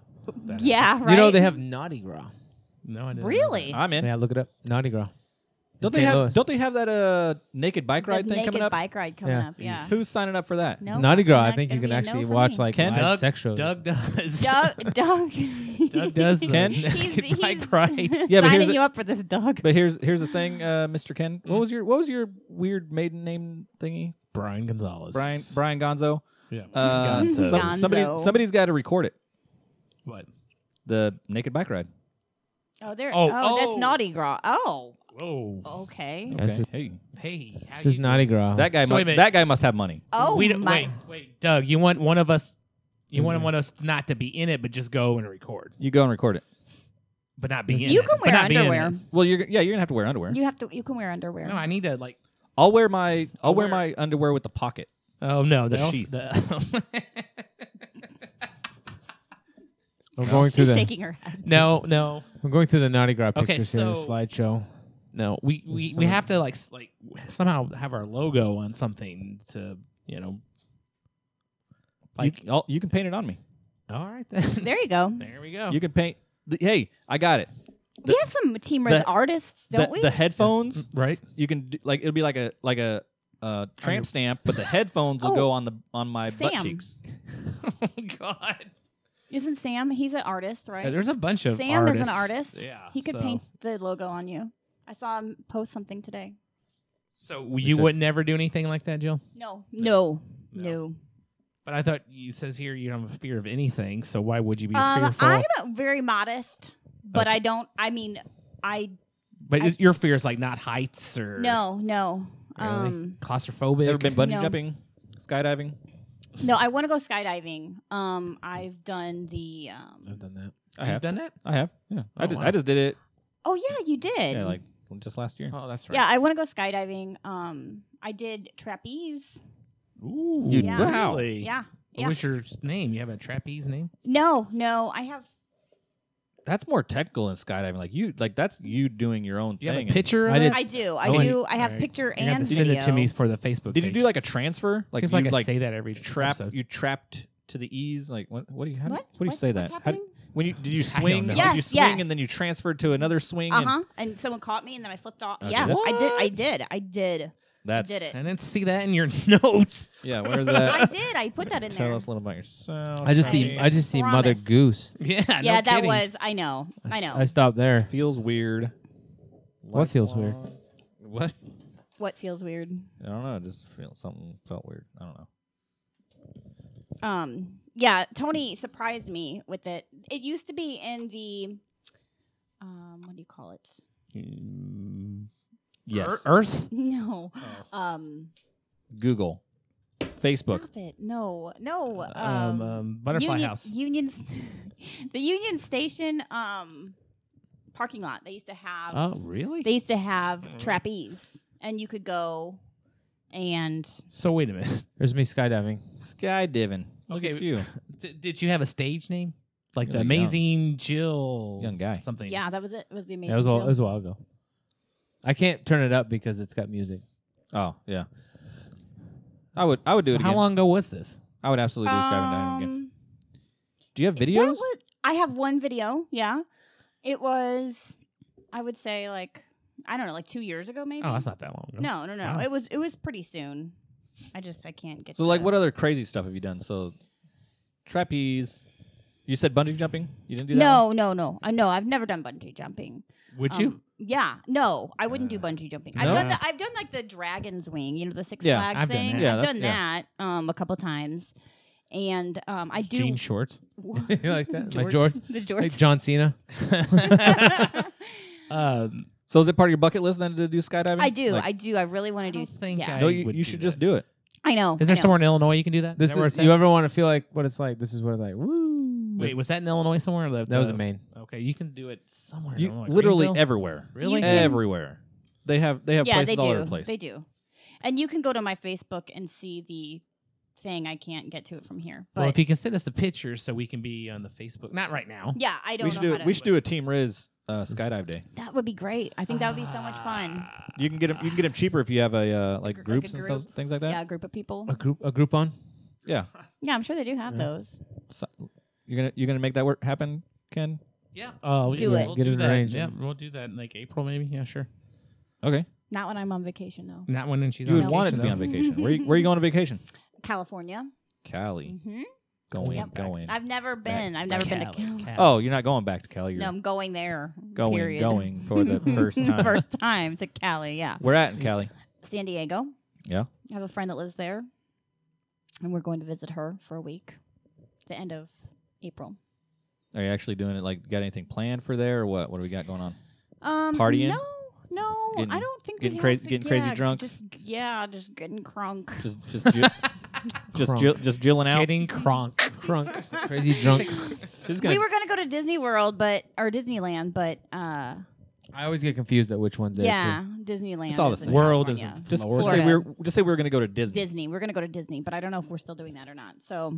[SPEAKER 9] that
[SPEAKER 7] Yeah, right.
[SPEAKER 2] You know they have Naughty Gras.
[SPEAKER 9] No, I didn't. know
[SPEAKER 7] really.
[SPEAKER 6] I'm in.
[SPEAKER 2] Yeah, look it up. Naughty Gras.
[SPEAKER 6] Don't
[SPEAKER 2] in
[SPEAKER 6] they
[SPEAKER 2] St.
[SPEAKER 6] have
[SPEAKER 2] Louis.
[SPEAKER 6] don't they have that uh naked bike
[SPEAKER 7] The
[SPEAKER 6] ride thing
[SPEAKER 7] naked
[SPEAKER 6] coming up?
[SPEAKER 7] bike ride coming
[SPEAKER 2] Yeah.
[SPEAKER 7] up. Yeah.
[SPEAKER 6] Who's signing up for that?
[SPEAKER 7] No,
[SPEAKER 2] Naughty Gras. I
[SPEAKER 7] not
[SPEAKER 2] think you can
[SPEAKER 7] gonna be a no
[SPEAKER 2] actually
[SPEAKER 7] for
[SPEAKER 2] watch
[SPEAKER 7] me.
[SPEAKER 2] like
[SPEAKER 6] Ken?
[SPEAKER 2] live
[SPEAKER 9] that. Doug,
[SPEAKER 2] sex shows.
[SPEAKER 9] Doug does.
[SPEAKER 7] Doug. Doug.
[SPEAKER 9] Doug does the
[SPEAKER 6] Ken?
[SPEAKER 9] naked
[SPEAKER 7] He's, he's
[SPEAKER 9] bike ride.
[SPEAKER 6] Yeah, but here's
[SPEAKER 7] signing
[SPEAKER 6] the-
[SPEAKER 7] you up for this, Doug.
[SPEAKER 6] But here's here's the thing, uh, Mr. Ken.
[SPEAKER 9] Mm-hmm.
[SPEAKER 6] What was your what was your weird maiden name thingy?
[SPEAKER 9] Brian Gonzalez.
[SPEAKER 6] Brian Brian Gonzo.
[SPEAKER 9] Yeah.
[SPEAKER 6] Uh,
[SPEAKER 9] Gonzo.
[SPEAKER 6] some- somebody
[SPEAKER 7] Gonzo.
[SPEAKER 6] somebody's got to record it.
[SPEAKER 9] What?
[SPEAKER 6] The naked bike ride.
[SPEAKER 7] Oh, there.
[SPEAKER 9] Oh,
[SPEAKER 7] Oh,
[SPEAKER 9] oh.
[SPEAKER 7] that's Naughty Gras. Oh,
[SPEAKER 9] Whoa.
[SPEAKER 7] okay.
[SPEAKER 2] That's his-
[SPEAKER 6] Hey,
[SPEAKER 9] Hey. How
[SPEAKER 2] This is
[SPEAKER 9] you
[SPEAKER 2] Naughty Gras.
[SPEAKER 6] that guy.
[SPEAKER 9] So wait a
[SPEAKER 6] must,
[SPEAKER 9] minute.
[SPEAKER 6] that guy must have money.
[SPEAKER 7] Oh,
[SPEAKER 9] we don't,
[SPEAKER 7] my.
[SPEAKER 9] wait, wait, Doug. You want one of us? You
[SPEAKER 3] Mm-hmm.
[SPEAKER 9] want one of us not to be in it, but just go and record,
[SPEAKER 6] You go and record it.
[SPEAKER 9] but not be in
[SPEAKER 7] You
[SPEAKER 9] it,
[SPEAKER 7] can
[SPEAKER 9] but
[SPEAKER 7] wear
[SPEAKER 9] not be in
[SPEAKER 7] underwear.
[SPEAKER 9] it.
[SPEAKER 6] Well, you're yeah, you're gonna have to wear underwear.
[SPEAKER 7] You have to. You can wear underwear.
[SPEAKER 9] No, I need to like.
[SPEAKER 6] I'll wear my I'll wear
[SPEAKER 9] Underwear.
[SPEAKER 6] my underwear with the pocket.
[SPEAKER 9] Oh no, the,
[SPEAKER 6] The
[SPEAKER 9] elf-
[SPEAKER 6] sheath.
[SPEAKER 9] the-
[SPEAKER 2] We're going through
[SPEAKER 7] She's
[SPEAKER 2] the
[SPEAKER 7] shaking her head.
[SPEAKER 9] no, no,
[SPEAKER 2] we're going through the Naughty Gras
[SPEAKER 9] Okay,
[SPEAKER 2] pictures here. The
[SPEAKER 9] so-
[SPEAKER 2] slideshow.
[SPEAKER 9] no. We we, we
[SPEAKER 2] Some-
[SPEAKER 9] have to like s- like somehow have our logo on something to you know. Like,
[SPEAKER 6] you, I'll, you can paint it on me.
[SPEAKER 9] all right, then.
[SPEAKER 7] There you go.
[SPEAKER 9] there we go.
[SPEAKER 6] You can paint. The, hey, I got it.
[SPEAKER 7] we have some Team Res
[SPEAKER 6] the-
[SPEAKER 7] artists,
[SPEAKER 6] The,
[SPEAKER 7] don't we?
[SPEAKER 6] the headphones.
[SPEAKER 9] right?
[SPEAKER 6] You can do, like it'll be like a like a uh, tramp stamp, but the headphones will
[SPEAKER 7] Oh.
[SPEAKER 6] go on the on my butt
[SPEAKER 7] Sam.
[SPEAKER 6] cheeks.
[SPEAKER 9] oh God.
[SPEAKER 7] Isn't Sam? He's an artist, right?
[SPEAKER 9] Yeah, there's a bunch of
[SPEAKER 7] Sam
[SPEAKER 9] artists.
[SPEAKER 7] is an artist.
[SPEAKER 9] Yeah,
[SPEAKER 7] He could
[SPEAKER 9] so-
[SPEAKER 7] paint the logo on you. I saw him post something today.
[SPEAKER 9] So you would never do anything like that, Jill.
[SPEAKER 7] No, no,
[SPEAKER 9] No.
[SPEAKER 7] no.
[SPEAKER 9] But I thought you says here you don't have a fear of anything, so why would you be
[SPEAKER 7] Um,
[SPEAKER 9] fearful?
[SPEAKER 7] I'm very modest, but I don't. I mean, I
[SPEAKER 9] but
[SPEAKER 7] I-
[SPEAKER 9] your fear is like not heights or
[SPEAKER 7] no, no.
[SPEAKER 9] really?
[SPEAKER 7] Um,
[SPEAKER 9] claustrophobic.
[SPEAKER 6] Ever been bungee
[SPEAKER 7] No.
[SPEAKER 6] jumping, skydiving?
[SPEAKER 7] no, I want to go skydiving. Um, I've done the. Um,
[SPEAKER 2] I've done that.
[SPEAKER 6] I
[SPEAKER 9] You've
[SPEAKER 6] have.
[SPEAKER 9] done that?
[SPEAKER 6] I have. Yeah, I
[SPEAKER 9] Oh,
[SPEAKER 6] just
[SPEAKER 9] wow.
[SPEAKER 6] I just did it.
[SPEAKER 7] oh yeah, you did.
[SPEAKER 6] Yeah, like just last year.
[SPEAKER 9] Oh, that's right.
[SPEAKER 7] Yeah, I want to go skydiving. Um, I did trapeze.
[SPEAKER 9] Ooh,
[SPEAKER 6] You-
[SPEAKER 7] Yeah.
[SPEAKER 6] Wow.
[SPEAKER 9] really?
[SPEAKER 7] Yeah.
[SPEAKER 9] What was your s- name? You have a trapeze name?
[SPEAKER 7] No, no, I have.
[SPEAKER 6] That's more technical than skydiving. Like you, like that's you doing your own
[SPEAKER 9] You have a
[SPEAKER 6] thing. and-
[SPEAKER 9] picture. Of
[SPEAKER 2] I
[SPEAKER 9] it?
[SPEAKER 2] did-
[SPEAKER 7] I do. I
[SPEAKER 9] Oh,
[SPEAKER 7] do. I have
[SPEAKER 9] Alright.
[SPEAKER 7] picture
[SPEAKER 9] You have to
[SPEAKER 7] and
[SPEAKER 9] send
[SPEAKER 7] video.
[SPEAKER 9] it to me for the Facebook.
[SPEAKER 6] Did you
[SPEAKER 9] page.
[SPEAKER 6] do like a transfer? Like
[SPEAKER 9] Seems
[SPEAKER 6] you,
[SPEAKER 9] like I
[SPEAKER 6] like
[SPEAKER 9] say that every
[SPEAKER 6] trapped.
[SPEAKER 9] episode.
[SPEAKER 6] You trapped to the ease. Like what? What do you? How, do-
[SPEAKER 7] What?
[SPEAKER 6] What do you
[SPEAKER 7] What-
[SPEAKER 6] say
[SPEAKER 7] what's
[SPEAKER 6] that? How do-
[SPEAKER 7] happening?
[SPEAKER 6] when you did you swing?
[SPEAKER 9] know.
[SPEAKER 6] Did you
[SPEAKER 7] Yes,
[SPEAKER 6] swing
[SPEAKER 7] yes.
[SPEAKER 6] and then you transferred to another swing.
[SPEAKER 7] Uh
[SPEAKER 6] and-
[SPEAKER 7] huh. And someone caught me, and then I flipped off.
[SPEAKER 6] Okay,
[SPEAKER 7] yeah,
[SPEAKER 6] that's-
[SPEAKER 7] I did. I did. I did.
[SPEAKER 6] That's
[SPEAKER 7] did it.
[SPEAKER 9] I didn't see that in your notes.
[SPEAKER 6] Yeah. Where's
[SPEAKER 7] I
[SPEAKER 6] that?
[SPEAKER 7] did. I put that in
[SPEAKER 6] Tell
[SPEAKER 7] there.
[SPEAKER 6] us a little about yourself.
[SPEAKER 2] I just see
[SPEAKER 7] Right.
[SPEAKER 2] I just see Mother
[SPEAKER 7] Promise.
[SPEAKER 2] Goose.
[SPEAKER 9] Yeah,
[SPEAKER 7] yeah,
[SPEAKER 9] no
[SPEAKER 7] that
[SPEAKER 9] kidding.
[SPEAKER 7] was. I know. I know.
[SPEAKER 2] I stopped there.
[SPEAKER 6] feels weird.
[SPEAKER 2] What feels weird?
[SPEAKER 6] Lifelong- What?
[SPEAKER 7] what feels weird?
[SPEAKER 6] I don't know. I just feel something felt weird. I don't know.
[SPEAKER 7] Um. Yeah, Tony surprised me with it. It used to be in the. Um. What do you call it?
[SPEAKER 6] Mm, Yes.
[SPEAKER 9] Ear- Earth.
[SPEAKER 7] No. Um.
[SPEAKER 6] Google, Facebook.
[SPEAKER 7] Stop it. No. No. Um.
[SPEAKER 9] Um, um, Butterfly
[SPEAKER 7] Union,
[SPEAKER 9] House.
[SPEAKER 7] Union, the Union Station um, parking lot. They used to have.
[SPEAKER 9] Oh, really?
[SPEAKER 7] They used to have trapeze, and you could go, and
[SPEAKER 9] so wait a minute.
[SPEAKER 2] There's me skydiving.
[SPEAKER 6] Skydiving. Look
[SPEAKER 9] Okay,
[SPEAKER 6] at you.
[SPEAKER 9] D- did you have a stage name? Like
[SPEAKER 6] You're
[SPEAKER 9] the
[SPEAKER 6] like, no.
[SPEAKER 9] Amazing Jill.
[SPEAKER 6] Young guy.
[SPEAKER 9] Something.
[SPEAKER 7] yeah, that was it. It was the amazing.
[SPEAKER 2] That was a,
[SPEAKER 7] Jill.
[SPEAKER 2] that was a while ago. I can't turn it up because it's got music.
[SPEAKER 6] Oh yeah. I would I would do it
[SPEAKER 9] How
[SPEAKER 6] again.
[SPEAKER 9] long ago was this?
[SPEAKER 6] I would absolutely do Skyrim Dining again.
[SPEAKER 7] Um,
[SPEAKER 6] Do you have
[SPEAKER 7] that
[SPEAKER 6] videos?
[SPEAKER 7] was- I have one video. Yeah, it was. I would say like I don't know, like two years ago, maybe.
[SPEAKER 9] Oh, that's not that long ago.
[SPEAKER 7] No, no, no.
[SPEAKER 9] Wow.
[SPEAKER 7] It was it was pretty soon. I just I can't get.
[SPEAKER 6] So
[SPEAKER 7] to
[SPEAKER 6] like
[SPEAKER 7] the-
[SPEAKER 6] what other crazy stuff have you done? So trapeze. You said bungee jumping? You didn't do that?
[SPEAKER 7] No, no, no. I know. I've never done bungee jumping.
[SPEAKER 9] Would you?
[SPEAKER 7] Um, yeah. No, I wouldn't do bungee jumping.
[SPEAKER 6] No?
[SPEAKER 7] I've done the, I've done like the dragon's wing, you know, the Six
[SPEAKER 6] Yeah,
[SPEAKER 7] Flags
[SPEAKER 9] I've done
[SPEAKER 7] thing.
[SPEAKER 9] that.
[SPEAKER 6] Yeah,
[SPEAKER 7] I've
[SPEAKER 6] that's-
[SPEAKER 7] done
[SPEAKER 6] yeah.
[SPEAKER 7] that um, a couple times, and um, I do
[SPEAKER 9] Jean shorts.
[SPEAKER 2] you like that? My
[SPEAKER 7] Jorts.
[SPEAKER 2] Jorts.
[SPEAKER 7] The
[SPEAKER 2] Like
[SPEAKER 7] Jorts.
[SPEAKER 2] John Cena.
[SPEAKER 9] Um,
[SPEAKER 6] So is it part of your bucket list then to do skydiving?
[SPEAKER 7] I do.
[SPEAKER 6] Like,
[SPEAKER 7] I do. I really want to do.
[SPEAKER 9] think
[SPEAKER 7] yeah.
[SPEAKER 9] I-
[SPEAKER 6] no, you,
[SPEAKER 9] would
[SPEAKER 6] you
[SPEAKER 9] do
[SPEAKER 6] should
[SPEAKER 9] that.
[SPEAKER 6] just do it.
[SPEAKER 7] I know.
[SPEAKER 9] is there
[SPEAKER 7] I know.
[SPEAKER 9] somewhere in Illinois you can do that?
[SPEAKER 2] This
[SPEAKER 9] is
[SPEAKER 2] is,
[SPEAKER 9] that where it's at?
[SPEAKER 2] you ever want to feel like what it's like? This is what it's like. Woo.
[SPEAKER 9] Wait, was that in Illinois somewhere? The-
[SPEAKER 2] That was
[SPEAKER 9] the-
[SPEAKER 2] in Maine.
[SPEAKER 9] Okay, you can do it somewhere. in
[SPEAKER 6] You
[SPEAKER 9] Illinois.
[SPEAKER 6] literally
[SPEAKER 9] Greenville?
[SPEAKER 6] everywhere.
[SPEAKER 9] Really?
[SPEAKER 7] can-
[SPEAKER 6] Everywhere. They have they have
[SPEAKER 7] Yeah,
[SPEAKER 6] places
[SPEAKER 7] they do.
[SPEAKER 6] all over the place.
[SPEAKER 7] They do. And you can go to my Facebook and see the thing. I can't get to it from here, but
[SPEAKER 9] Well, if you can send us the pictures so we can be on the Facebook. Not right now.
[SPEAKER 7] yeah, I don't
[SPEAKER 6] we should
[SPEAKER 7] know
[SPEAKER 6] do
[SPEAKER 7] how
[SPEAKER 6] it.
[SPEAKER 7] to.
[SPEAKER 6] we should do a Team Riz uh, skydive day.
[SPEAKER 7] That would be great. I think that would be so much fun.
[SPEAKER 6] You can get 'em- you can get them cheaper if you have a uh, like
[SPEAKER 7] gr- Ah. like a
[SPEAKER 6] groups and
[SPEAKER 7] group.
[SPEAKER 6] stuff- things like that.
[SPEAKER 7] Yeah, a group of people.
[SPEAKER 2] A group a group on?
[SPEAKER 6] Yeah.
[SPEAKER 7] Yeah, I'm sure they do have those.
[SPEAKER 6] So- you're gonna you're gonna make that work happen, Ken?
[SPEAKER 9] Yeah. Oh,
[SPEAKER 7] Do
[SPEAKER 9] yeah,
[SPEAKER 7] it.
[SPEAKER 9] We'll
[SPEAKER 2] Get
[SPEAKER 9] do
[SPEAKER 2] it
[SPEAKER 9] that.
[SPEAKER 2] arranged.
[SPEAKER 9] Yeah, we'll do that in like April maybe. Yeah, sure.
[SPEAKER 6] Okay.
[SPEAKER 7] Not when I'm on vacation though.
[SPEAKER 9] Not when she's
[SPEAKER 6] You
[SPEAKER 9] on
[SPEAKER 6] would want it to be on
[SPEAKER 9] vacation,
[SPEAKER 6] vacation. Where you, where you going on vacation?
[SPEAKER 7] California.
[SPEAKER 6] Cali.
[SPEAKER 7] Mm-hmm.
[SPEAKER 6] Going,
[SPEAKER 7] Yep.
[SPEAKER 6] going.
[SPEAKER 7] I've never been. I've never been to Cali.
[SPEAKER 9] though.
[SPEAKER 6] Oh, you're not going back to Cali. You're
[SPEAKER 7] No, I'm going there.
[SPEAKER 6] going,
[SPEAKER 7] period.
[SPEAKER 6] going for the first time.
[SPEAKER 7] First time to Cali. Yeah,
[SPEAKER 6] We're at in Cali.
[SPEAKER 7] San Diego.
[SPEAKER 6] Yeah.
[SPEAKER 7] I have a friend that lives there, and we're going to visit her for a week. The end of April.
[SPEAKER 6] Are you actually doing it? Like, got anything planned for there or what? What do we got going on?
[SPEAKER 7] Um,
[SPEAKER 6] Partying?
[SPEAKER 7] No, no,
[SPEAKER 6] Getting-
[SPEAKER 7] I don't think we
[SPEAKER 6] getting
[SPEAKER 7] have
[SPEAKER 6] cra-
[SPEAKER 7] it.
[SPEAKER 6] getting crazy
[SPEAKER 7] Yeah,
[SPEAKER 6] drunk?
[SPEAKER 7] Just yeah, just getting crunk.
[SPEAKER 6] Just, just, ju- just, ju- just jilling out.
[SPEAKER 9] Getting cronk.
[SPEAKER 2] Crunk. Crazy drunk.
[SPEAKER 6] She's gonna.
[SPEAKER 7] We were gonna go to Disney World, but or Disneyland, but uh,
[SPEAKER 2] I always get confused at which one's there
[SPEAKER 7] yeah, Disneyland.
[SPEAKER 6] It's all the
[SPEAKER 7] is in
[SPEAKER 6] same.
[SPEAKER 9] World is
[SPEAKER 7] California.
[SPEAKER 6] just
[SPEAKER 9] Florida.
[SPEAKER 6] say we were just say we were gonna go to Disney.
[SPEAKER 7] Disney. We're gonna go to Disney, but I don't know if we're still doing that or not. So,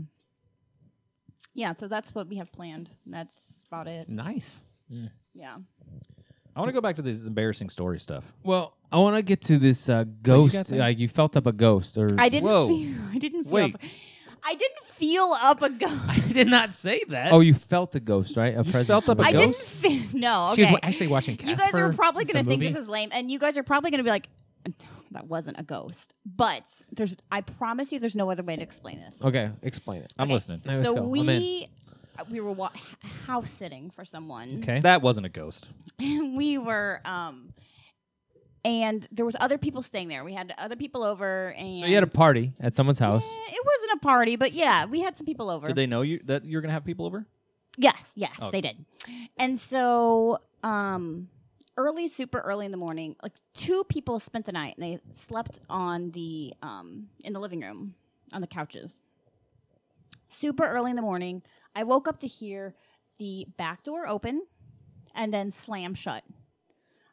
[SPEAKER 7] yeah, so that's what we have planned. That's about it.
[SPEAKER 9] Nice.
[SPEAKER 7] Yeah,
[SPEAKER 6] I want to go back to this embarrassing story stuff.
[SPEAKER 2] Well, I want to get to this uh, ghost.
[SPEAKER 6] got things?
[SPEAKER 2] like you felt up a ghost, or
[SPEAKER 7] I didn't.
[SPEAKER 6] Whoa.
[SPEAKER 7] Feel, I didn't feel.
[SPEAKER 6] Wait.
[SPEAKER 7] Up, I didn't feel up a ghost.
[SPEAKER 9] I did not say that.
[SPEAKER 2] oh, you felt a ghost, right? A presence
[SPEAKER 6] felt up
[SPEAKER 2] or
[SPEAKER 6] a
[SPEAKER 7] I
[SPEAKER 2] whatever.
[SPEAKER 7] didn't feel. No,
[SPEAKER 9] Oh, She was
[SPEAKER 7] okay.
[SPEAKER 9] wa- actually watching
[SPEAKER 7] you guys are
[SPEAKER 9] Casper,
[SPEAKER 7] probably going
[SPEAKER 9] some
[SPEAKER 7] to think
[SPEAKER 9] movie.
[SPEAKER 7] this is lame, and you guys are probably going to be like, "That wasn't a ghost." But there's, I promise you, there's no other way to explain this.
[SPEAKER 2] Okay, explain it.
[SPEAKER 6] I'm listening.
[SPEAKER 2] Now let's
[SPEAKER 7] so
[SPEAKER 2] go. I'm in.
[SPEAKER 7] we we were wa- h- house sitting for someone.
[SPEAKER 2] Okay.
[SPEAKER 6] That wasn't a ghost.
[SPEAKER 7] we were, um, and there was other people staying there. We had other people over, and
[SPEAKER 2] So you had a party at someone's
[SPEAKER 7] Eh,
[SPEAKER 2] house.
[SPEAKER 7] It wasn't a party, but yeah, we had some people over.
[SPEAKER 6] Did they know you that you're gonna have people over?
[SPEAKER 7] Yes, yes,
[SPEAKER 6] Oh.
[SPEAKER 7] they did. And so, um, early, super early in the morning, like two people spent the night and they slept on the um in the living room on the couches. Super early in the morning, I woke up to hear the back door open and then slam shut.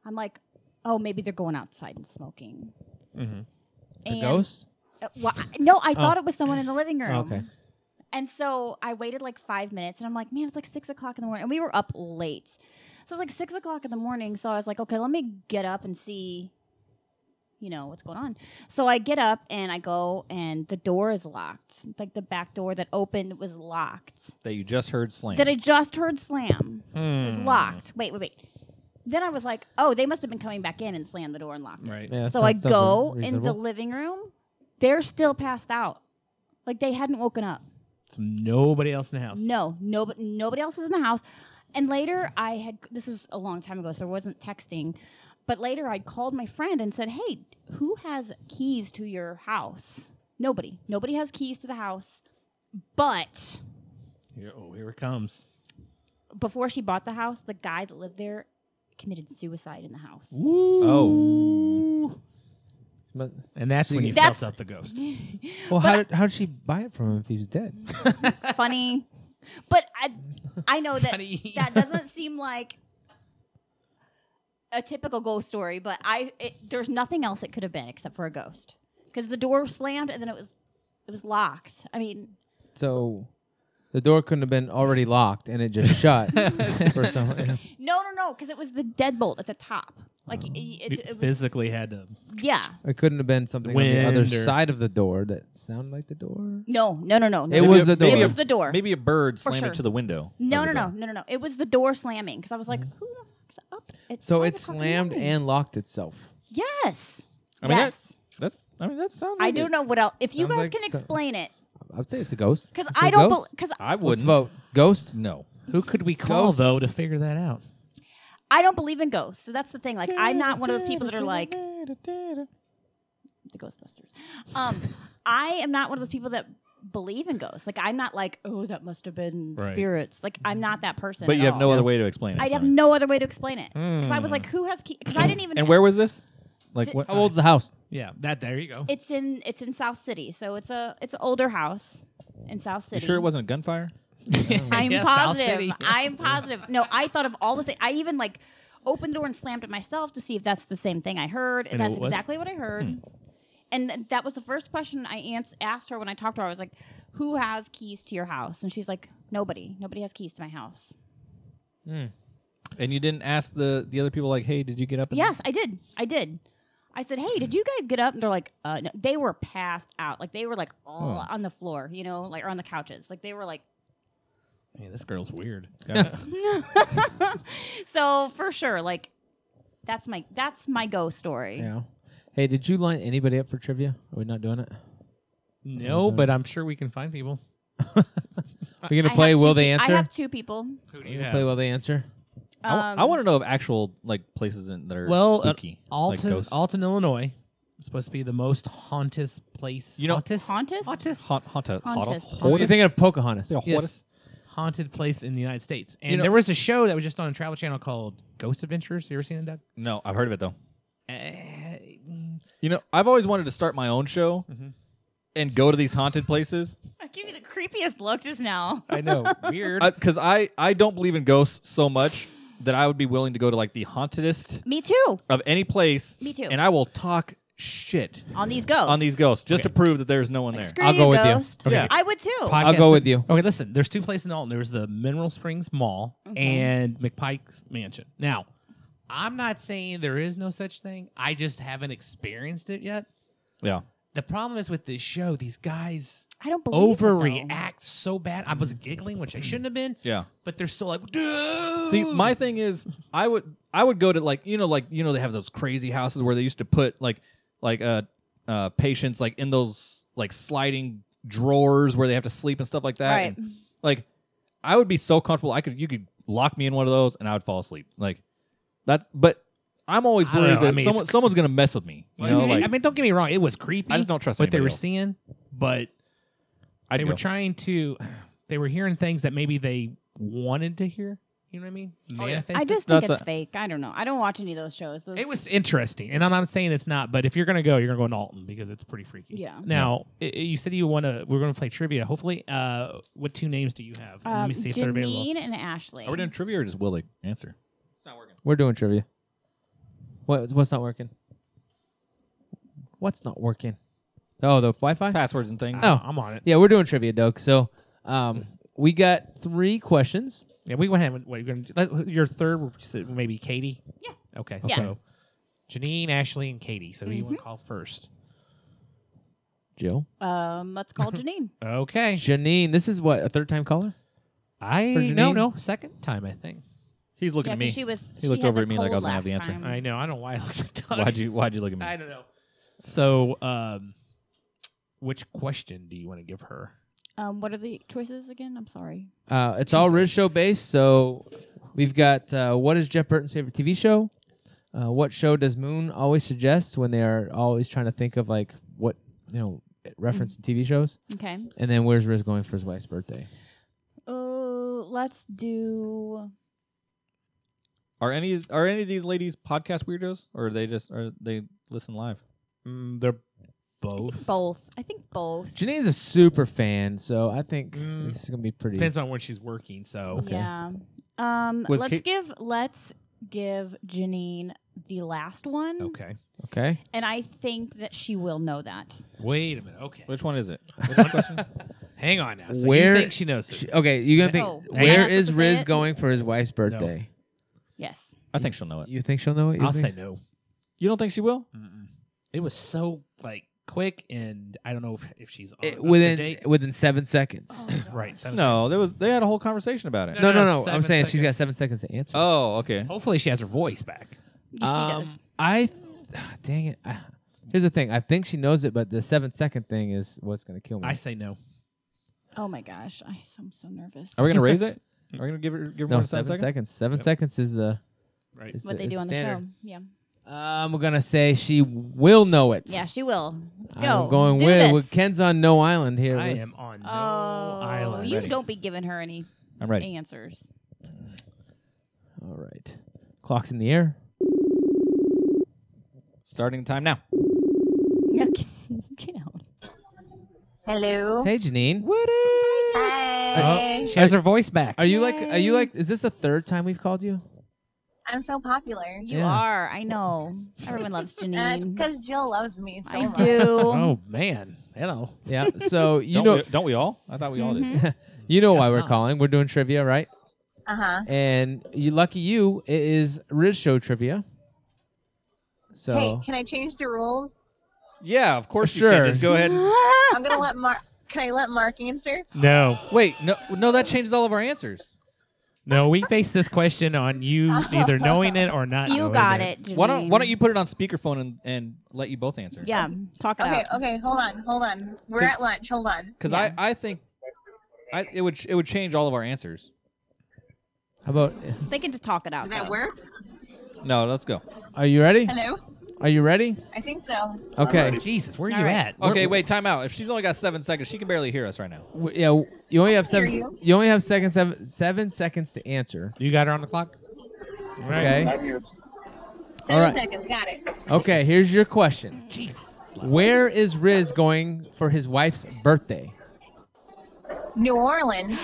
[SPEAKER 7] I'm like, oh, maybe they're going outside and smoking.
[SPEAKER 2] Mm-hmm. The
[SPEAKER 7] And-
[SPEAKER 2] ghost.
[SPEAKER 7] uh, wha- no, I thought it was someone in the living room.
[SPEAKER 2] Oh, okay.
[SPEAKER 7] And so I waited like five minutes and I'm like, man, it's like six o'clock in the morning. And we were up late. So it's like six o'clock in the morning. So I was like, okay, let me get up and see, you know, what's going on. So I get up and I go and the door is locked. Like the back door that opened was locked.
[SPEAKER 6] That you just heard slam.
[SPEAKER 7] That I just heard slam. It
[SPEAKER 2] Hmm.
[SPEAKER 7] was locked. Wait, wait, wait. Then I was like, oh, they must have been coming back in and slammed the door and locked it.
[SPEAKER 9] Right.
[SPEAKER 2] Yeah, that
[SPEAKER 7] So I
[SPEAKER 2] sounds- sounds
[SPEAKER 7] go in the
[SPEAKER 2] reasonable.
[SPEAKER 7] living room. They're still passed out. Like they hadn't woken up.
[SPEAKER 9] So nobody else in the house.
[SPEAKER 7] No, nobody, nobody else is in the house. And later, I had this was a long time ago, so there wasn't texting. But later, I called my friend and said, "Hey, who has keys to your house? Nobody. Nobody has keys to the house." But
[SPEAKER 9] Here, oh, here it comes.
[SPEAKER 7] before she bought the house, the guy that lived there committed suicide in the house.
[SPEAKER 6] Oh.
[SPEAKER 2] But-
[SPEAKER 9] And that's when you
[SPEAKER 7] That's-
[SPEAKER 9] felt up the ghost.
[SPEAKER 2] Well, how did, how did she buy it from him if he was dead?
[SPEAKER 7] Funny, but I, I know that
[SPEAKER 9] Funny.
[SPEAKER 7] that doesn't seem like a typical ghost story, but I it, there's nothing else it could have been except for a ghost because the door was slammed and then it was it was locked. I mean,
[SPEAKER 2] So the door couldn't have been already locked and it just shut for someone.
[SPEAKER 7] no, no, no, because it was the deadbolt at the top. Like y- y- it,
[SPEAKER 3] You
[SPEAKER 7] it, was,
[SPEAKER 3] physically had to.
[SPEAKER 7] yeah.
[SPEAKER 2] It couldn't have been something on the other
[SPEAKER 3] Wind or-
[SPEAKER 2] side of the door that sounded like the door.
[SPEAKER 7] No, no, no, no. no
[SPEAKER 2] It
[SPEAKER 7] no,
[SPEAKER 2] was
[SPEAKER 7] no.
[SPEAKER 2] the door.
[SPEAKER 7] It was the door.
[SPEAKER 6] Maybe a bird
[SPEAKER 7] For
[SPEAKER 6] slammed
[SPEAKER 7] sure.
[SPEAKER 6] into the window.
[SPEAKER 7] no,
[SPEAKER 6] of
[SPEAKER 7] no,
[SPEAKER 6] the
[SPEAKER 7] no,
[SPEAKER 6] door.
[SPEAKER 7] no, no, no. It was the door slamming because I was like, who the fuck's up? It's
[SPEAKER 2] So
[SPEAKER 7] five
[SPEAKER 2] it
[SPEAKER 7] o'clock in the
[SPEAKER 2] slammed
[SPEAKER 7] morning."
[SPEAKER 2] and locked itself.
[SPEAKER 7] yes,
[SPEAKER 6] I mean, that-
[SPEAKER 7] yes.
[SPEAKER 6] That's. I mean, that sounds.
[SPEAKER 7] I
[SPEAKER 6] like
[SPEAKER 7] don't
[SPEAKER 6] it.
[SPEAKER 7] know what else. If you
[SPEAKER 2] Sounds
[SPEAKER 7] guys
[SPEAKER 2] like
[SPEAKER 7] can
[SPEAKER 2] so-
[SPEAKER 7] explain it,
[SPEAKER 2] I would say it's a ghost.
[SPEAKER 7] because
[SPEAKER 2] It's a
[SPEAKER 7] I don't
[SPEAKER 2] ghost?
[SPEAKER 7] because
[SPEAKER 6] I
[SPEAKER 2] Let's
[SPEAKER 6] wouldn't.
[SPEAKER 2] vote. Ghost.
[SPEAKER 6] No.
[SPEAKER 3] Who could we call
[SPEAKER 2] Ghost.
[SPEAKER 3] though to figure that out?
[SPEAKER 7] I don't believe in ghosts. So that's the thing. Like I'm not one of those people that are like the Ghostbusters. Um, I am not one of those people that believe in ghosts. Like I'm not like oh that must have been
[SPEAKER 3] Right.
[SPEAKER 7] spirits. Like I'm not that person.
[SPEAKER 6] Mm-hmm. But
[SPEAKER 7] at
[SPEAKER 6] you have
[SPEAKER 7] all.
[SPEAKER 6] no other way to explain it.
[SPEAKER 7] I'd have
[SPEAKER 6] sorry.
[SPEAKER 7] no other way to explain it because I was like, who has? Because I didn't even.
[SPEAKER 6] And where was this? Like
[SPEAKER 7] Th-
[SPEAKER 6] what?
[SPEAKER 2] How old's the house?
[SPEAKER 3] Yeah, that. There you go.
[SPEAKER 7] It's in it's in South City, so it's a it's an older house in South
[SPEAKER 6] You
[SPEAKER 7] City.
[SPEAKER 6] sure it wasn't gunfire?
[SPEAKER 7] I'm
[SPEAKER 3] Yeah, South City.
[SPEAKER 7] positive. I'm positive. No, I thought of all the things. I even like opened the door and slammed it myself to see if that's the same thing I heard, and,
[SPEAKER 3] And it
[SPEAKER 7] that's
[SPEAKER 3] was? Hmm.
[SPEAKER 7] exactly what I heard. And th- that was the first question I ans- asked her when I talked to her. I was like, "Who has keys to your house?" And she's like, "Nobody. Nobody has keys to my house."
[SPEAKER 6] And you didn't ask the the other people like, hey, did you get up? And
[SPEAKER 7] Yes, I did. I did. I said, "Hey,
[SPEAKER 2] Hmm.
[SPEAKER 7] did you guys get up?" And they're like, uh, no. "They were passed out. Like they were like all on the floor, you know, like or on the couches. Like they were like."
[SPEAKER 3] Man, this girl's weird.
[SPEAKER 7] so for sure, like that's my that's my go story.
[SPEAKER 2] Yeah. Hey, did you line anybody up for trivia? Are we not doing it?
[SPEAKER 3] no, but I'm sure we can find people.
[SPEAKER 2] We're
[SPEAKER 7] I
[SPEAKER 2] gonna play
[SPEAKER 7] have
[SPEAKER 2] Will
[SPEAKER 7] two
[SPEAKER 2] They
[SPEAKER 7] pe-
[SPEAKER 2] Answer.
[SPEAKER 7] I have two people.
[SPEAKER 3] Who do
[SPEAKER 2] We're gonna play Will They Answer.
[SPEAKER 6] I wa-
[SPEAKER 7] Um,
[SPEAKER 6] I want to know of actual like places in, that are
[SPEAKER 3] Well, uh,
[SPEAKER 6] spooky, like
[SPEAKER 3] Alton,
[SPEAKER 6] ghosts.
[SPEAKER 3] Alton, Illinois, is supposed to be the most hauntest place.
[SPEAKER 6] You know-
[SPEAKER 3] hauntest,
[SPEAKER 7] Hauntest?
[SPEAKER 3] hauntest,
[SPEAKER 6] haunt, haunt, haunt,
[SPEAKER 7] Haunted.
[SPEAKER 2] What are you thinking of Pocahontas?
[SPEAKER 6] Yeah,
[SPEAKER 3] yes. haunted place in the United States. And
[SPEAKER 6] know-
[SPEAKER 3] there was a show that was just on a Travel Channel called Ghost Adventures. You ever seen it, Doug?
[SPEAKER 6] No, I've heard of it though.
[SPEAKER 3] Eh,
[SPEAKER 6] You know, I've always wanted to start my own show and go to these haunted places
[SPEAKER 7] I give you the creepiest look just now.
[SPEAKER 3] I know, weird.
[SPEAKER 6] because Uh, I, I don't believe in ghosts so much that I would be willing to go to like the hauntedest
[SPEAKER 7] Me too.
[SPEAKER 6] of any place.
[SPEAKER 7] Me too.
[SPEAKER 6] And I will talk shit
[SPEAKER 7] On these ghosts.
[SPEAKER 6] on these ghosts just to prove that there's no one there.
[SPEAKER 7] Screw
[SPEAKER 2] I'll
[SPEAKER 7] you,
[SPEAKER 2] go with you.
[SPEAKER 7] ghost.
[SPEAKER 6] Okay. Yeah.
[SPEAKER 7] I would too.
[SPEAKER 2] I'll
[SPEAKER 3] Podcast-
[SPEAKER 2] go with you.
[SPEAKER 3] Okay, listen. There's two places in Alton. There's the Mineral Springs Mall
[SPEAKER 7] Mm-hmm.
[SPEAKER 3] and McPike's Mansion. Now, I'm not saying there is no such thing. I just haven't experienced it yet.
[SPEAKER 6] Yeah.
[SPEAKER 3] The problem is with this show, these guys
[SPEAKER 7] I Oh, don't believe it, though.
[SPEAKER 3] overreact so bad. I was giggling, which I shouldn't have been.
[SPEAKER 6] Yeah.
[SPEAKER 3] But they're still like, dude.
[SPEAKER 6] See, my thing is, I would I would go to like you know like you know they have those crazy houses where they used to put like like uh uh patients like in those like sliding drawers where they have to sleep and stuff like that.
[SPEAKER 7] Right.
[SPEAKER 6] And, like I would be so comfortable. I could you could lock me in one of those and I would fall asleep. Like that's but I'm always
[SPEAKER 3] I don't
[SPEAKER 6] worried
[SPEAKER 3] know.
[SPEAKER 6] that
[SPEAKER 3] I mean,
[SPEAKER 6] someone
[SPEAKER 3] it's-
[SPEAKER 6] someone's gonna mess with me. You
[SPEAKER 3] Well,
[SPEAKER 6] know,
[SPEAKER 3] I-
[SPEAKER 6] like
[SPEAKER 3] I mean, don't get me wrong, it was creepy.
[SPEAKER 6] I just don't trust
[SPEAKER 3] what they
[SPEAKER 6] anybody
[SPEAKER 3] were
[SPEAKER 6] else.
[SPEAKER 3] seeing. But
[SPEAKER 6] I'd
[SPEAKER 3] they were
[SPEAKER 6] go.
[SPEAKER 3] trying to, they were hearing things that maybe they wanted to hear. You know what I mean? Manifested.
[SPEAKER 7] I just think
[SPEAKER 6] That's
[SPEAKER 7] it's
[SPEAKER 6] a-
[SPEAKER 7] fake. I don't know. I don't watch any of those shows. Those-
[SPEAKER 3] It was interesting, and I'm not saying it's not, but if you're gonna go, you're gonna go in Alton because it's pretty freaky.
[SPEAKER 7] Yeah.
[SPEAKER 3] Now i- i- you said you want to. We're gonna play trivia. Hopefully, uh, what two names do you have? And Let
[SPEAKER 7] um,
[SPEAKER 3] me see if they're available.
[SPEAKER 7] Janine and Ashley.
[SPEAKER 6] Are we doing trivia or just Willie answer?
[SPEAKER 2] We're doing trivia. What? What's not working? What's not working? Oh, the Wi-Fi.
[SPEAKER 6] Passwords and things.
[SPEAKER 2] Oh.
[SPEAKER 3] I'm on it.
[SPEAKER 2] Yeah, we're doing trivia, Doug. So, um, we got three questions.
[SPEAKER 3] Yeah, we went ahead. and- What, you're gonna, let- your third, would s- maybe Katie.
[SPEAKER 7] Yeah.
[SPEAKER 3] Okay.
[SPEAKER 7] Yeah. Mm-hmm.
[SPEAKER 3] So, Janine, Ashley, and Katie. So you want to call first?
[SPEAKER 2] Jill,
[SPEAKER 7] Um, let's call Janine.
[SPEAKER 3] Okay.
[SPEAKER 2] Janine. This is what a third-time caller.
[SPEAKER 3] I
[SPEAKER 2] For
[SPEAKER 3] no
[SPEAKER 2] Janine?
[SPEAKER 3] no second time I think.
[SPEAKER 6] He's looking
[SPEAKER 7] yeah,
[SPEAKER 6] at me.
[SPEAKER 7] 'cause she was.
[SPEAKER 6] He
[SPEAKER 7] she
[SPEAKER 6] looked
[SPEAKER 7] had
[SPEAKER 6] over
[SPEAKER 7] the
[SPEAKER 6] at me like I
[SPEAKER 7] cold
[SPEAKER 6] was gonna have the
[SPEAKER 7] last
[SPEAKER 6] answer.
[SPEAKER 7] time.
[SPEAKER 3] I know. I don't know why I looked at Doug.
[SPEAKER 6] Why'd you Why'd you look at me?
[SPEAKER 3] I don't know. So, um, which question do you want to give her?
[SPEAKER 7] Um, what are the choices again? I'm sorry.
[SPEAKER 2] Uh, it's all Riz show based. So, we've got uh, what is Jeff Burton's favorite TV show? Uh, what show does Moon always suggest when they are always trying to think of like what you know reference to TV shows?
[SPEAKER 7] Okay.
[SPEAKER 2] And then where's Riz going for his wife's birthday?
[SPEAKER 7] Oh, let's do.
[SPEAKER 6] Are any are any of these ladies podcast weirdos, or are they just are they listen live?
[SPEAKER 3] Mm, they're both.
[SPEAKER 7] Both. I think both.
[SPEAKER 2] Janine's a super fan, so I think
[SPEAKER 3] Mm.
[SPEAKER 2] this is gonna be pretty.
[SPEAKER 3] Depends on when she's working. So
[SPEAKER 7] Yeah. Um,
[SPEAKER 6] Was
[SPEAKER 7] let's
[SPEAKER 6] Kate-
[SPEAKER 7] give let's give Janine the last one,
[SPEAKER 3] okay.
[SPEAKER 2] Okay.
[SPEAKER 7] and I think that she will know that.
[SPEAKER 3] Wait a minute. Okay.
[SPEAKER 6] Which one is it?
[SPEAKER 3] Hang on now. So you
[SPEAKER 2] Where-
[SPEAKER 3] think she knows? it.
[SPEAKER 2] She- okay, you're gonna
[SPEAKER 7] No.
[SPEAKER 2] think
[SPEAKER 7] Am I
[SPEAKER 2] where
[SPEAKER 7] not supposed
[SPEAKER 2] is
[SPEAKER 7] to say
[SPEAKER 2] Riz
[SPEAKER 7] it?
[SPEAKER 2] going for his wife's birthday?
[SPEAKER 7] Yes.
[SPEAKER 6] I think she'll know it.
[SPEAKER 2] You think she'll know it? You
[SPEAKER 9] I'll
[SPEAKER 2] think?
[SPEAKER 9] say no.
[SPEAKER 6] You don't think she will?
[SPEAKER 9] Mm-mm. It was so like quick, and I don't know if, if she's on,
[SPEAKER 7] Uh,
[SPEAKER 2] It-
[SPEAKER 9] up to
[SPEAKER 2] within
[SPEAKER 9] date.
[SPEAKER 2] within seven seconds.
[SPEAKER 7] Oh.
[SPEAKER 9] right. seven
[SPEAKER 6] No,
[SPEAKER 9] seconds.
[SPEAKER 6] there was they had a whole conversation about it.
[SPEAKER 2] no, no,
[SPEAKER 9] no,
[SPEAKER 2] no. I'm
[SPEAKER 9] seven
[SPEAKER 2] saying she's got
[SPEAKER 9] seconds.
[SPEAKER 2] seven seconds to answer.
[SPEAKER 6] Oh, okay.
[SPEAKER 9] Hopefully, she has her voice back.
[SPEAKER 7] She
[SPEAKER 2] Um,
[SPEAKER 7] does.
[SPEAKER 2] I, dang it. I, here's the thing. I think she knows it, but the seven second thing is what's gonna kill me.
[SPEAKER 9] I say no.
[SPEAKER 7] Oh my gosh, I, I'm so nervous.
[SPEAKER 6] Are we gonna raise it? Are we gonna give her give her
[SPEAKER 2] no,
[SPEAKER 6] more than
[SPEAKER 2] seven
[SPEAKER 6] seven
[SPEAKER 2] seconds.
[SPEAKER 6] seconds?
[SPEAKER 2] Seven seconds is the
[SPEAKER 9] Right.
[SPEAKER 2] is
[SPEAKER 7] what they
[SPEAKER 2] is
[SPEAKER 7] do on the show?
[SPEAKER 2] standard.
[SPEAKER 7] Yeah,
[SPEAKER 2] Um, we're gonna say she will know it.
[SPEAKER 7] yeah, she will. Let's go.
[SPEAKER 2] I'm going
[SPEAKER 7] Let's do
[SPEAKER 2] with,
[SPEAKER 7] this.
[SPEAKER 2] with Ken's on no island here.
[SPEAKER 9] I
[SPEAKER 2] Let's-
[SPEAKER 9] am on no
[SPEAKER 7] Oh,
[SPEAKER 9] island.
[SPEAKER 7] you don't be giving her any
[SPEAKER 6] I'm ready.
[SPEAKER 7] answers.
[SPEAKER 2] All right. Clock's in the air.
[SPEAKER 6] Starting time now.
[SPEAKER 7] No, get, get out.
[SPEAKER 10] Hello.
[SPEAKER 2] Hey, Janine.
[SPEAKER 10] Hi.
[SPEAKER 9] She has her voice back.
[SPEAKER 2] Are you like? Are you like? Is this the third time we've called you?
[SPEAKER 10] I'm so popular.
[SPEAKER 7] You
[SPEAKER 2] Yeah.
[SPEAKER 7] are. I know. Everyone loves
[SPEAKER 10] Uh, it's
[SPEAKER 7] Janine.
[SPEAKER 10] because Jill loves me so
[SPEAKER 7] I
[SPEAKER 10] much.
[SPEAKER 7] do.
[SPEAKER 9] Oh man, hello.
[SPEAKER 2] Yeah. So you
[SPEAKER 6] don't
[SPEAKER 2] know,
[SPEAKER 6] we, don't we all? I thought we all
[SPEAKER 7] Mm-hmm.
[SPEAKER 6] did.
[SPEAKER 2] you know why
[SPEAKER 9] Guess
[SPEAKER 2] we're
[SPEAKER 9] not.
[SPEAKER 2] calling. We're doing trivia, right?
[SPEAKER 10] Uh
[SPEAKER 9] Uh-huh.
[SPEAKER 7] Uh-huh.
[SPEAKER 10] huh.
[SPEAKER 2] And you, lucky you, it is Riz Show trivia. So
[SPEAKER 10] Hey, can I change the rules?
[SPEAKER 6] Yeah, of course
[SPEAKER 2] Sure.
[SPEAKER 6] you can. Just go ahead. And,
[SPEAKER 10] I'm gonna let Mark. Can I let Mark answer?
[SPEAKER 9] No,
[SPEAKER 6] wait, no, no, that changes all of our answers.
[SPEAKER 9] no. We base this question on you either knowing it or not.
[SPEAKER 7] You
[SPEAKER 9] knowing
[SPEAKER 7] got it. Janine.
[SPEAKER 6] Why don't Why don't you put it on speakerphone and, and let you both answer?
[SPEAKER 7] Yeah, talk it
[SPEAKER 10] Okay,
[SPEAKER 7] out.
[SPEAKER 10] okay, hold on, hold on. We're
[SPEAKER 6] Cause-
[SPEAKER 10] at lunch. Hold on.
[SPEAKER 6] Because
[SPEAKER 7] Yeah.
[SPEAKER 6] I, I think I, it would it would change all of our answers.
[SPEAKER 2] how about?
[SPEAKER 7] They can just talk it out.
[SPEAKER 10] Did that
[SPEAKER 7] though.
[SPEAKER 10] work?
[SPEAKER 6] No, let's go.
[SPEAKER 2] Are you ready?
[SPEAKER 10] Hello.
[SPEAKER 2] Are you ready?
[SPEAKER 10] I think so.
[SPEAKER 2] Okay.
[SPEAKER 9] Jesus, where are
[SPEAKER 7] All
[SPEAKER 9] you
[SPEAKER 7] right.
[SPEAKER 9] at?
[SPEAKER 6] Okay, wait, time out. If she's only got seven seconds, she can barely hear us right now.
[SPEAKER 2] W- Yeah. w- You only have
[SPEAKER 10] I hear
[SPEAKER 2] seven.
[SPEAKER 10] you.
[SPEAKER 2] You only have seconds. Seven, seven seconds to answer.
[SPEAKER 9] You got her on the clock.
[SPEAKER 2] Okay.
[SPEAKER 10] Seven
[SPEAKER 2] right.
[SPEAKER 10] seconds. Got it.
[SPEAKER 2] Okay. Here's your question.
[SPEAKER 9] Jesus. it's loud.
[SPEAKER 2] Where is Riz going for his wife's birthday?
[SPEAKER 10] New Orleans.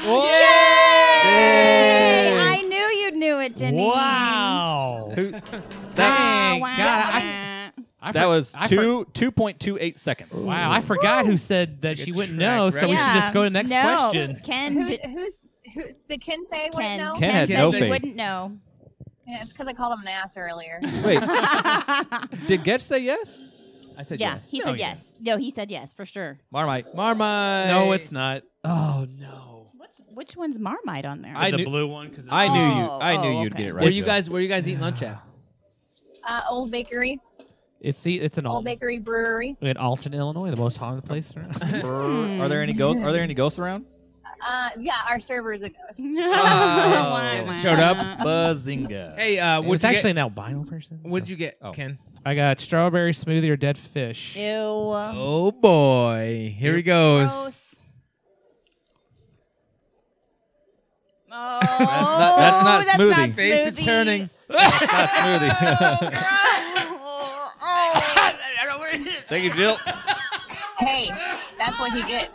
[SPEAKER 7] Hey, I knew you knew it, Janine.
[SPEAKER 9] Wow.
[SPEAKER 6] Who-
[SPEAKER 7] Ah,
[SPEAKER 9] Dang,
[SPEAKER 7] wah,
[SPEAKER 9] God, I-
[SPEAKER 7] wah.
[SPEAKER 9] I
[SPEAKER 6] That
[SPEAKER 9] for-
[SPEAKER 6] was
[SPEAKER 9] I for-
[SPEAKER 6] two two point two eight seconds.
[SPEAKER 9] Wow, I forgot who said that she wouldn't know, so we should
[SPEAKER 7] Yeah.
[SPEAKER 9] just go to the next
[SPEAKER 7] no.
[SPEAKER 9] question.
[SPEAKER 7] Ken,
[SPEAKER 10] Who,
[SPEAKER 7] did,
[SPEAKER 10] who's who's did Ken say what
[SPEAKER 7] Ken,
[SPEAKER 10] now?
[SPEAKER 6] Ken had
[SPEAKER 7] said
[SPEAKER 6] no
[SPEAKER 7] he
[SPEAKER 6] faith.
[SPEAKER 7] wouldn't know.
[SPEAKER 10] Yeah, it's because I called him an ass earlier.
[SPEAKER 6] Wait, did Getch say yes?
[SPEAKER 2] I said
[SPEAKER 7] yeah, he said yes. No, he said yes for sure.
[SPEAKER 6] Marmite.
[SPEAKER 2] Marmite.
[SPEAKER 9] No, it's not. Oh no.
[SPEAKER 7] What's which one's Marmite on there?
[SPEAKER 6] I
[SPEAKER 9] the
[SPEAKER 6] knew-
[SPEAKER 9] blue one because
[SPEAKER 6] I knew you.
[SPEAKER 7] Oh,
[SPEAKER 6] I knew
[SPEAKER 7] oh,
[SPEAKER 6] you'd
[SPEAKER 7] okay.
[SPEAKER 6] get it right.
[SPEAKER 2] Where you
[SPEAKER 6] Joe.
[SPEAKER 2] guys? Where you guys eating lunch at?
[SPEAKER 10] Uh, Old Bakery,
[SPEAKER 9] it's the- it's an
[SPEAKER 10] Old
[SPEAKER 9] Alton.
[SPEAKER 10] Bakery Brewery.
[SPEAKER 9] in Alton, Illinois, the most haunted place. around.
[SPEAKER 6] Brr. Are there any ghosts? Are there any ghosts around?
[SPEAKER 10] Uh, yeah, our server is a ghost.
[SPEAKER 7] Wah, wah.
[SPEAKER 6] showed up. Buzzinga.
[SPEAKER 2] Hey, uh,
[SPEAKER 9] It
[SPEAKER 2] what'd
[SPEAKER 9] was
[SPEAKER 2] you
[SPEAKER 9] actually an albino person.
[SPEAKER 2] Get, what'd
[SPEAKER 9] so-
[SPEAKER 2] you get,
[SPEAKER 6] Oh.
[SPEAKER 2] Ken?
[SPEAKER 9] I got strawberry smoothie or dead fish.
[SPEAKER 7] Ew.
[SPEAKER 2] Oh boy, here he goes.
[SPEAKER 7] Gross. Oh,
[SPEAKER 6] not- that's not
[SPEAKER 7] that's
[SPEAKER 6] smoothie.
[SPEAKER 7] not
[SPEAKER 2] Face
[SPEAKER 7] smoothie.
[SPEAKER 2] is turning.
[SPEAKER 6] smoothie.
[SPEAKER 7] Oh, oh.
[SPEAKER 6] Thank you, Jill.
[SPEAKER 10] Hey, that's what he gets.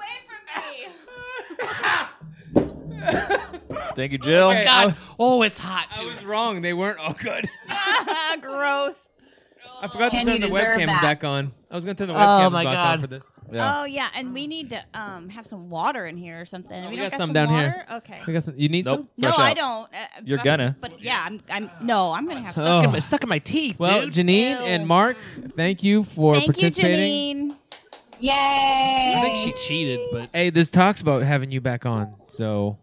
[SPEAKER 7] Oh.
[SPEAKER 6] Thank you, Jill.
[SPEAKER 9] God. Oh, it's hot.
[SPEAKER 2] I
[SPEAKER 9] dude.
[SPEAKER 2] was wrong. They weren't all good.
[SPEAKER 7] Gross.
[SPEAKER 2] I forgot
[SPEAKER 10] Ken,
[SPEAKER 2] to turn
[SPEAKER 10] you
[SPEAKER 2] the
[SPEAKER 10] deserve
[SPEAKER 2] webcams
[SPEAKER 10] that.
[SPEAKER 2] back on. I was gonna turn the
[SPEAKER 9] Oh,
[SPEAKER 2] webcams
[SPEAKER 9] my
[SPEAKER 2] back on
[SPEAKER 9] God.
[SPEAKER 2] for this.
[SPEAKER 6] Yeah.
[SPEAKER 7] Oh yeah, and we need to um have some water in here or something.
[SPEAKER 2] we
[SPEAKER 7] don't
[SPEAKER 2] got some down here.
[SPEAKER 7] water? Okay.
[SPEAKER 2] We got some. You need
[SPEAKER 6] Nope.
[SPEAKER 7] No,
[SPEAKER 6] Fresh
[SPEAKER 7] I
[SPEAKER 6] out.
[SPEAKER 7] don't. Uh,
[SPEAKER 6] You're
[SPEAKER 7] but-
[SPEAKER 6] gonna.
[SPEAKER 7] But yeah, I'm. I'm. No, I'm gonna have
[SPEAKER 2] some.
[SPEAKER 7] some.
[SPEAKER 2] Oh.
[SPEAKER 9] Stuck in my- stuck in my teeth.
[SPEAKER 2] Well,
[SPEAKER 9] dude.
[SPEAKER 2] Janine and Mark, thank you for
[SPEAKER 7] Thank you,
[SPEAKER 2] participating.
[SPEAKER 7] Janine.
[SPEAKER 9] I
[SPEAKER 10] Yay!
[SPEAKER 9] think she cheated, but
[SPEAKER 2] Hey, there's talks about having you back on, so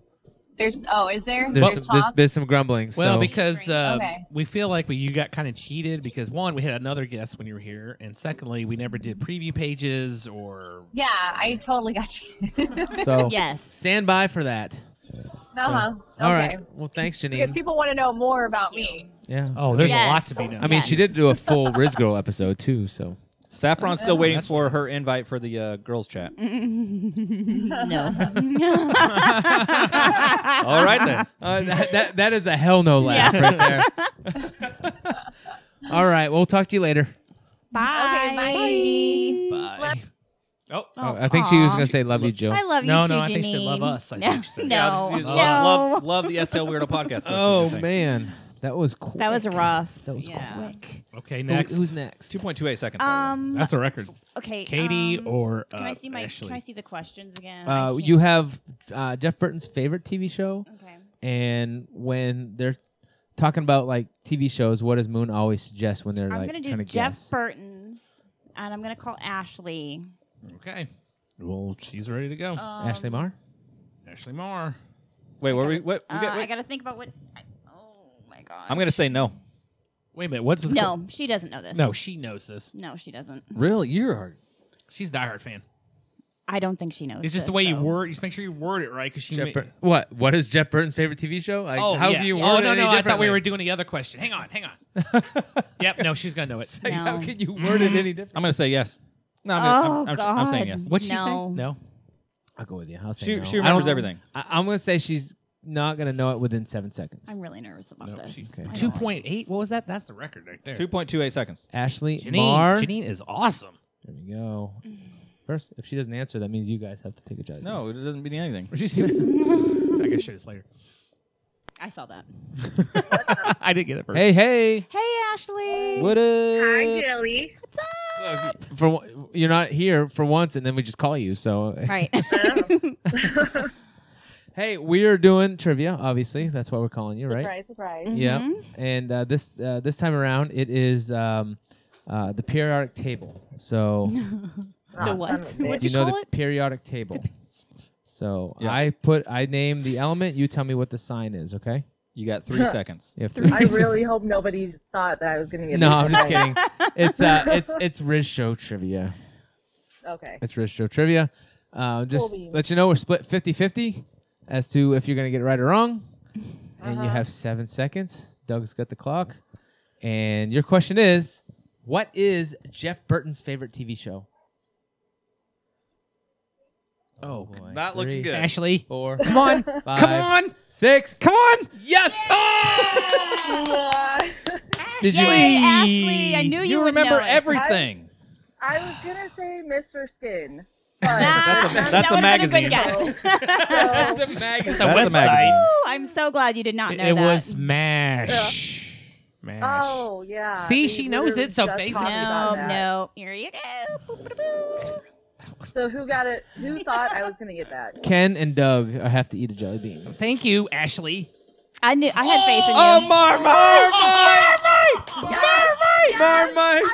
[SPEAKER 10] There's oh, is there?
[SPEAKER 2] there's
[SPEAKER 10] There's
[SPEAKER 2] some, there's,
[SPEAKER 10] talk.
[SPEAKER 2] there's some grumbling.
[SPEAKER 9] well,
[SPEAKER 2] so.
[SPEAKER 9] because uh,
[SPEAKER 10] Okay.
[SPEAKER 9] we feel like we you got kind of cheated because one, we had another guest when you were here, and secondly, we never did preview pages or
[SPEAKER 10] Yeah, I totally got you.
[SPEAKER 2] so
[SPEAKER 7] Yes.
[SPEAKER 2] stand by for that.
[SPEAKER 7] Uh-huh,
[SPEAKER 10] uh huh. Okay.
[SPEAKER 2] All right. Well, thanks,
[SPEAKER 10] Because
[SPEAKER 2] Janine.
[SPEAKER 10] people want to know more about me.
[SPEAKER 2] Yeah.
[SPEAKER 9] oh, there's
[SPEAKER 7] Yes.
[SPEAKER 9] a lot to be done.
[SPEAKER 2] I mean, she
[SPEAKER 7] Yes.
[SPEAKER 2] did do a full Riz Girl episode too, so
[SPEAKER 6] Saffron's still waiting
[SPEAKER 9] That's
[SPEAKER 6] for her invite for the uh, girls' chat.
[SPEAKER 7] no.
[SPEAKER 6] All right then.
[SPEAKER 2] uh, that, that that is a hell no laugh right there. All right, we'll talk to you later.
[SPEAKER 7] Bye.
[SPEAKER 9] Bye. Oh,
[SPEAKER 2] Oh, I think she was gonna say "Love you, Joe."
[SPEAKER 7] I love you
[SPEAKER 9] No,
[SPEAKER 7] too,
[SPEAKER 9] no,
[SPEAKER 7] Janine.
[SPEAKER 9] I think she said love us, I
[SPEAKER 7] no,
[SPEAKER 9] think she said.
[SPEAKER 6] Yeah,
[SPEAKER 7] no,
[SPEAKER 6] just use
[SPEAKER 7] Oh, no.
[SPEAKER 6] love- Love, love, the STL Weirdo podcast. is what
[SPEAKER 2] oh
[SPEAKER 6] she's saying.
[SPEAKER 2] man, that was quick.
[SPEAKER 7] That was rough.
[SPEAKER 2] That was
[SPEAKER 7] yeah.
[SPEAKER 2] quick.
[SPEAKER 9] okay,
[SPEAKER 2] Who-
[SPEAKER 9] next.
[SPEAKER 2] who's next?
[SPEAKER 6] 2.28 seconds. by the way.
[SPEAKER 7] Um.
[SPEAKER 9] That's a record.
[SPEAKER 7] okay.
[SPEAKER 9] Katie
[SPEAKER 7] um,
[SPEAKER 9] or uh,
[SPEAKER 7] Can I see my?
[SPEAKER 9] Ashley.
[SPEAKER 7] Can I see the questions again? I
[SPEAKER 2] Uh,
[SPEAKER 7] can't-
[SPEAKER 2] you have uh, Jeff Burton's favorite TV show,
[SPEAKER 7] Okay.
[SPEAKER 2] and when they're talking about like TV shows, what does Moon always suggest when they're
[SPEAKER 7] I'm
[SPEAKER 2] like
[SPEAKER 7] gonna
[SPEAKER 2] trying
[SPEAKER 7] do
[SPEAKER 2] to
[SPEAKER 7] Jeff
[SPEAKER 2] guess?
[SPEAKER 7] Burton's, and I'm gonna call Ashley.
[SPEAKER 3] Okay. Well, she's ready to go.
[SPEAKER 7] Uh,
[SPEAKER 3] um,
[SPEAKER 2] Ashley Marr.
[SPEAKER 3] Ashley Marr.
[SPEAKER 6] Wait, what? Were we, what?
[SPEAKER 7] Uh,
[SPEAKER 6] we got,
[SPEAKER 7] I
[SPEAKER 6] wait.
[SPEAKER 7] gotta think about what. I, oh my god.
[SPEAKER 6] I'm gonna say no.
[SPEAKER 3] Wait a minute. What's
[SPEAKER 7] No, she doesn't know this.
[SPEAKER 3] No, she knows this.
[SPEAKER 7] No, she doesn't.
[SPEAKER 4] Really, you are.
[SPEAKER 3] She's a diehard fan.
[SPEAKER 7] I don't think she knows.
[SPEAKER 3] It's just the
[SPEAKER 7] this,
[SPEAKER 3] way you
[SPEAKER 7] though.
[SPEAKER 3] word. You just make sure you word it right because she.
[SPEAKER 2] Jeff
[SPEAKER 3] ma-
[SPEAKER 2] Bur- what? What is Jeff Burton's favorite TV show? Like,
[SPEAKER 3] oh,
[SPEAKER 2] how
[SPEAKER 3] yeah.
[SPEAKER 2] do you?
[SPEAKER 3] Oh
[SPEAKER 2] word it
[SPEAKER 3] no,
[SPEAKER 2] any
[SPEAKER 3] no. I thought we
[SPEAKER 2] differently?
[SPEAKER 3] were doing the other question. Hang on, hang on. yep. No, she's gonna know it.
[SPEAKER 2] Like, How
[SPEAKER 7] No.
[SPEAKER 2] can you word it any different?
[SPEAKER 6] I'm gonna say yes. No, I'm,
[SPEAKER 7] Oh,
[SPEAKER 6] I'm, I'm, I'm saying
[SPEAKER 7] God.
[SPEAKER 6] yes.
[SPEAKER 3] What'd she
[SPEAKER 7] No.
[SPEAKER 3] say? No.
[SPEAKER 2] I'll go with you. I'll say
[SPEAKER 6] She
[SPEAKER 2] no.
[SPEAKER 6] she
[SPEAKER 2] I don't-
[SPEAKER 6] remembers everything.
[SPEAKER 2] I, I'm gonna say she's not gonna know it within seven seconds.
[SPEAKER 7] I'm really nervous about this.
[SPEAKER 2] okay.
[SPEAKER 7] I
[SPEAKER 3] Two
[SPEAKER 7] don't-
[SPEAKER 3] point eight. What was that? That's the record right there.
[SPEAKER 6] Two point two eight seconds.
[SPEAKER 2] Ashley
[SPEAKER 3] Janine.
[SPEAKER 2] Marr.
[SPEAKER 3] Janine is awesome.
[SPEAKER 2] There we go. First, if she doesn't answer, that means you guys have to take a judge.
[SPEAKER 6] No, it doesn't mean anything.
[SPEAKER 3] What'd you say? I guess shit is later.
[SPEAKER 7] I saw that.
[SPEAKER 3] I did get it first.
[SPEAKER 2] Hey, hey.
[SPEAKER 7] Hey, Ashley.
[SPEAKER 6] What?
[SPEAKER 10] Hi,
[SPEAKER 6] Up?
[SPEAKER 10] Gilly.
[SPEAKER 2] For on- you're not here for once, and then we just call you. So
[SPEAKER 7] Right.
[SPEAKER 2] hey, we are doing trivia. Obviously, that's why we're calling you, right?
[SPEAKER 10] Surprise, surprise.
[SPEAKER 2] Yeah. And uh, this uh, this time around, it is um, uh, the periodic table. So
[SPEAKER 10] Oh, son of a
[SPEAKER 7] what?
[SPEAKER 10] bitch.
[SPEAKER 7] What'd
[SPEAKER 2] you
[SPEAKER 7] you
[SPEAKER 2] know
[SPEAKER 7] call
[SPEAKER 2] the
[SPEAKER 7] it?
[SPEAKER 2] periodic table. So
[SPEAKER 6] Yeah.
[SPEAKER 2] I put I name the element. You tell me what the sign is. Okay.
[SPEAKER 6] You got three seconds.
[SPEAKER 2] You have
[SPEAKER 10] I really hope nobody thought that I was going to get
[SPEAKER 2] No,
[SPEAKER 10] this
[SPEAKER 2] I'm just
[SPEAKER 10] right.
[SPEAKER 2] kidding. It's uh, it's it's Riz Show trivia.
[SPEAKER 10] Okay.
[SPEAKER 2] It's Riz Show trivia. Uh, just
[SPEAKER 10] Cool beans.
[SPEAKER 2] let you know we're split 50-50 as to if you're gonna get it right or wrong. And
[SPEAKER 3] Uh-huh.
[SPEAKER 2] you have seven seconds. Doug's got the clock. And your question is, what is Jeff Burton's favorite TV show?
[SPEAKER 3] Oh,
[SPEAKER 2] boy.
[SPEAKER 6] Not looking
[SPEAKER 2] Three,
[SPEAKER 6] good.
[SPEAKER 3] Ashley.
[SPEAKER 2] Four,
[SPEAKER 3] Come on.
[SPEAKER 2] five,
[SPEAKER 3] Come on.
[SPEAKER 2] six.
[SPEAKER 3] Come on.
[SPEAKER 2] Yes. Ah,
[SPEAKER 10] Uh,
[SPEAKER 2] Did you-
[SPEAKER 7] Yay, Ashley. I knew you,
[SPEAKER 6] You
[SPEAKER 7] would
[SPEAKER 6] remember
[SPEAKER 7] know it.
[SPEAKER 6] everything.
[SPEAKER 10] I was going to say Mr. Skin.
[SPEAKER 7] That's
[SPEAKER 6] a- that's a
[SPEAKER 7] that would've been
[SPEAKER 6] magazine.
[SPEAKER 7] good guess.
[SPEAKER 10] So,
[SPEAKER 2] That's a magazine.
[SPEAKER 6] That's a magazine.
[SPEAKER 7] Woo, I'm so glad you did not
[SPEAKER 3] It,
[SPEAKER 7] know
[SPEAKER 3] it
[SPEAKER 7] that.
[SPEAKER 3] was Smash. Mash.
[SPEAKER 10] oh, yeah.
[SPEAKER 3] See,
[SPEAKER 10] we
[SPEAKER 3] she knows
[SPEAKER 10] literally
[SPEAKER 3] it, so
[SPEAKER 10] just
[SPEAKER 3] basically-
[SPEAKER 10] talked about
[SPEAKER 7] no,
[SPEAKER 10] that.
[SPEAKER 7] no. Here you go. Boop, boop, boop.
[SPEAKER 10] So who got it? Who thought I was going to get that?
[SPEAKER 2] Ken and Doug have to eat a jelly bean.
[SPEAKER 3] Thank you, Ashley.
[SPEAKER 7] I knew. I had faith in you.
[SPEAKER 6] Oh, Mar, Mar, Mar,
[SPEAKER 10] Yes!
[SPEAKER 2] Marmite.
[SPEAKER 10] I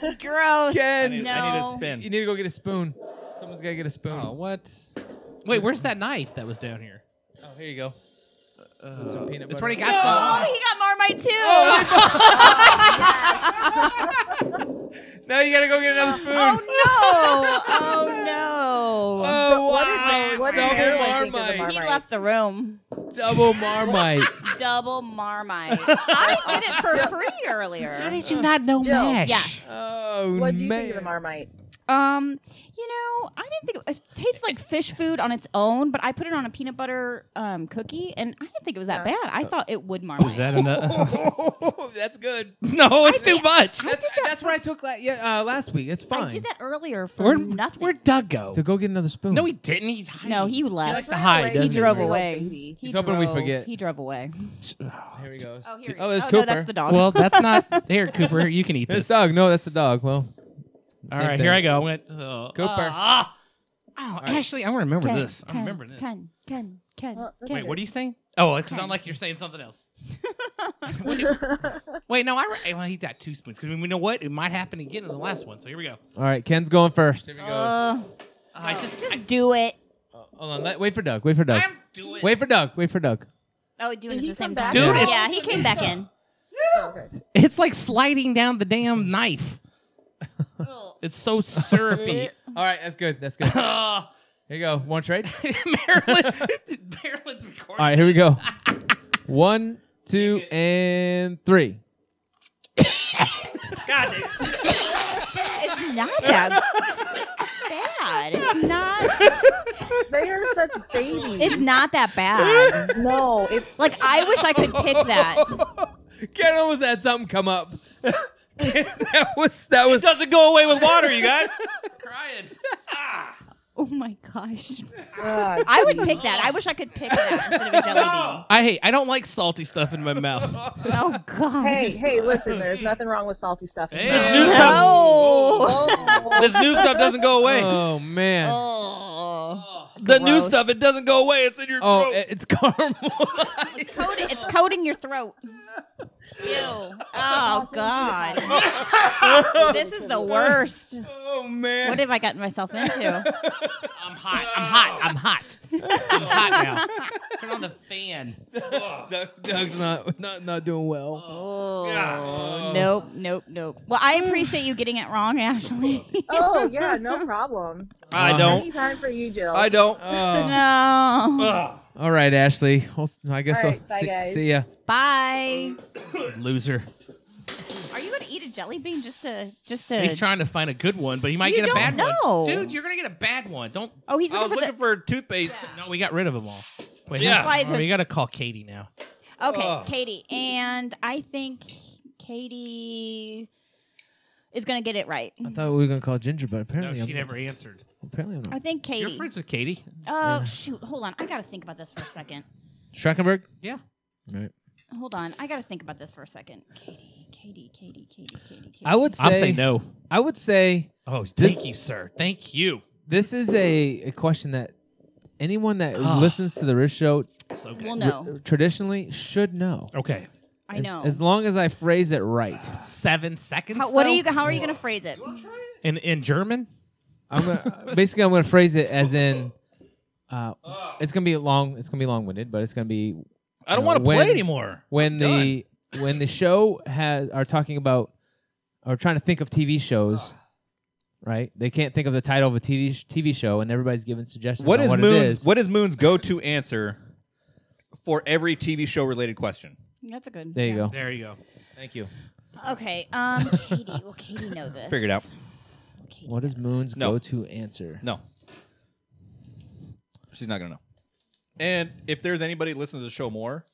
[SPEAKER 10] love Marmite.
[SPEAKER 7] Gross.
[SPEAKER 2] Ken. I
[SPEAKER 6] need-
[SPEAKER 7] no.
[SPEAKER 6] I need a spin.
[SPEAKER 2] You need to go get a spoon. Someone's gotta get a spoon.
[SPEAKER 6] Oh, what?
[SPEAKER 3] Wait, where's that knife that was down here?
[SPEAKER 2] Oh, here you go. Some peanut
[SPEAKER 3] It's
[SPEAKER 2] butter.
[SPEAKER 3] already got
[SPEAKER 7] Oh,
[SPEAKER 3] some.
[SPEAKER 7] he got Marmite too.
[SPEAKER 2] Oh, Now you gotta go get another spoon.
[SPEAKER 7] Oh no! Oh no!
[SPEAKER 2] Oh,
[SPEAKER 10] What did, what did
[SPEAKER 2] Double
[SPEAKER 10] Marilyn think of the
[SPEAKER 2] Marmite.
[SPEAKER 7] he
[SPEAKER 10] Marmite?
[SPEAKER 7] left the room.
[SPEAKER 2] Double Marmite.
[SPEAKER 7] Double Marmite. I did it for free earlier.
[SPEAKER 3] did you not know
[SPEAKER 10] Jill.
[SPEAKER 3] Mash?
[SPEAKER 7] Yes.
[SPEAKER 2] oh,
[SPEAKER 10] What do you
[SPEAKER 2] man.
[SPEAKER 10] think of the Marmite?
[SPEAKER 7] Um, you know, I didn't think it, it tastes like fish food on its own, but I put it on a peanut butter um, cookie, and I didn't think it was that bad. I thought it would Marmite.
[SPEAKER 3] Was Oh, that enough?
[SPEAKER 2] That's good.
[SPEAKER 3] no, Oh, it's too much.
[SPEAKER 2] That's, that's what I took la- yeah, uh, last week. It's fine.
[SPEAKER 7] I did that earlier for
[SPEAKER 3] Where'd,
[SPEAKER 7] nothing.
[SPEAKER 3] where'd Doug go?
[SPEAKER 2] To go get another spoon.
[SPEAKER 3] No, he didn't. He's hiding.
[SPEAKER 7] no, he left.
[SPEAKER 3] likes to hide,
[SPEAKER 10] Like,
[SPEAKER 3] doesn't
[SPEAKER 7] he
[SPEAKER 3] he,
[SPEAKER 7] drove
[SPEAKER 3] really?
[SPEAKER 7] away.
[SPEAKER 10] Baby.
[SPEAKER 7] He
[SPEAKER 2] He's hoping we
[SPEAKER 7] drove-
[SPEAKER 2] forget.
[SPEAKER 7] He drove away.
[SPEAKER 2] Here he goes.
[SPEAKER 7] Oh, here he
[SPEAKER 2] oh,
[SPEAKER 7] is.
[SPEAKER 2] there's
[SPEAKER 7] Oh,
[SPEAKER 2] Cooper.
[SPEAKER 7] no, that's the dog.
[SPEAKER 3] Well, that's not here, Cooper. You can eat
[SPEAKER 2] There's
[SPEAKER 3] this.
[SPEAKER 2] dog. No, that's the dog. Well,
[SPEAKER 3] All
[SPEAKER 2] same
[SPEAKER 3] right,
[SPEAKER 2] thing.
[SPEAKER 3] here I go. I went. Oh,
[SPEAKER 2] Cooper.
[SPEAKER 3] ah. oh, Ashley, I'm gonna remember
[SPEAKER 7] Ken,
[SPEAKER 3] this. I
[SPEAKER 7] Ken,
[SPEAKER 3] remember this.
[SPEAKER 7] Ken, Ken, Ken,
[SPEAKER 10] Well, look
[SPEAKER 7] Ken.
[SPEAKER 3] Wait, what are you saying? Oh, because I'm like you're saying something else. wait, wait, no, I re- well, he got two spoons because we know what it might happen again in the last one. So here we go.
[SPEAKER 2] All right, Ken's going first. Here he goes.
[SPEAKER 7] Uh,
[SPEAKER 3] Uh, I just, I,
[SPEAKER 7] do it.
[SPEAKER 2] Hold on. Let, wait for Doug. Wait for Doug.
[SPEAKER 3] I'm doing.
[SPEAKER 2] Wait for Doug. Wait for Doug.
[SPEAKER 7] Oh, doing
[SPEAKER 10] Did
[SPEAKER 7] it
[SPEAKER 10] he
[SPEAKER 7] at the
[SPEAKER 10] come
[SPEAKER 7] same
[SPEAKER 10] back?
[SPEAKER 7] time.
[SPEAKER 3] Dude, it's-
[SPEAKER 7] yeah, he came back in.
[SPEAKER 10] Oh, okay.
[SPEAKER 3] It's like sliding down the damn knife. It's so syrupy.
[SPEAKER 2] All right, that's good. That's good. Here
[SPEAKER 3] uh,
[SPEAKER 2] you go. One trade.
[SPEAKER 3] Marilyn, Marilyn's recording.
[SPEAKER 2] All right, here we go. One, two, and three.
[SPEAKER 3] God, dude.
[SPEAKER 7] It's not that bad. It's not.
[SPEAKER 10] They are such babies.
[SPEAKER 7] It's not that bad.
[SPEAKER 10] no, it's
[SPEAKER 7] Like I wish I could pick that.
[SPEAKER 2] Ken almost had something come up. that was that was
[SPEAKER 3] doesn't go away with water, you guys. Crying.
[SPEAKER 7] Oh my gosh.
[SPEAKER 10] God.
[SPEAKER 7] I would pick that. I wish I could pick that instead of a jelly bean.
[SPEAKER 3] I hate. I don't like salty stuff in my mouth.
[SPEAKER 7] Oh god.
[SPEAKER 10] Hey, hey, listen, there's nothing wrong with salty stuff. in
[SPEAKER 3] Hey.
[SPEAKER 10] there.
[SPEAKER 3] This new stuff-
[SPEAKER 7] No.
[SPEAKER 10] Oh,
[SPEAKER 9] Oh,
[SPEAKER 3] this new stuff doesn't go away.
[SPEAKER 2] Oh man.
[SPEAKER 7] Oh.
[SPEAKER 5] The new stuff, it doesn't go away. It's in your
[SPEAKER 2] Oh,
[SPEAKER 5] throat.
[SPEAKER 2] it- it's caramel.
[SPEAKER 7] It's coating. It's coating your throat. Ew. Oh God. this is the worst.
[SPEAKER 2] Oh man.
[SPEAKER 7] What have I gotten myself into?
[SPEAKER 9] I'm hot. I'm hot. I'm hot. I'm hot now. Turn on the fan.
[SPEAKER 2] Doug, Doug's not, not not doing well.
[SPEAKER 7] Oh, nope, nope, nope. Well, I appreciate you getting it wrong, Ashley.
[SPEAKER 10] Oh yeah, no problem.
[SPEAKER 5] I don't.
[SPEAKER 10] Anytime for you, Jill.
[SPEAKER 5] I don't.
[SPEAKER 7] no.
[SPEAKER 2] Oh. All right, Ashley. Well, I guess
[SPEAKER 10] All
[SPEAKER 2] I'll
[SPEAKER 10] right, bye,
[SPEAKER 2] see,
[SPEAKER 10] guys.
[SPEAKER 2] see ya.
[SPEAKER 7] Bye.
[SPEAKER 9] Loser.
[SPEAKER 7] Are you gonna eat a jelly bean just to just to?
[SPEAKER 9] He's trying to find a good one, but he might
[SPEAKER 7] You
[SPEAKER 9] get a
[SPEAKER 7] don't
[SPEAKER 9] bad
[SPEAKER 7] know.
[SPEAKER 9] one. Dude, you're gonna get a bad one. Don't.
[SPEAKER 7] oh, he's
[SPEAKER 5] I was
[SPEAKER 7] looking for
[SPEAKER 5] looking
[SPEAKER 7] the.
[SPEAKER 5] for toothpaste.
[SPEAKER 9] No, we got rid of them all. Wait,
[SPEAKER 5] Yeah.
[SPEAKER 9] yeah.
[SPEAKER 7] Why this-
[SPEAKER 9] we gotta call Katie now.
[SPEAKER 7] okay, Katie, and I think Katie is gonna get it right.
[SPEAKER 2] I thought we were gonna call Ginger, but
[SPEAKER 9] No,
[SPEAKER 2] apparently
[SPEAKER 9] she
[SPEAKER 2] I'm,
[SPEAKER 9] never answered.
[SPEAKER 2] Apparently I'm
[SPEAKER 7] I
[SPEAKER 2] not.
[SPEAKER 7] think
[SPEAKER 9] You're
[SPEAKER 7] Katie.
[SPEAKER 9] friends with Katie.
[SPEAKER 7] Oh shoot! Hold on, I gotta think about this for a second.
[SPEAKER 2] Strackenberg.
[SPEAKER 9] Yeah.
[SPEAKER 2] All right.
[SPEAKER 7] Hold on, I gotta think about this for a second. Katie, Katie, Katie, Katie, Katie, Katie.
[SPEAKER 2] I would say.
[SPEAKER 9] I'm saying no.
[SPEAKER 2] I would say
[SPEAKER 9] Oh, thank you, sir. Thank you.
[SPEAKER 2] this is a, a question that anyone that
[SPEAKER 9] Ah.
[SPEAKER 2] listens to the Riz Show
[SPEAKER 9] So good.
[SPEAKER 7] Well,
[SPEAKER 2] r-
[SPEAKER 7] no,
[SPEAKER 2] traditionally should know.
[SPEAKER 9] Okay.
[SPEAKER 7] I
[SPEAKER 2] As-
[SPEAKER 7] know.
[SPEAKER 2] As, long as I phrase it right,
[SPEAKER 9] Seven seconds.
[SPEAKER 7] how, what are
[SPEAKER 9] though?
[SPEAKER 7] you? How are you gonna phrase it?
[SPEAKER 9] In in German?
[SPEAKER 2] I'm gonna, basically I'm gonna phrase it as in. Uh, it's gonna be long. It's gonna be long-winded, but it's gonna be
[SPEAKER 5] I
[SPEAKER 2] Uh,
[SPEAKER 5] don't want to play
[SPEAKER 2] when-
[SPEAKER 5] anymore.
[SPEAKER 2] when the when the show has are talking about or trying to think of TV shows, right? They can't think of the title of a TV sh- TV show, and everybody's giving suggestions.
[SPEAKER 6] What
[SPEAKER 2] on
[SPEAKER 6] is
[SPEAKER 2] what It
[SPEAKER 6] Moon's
[SPEAKER 2] is.
[SPEAKER 6] What is Moon's go-to answer for every TV show related question?
[SPEAKER 7] That's a good.
[SPEAKER 2] There you
[SPEAKER 7] yeah.
[SPEAKER 2] go.
[SPEAKER 9] There you go.
[SPEAKER 2] Thank you.
[SPEAKER 7] Okay. Um, Katie. Will Katie know this?
[SPEAKER 6] Figured out.
[SPEAKER 7] Katie.
[SPEAKER 2] What is Moon's
[SPEAKER 6] No.
[SPEAKER 2] go-to answer?
[SPEAKER 6] No, she's not gonna know. And if there's anybody that listens to the show more,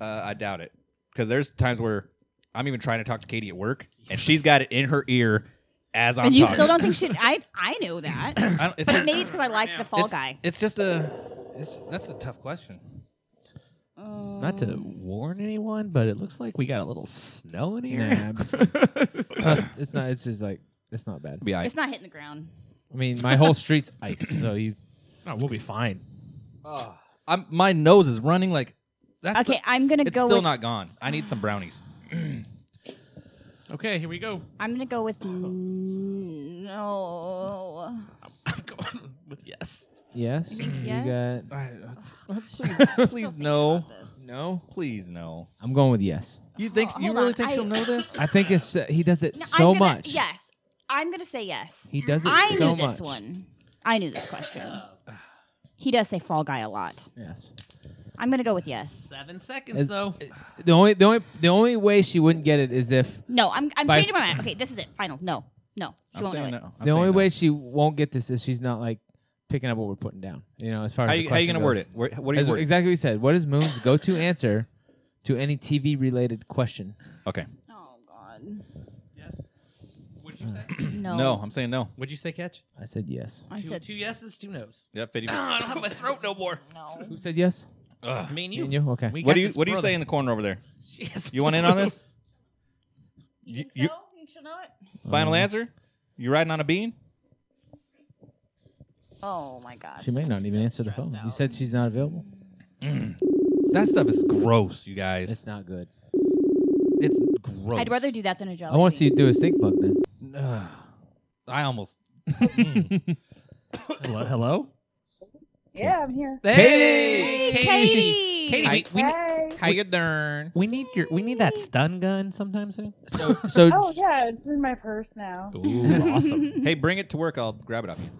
[SPEAKER 6] uh, I doubt it because there's times where I'm even trying to talk to Katie at work, and she's got it in her ear as I'm.
[SPEAKER 7] And you
[SPEAKER 6] talking.
[SPEAKER 7] still don't think she? I I knew that.
[SPEAKER 6] I don't, it's
[SPEAKER 7] But
[SPEAKER 6] just,
[SPEAKER 7] maybe it's because I like the Fall
[SPEAKER 6] it's,
[SPEAKER 7] Guy.
[SPEAKER 6] It's just a. It's, that's a tough question.
[SPEAKER 9] Not to warn anyone, but it looks like we got a little snow in here.
[SPEAKER 2] Nah, Uh, it's not. It's just like it's not bad.
[SPEAKER 6] Be all right.
[SPEAKER 7] It's not hitting the ground.
[SPEAKER 2] I mean, my whole street's ice, so you.
[SPEAKER 9] No, we'll be fine.
[SPEAKER 6] I'm, my nose is running like. That's
[SPEAKER 7] Okay,
[SPEAKER 6] the-
[SPEAKER 7] I'm gonna
[SPEAKER 6] it's
[SPEAKER 7] go
[SPEAKER 6] still
[SPEAKER 7] with.
[SPEAKER 6] not gone. I need some brownies.
[SPEAKER 9] Okay, here we go.
[SPEAKER 7] I'm gonna go with
[SPEAKER 6] Oh.
[SPEAKER 7] n- no.
[SPEAKER 9] I'm going with yes.
[SPEAKER 2] Yes.
[SPEAKER 7] yes?
[SPEAKER 2] You got
[SPEAKER 6] Please no.
[SPEAKER 2] no.
[SPEAKER 6] Please no.
[SPEAKER 2] I'm going with yes.
[SPEAKER 6] You think
[SPEAKER 7] Ho-
[SPEAKER 6] you
[SPEAKER 7] hold
[SPEAKER 6] really
[SPEAKER 7] on,
[SPEAKER 6] think
[SPEAKER 7] I-
[SPEAKER 6] she'll know this?
[SPEAKER 2] I think it's uh, he does it
[SPEAKER 7] No, I'm
[SPEAKER 2] so
[SPEAKER 7] gonna-
[SPEAKER 2] much.
[SPEAKER 7] Yes, I'm gonna say yes.
[SPEAKER 2] He does it
[SPEAKER 7] I knew
[SPEAKER 2] so much.
[SPEAKER 7] this one. I knew this question. He does say Fall Guy a lot.
[SPEAKER 2] Yes.
[SPEAKER 7] I'm gonna go with yes.
[SPEAKER 9] Seven seconds
[SPEAKER 2] As-
[SPEAKER 9] though.
[SPEAKER 2] The only the only the only way she wouldn't get it is if
[SPEAKER 7] No, I'm I'm
[SPEAKER 2] By-
[SPEAKER 7] changing my mind. Okay, this is it. Final. No, no, she
[SPEAKER 6] I'm
[SPEAKER 7] won't know
[SPEAKER 6] saying
[SPEAKER 7] it.
[SPEAKER 6] no. I'm
[SPEAKER 2] the only
[SPEAKER 6] saying
[SPEAKER 2] way
[SPEAKER 6] no.
[SPEAKER 2] she won't get this is she's not like picking up what we're putting down. You know, as far
[SPEAKER 6] How
[SPEAKER 2] as the
[SPEAKER 6] you, how you
[SPEAKER 2] question
[SPEAKER 6] gonna word
[SPEAKER 2] goes.
[SPEAKER 6] it? Where- What are you
[SPEAKER 2] As-
[SPEAKER 6] wording?
[SPEAKER 2] exactly what you said. What is Moon's go-to answer to any TV related question?
[SPEAKER 6] Okay.
[SPEAKER 7] Oh God.
[SPEAKER 9] Yes. What'd you say?
[SPEAKER 7] No.
[SPEAKER 6] No, I'm saying no.
[SPEAKER 9] What'd you say, catch?
[SPEAKER 2] I said yes.
[SPEAKER 7] I said
[SPEAKER 9] two yeses, two nos.
[SPEAKER 6] Yep. 50.
[SPEAKER 9] I don't have my throat no more.
[SPEAKER 7] no.
[SPEAKER 2] Who said yes?
[SPEAKER 9] Me and
[SPEAKER 2] Me
[SPEAKER 9] you.
[SPEAKER 2] and you? Okay.
[SPEAKER 9] We
[SPEAKER 6] What
[SPEAKER 9] got
[SPEAKER 6] do you
[SPEAKER 9] this,
[SPEAKER 6] What do you
[SPEAKER 9] brother.
[SPEAKER 6] say in the corner over there?
[SPEAKER 9] Yes.
[SPEAKER 6] You want in on this?
[SPEAKER 7] You,
[SPEAKER 6] You-
[SPEAKER 7] so? You should not.
[SPEAKER 9] Um,
[SPEAKER 6] Final answer. You riding on a bean?
[SPEAKER 7] Oh my gosh.
[SPEAKER 2] she may not even answer the phone. You said she's not available.
[SPEAKER 6] Mm. That stuff is gross, you guys.
[SPEAKER 2] It's
[SPEAKER 6] It's,
[SPEAKER 2] not good.
[SPEAKER 6] gross.
[SPEAKER 7] I'd rather do that than a jelly.
[SPEAKER 2] I want to
[SPEAKER 7] bean.
[SPEAKER 2] see you do a stink bug then.
[SPEAKER 6] I almost.
[SPEAKER 9] Hello. hello?
[SPEAKER 10] Yeah, I'm here.
[SPEAKER 9] Hey,
[SPEAKER 7] Katie.
[SPEAKER 9] Katie,
[SPEAKER 7] Hi.
[SPEAKER 9] we, we, need-
[SPEAKER 6] How you doing?
[SPEAKER 9] we need your we need that stun gun sometime soon.
[SPEAKER 2] So
[SPEAKER 10] Oh yeah, it's in my purse now.
[SPEAKER 9] Ooh, awesome.
[SPEAKER 6] Hey, bring it to work. I'll grab it off you.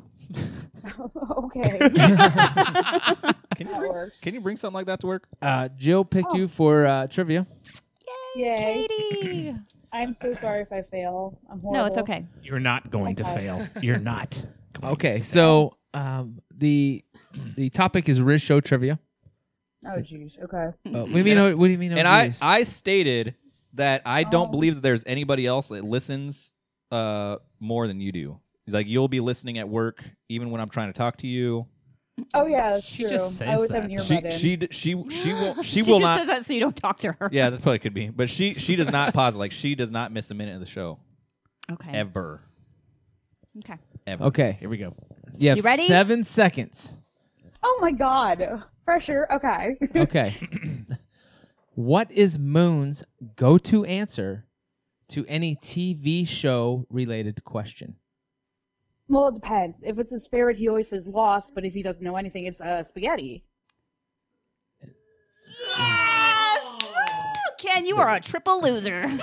[SPEAKER 10] okay.
[SPEAKER 6] Can you
[SPEAKER 10] That
[SPEAKER 6] bring,
[SPEAKER 10] works.
[SPEAKER 6] can you bring something like that to work?
[SPEAKER 2] uh, Jill picked
[SPEAKER 10] Oh.
[SPEAKER 2] you for uh, trivia.
[SPEAKER 10] Yay.
[SPEAKER 7] Katie.
[SPEAKER 10] I'm so sorry if I fail. I'm horrible.
[SPEAKER 7] no, it's okay.
[SPEAKER 9] You're not going to
[SPEAKER 10] Okay.
[SPEAKER 9] fail. You're not. going
[SPEAKER 2] Okay,
[SPEAKER 9] to
[SPEAKER 2] so um, the the topic is Riz Show trivia.
[SPEAKER 10] Oh jeez. Okay.
[SPEAKER 2] Uh, what do you mean? oh, What do you mean? oh,
[SPEAKER 6] and I,
[SPEAKER 2] geez?
[SPEAKER 6] I stated that I don't
[SPEAKER 10] Oh.
[SPEAKER 6] believe that there's anybody else that listens uh, more than you do. Like you'll be listening at work, even when I'm trying to talk to you.
[SPEAKER 10] Oh yeah, that's
[SPEAKER 9] She
[SPEAKER 10] true.
[SPEAKER 9] just
[SPEAKER 10] I
[SPEAKER 9] says
[SPEAKER 10] always have
[SPEAKER 9] that.
[SPEAKER 10] an earbud
[SPEAKER 6] She
[SPEAKER 10] in.
[SPEAKER 6] she d- she she won't she,
[SPEAKER 7] she
[SPEAKER 6] will
[SPEAKER 7] just
[SPEAKER 6] not.
[SPEAKER 7] says that so you don't talk to her.
[SPEAKER 6] Yeah, that probably could be. But she she does not pause. Like she does not miss a minute of the show
[SPEAKER 7] Okay.
[SPEAKER 6] ever
[SPEAKER 7] Okay.
[SPEAKER 6] ever.
[SPEAKER 2] okay.
[SPEAKER 9] Here we go.
[SPEAKER 2] You have
[SPEAKER 7] You ready?
[SPEAKER 2] seven seconds.
[SPEAKER 12] Oh my god. Pressure. Okay.
[SPEAKER 2] Okay. what is Moon's go to answer to any TV show related question?
[SPEAKER 12] well, it depends. If it's his favorite, he always says lost, but if he doesn't know anything, it's uh, spaghetti.
[SPEAKER 7] Ken, you are a triple loser.
[SPEAKER 12] oh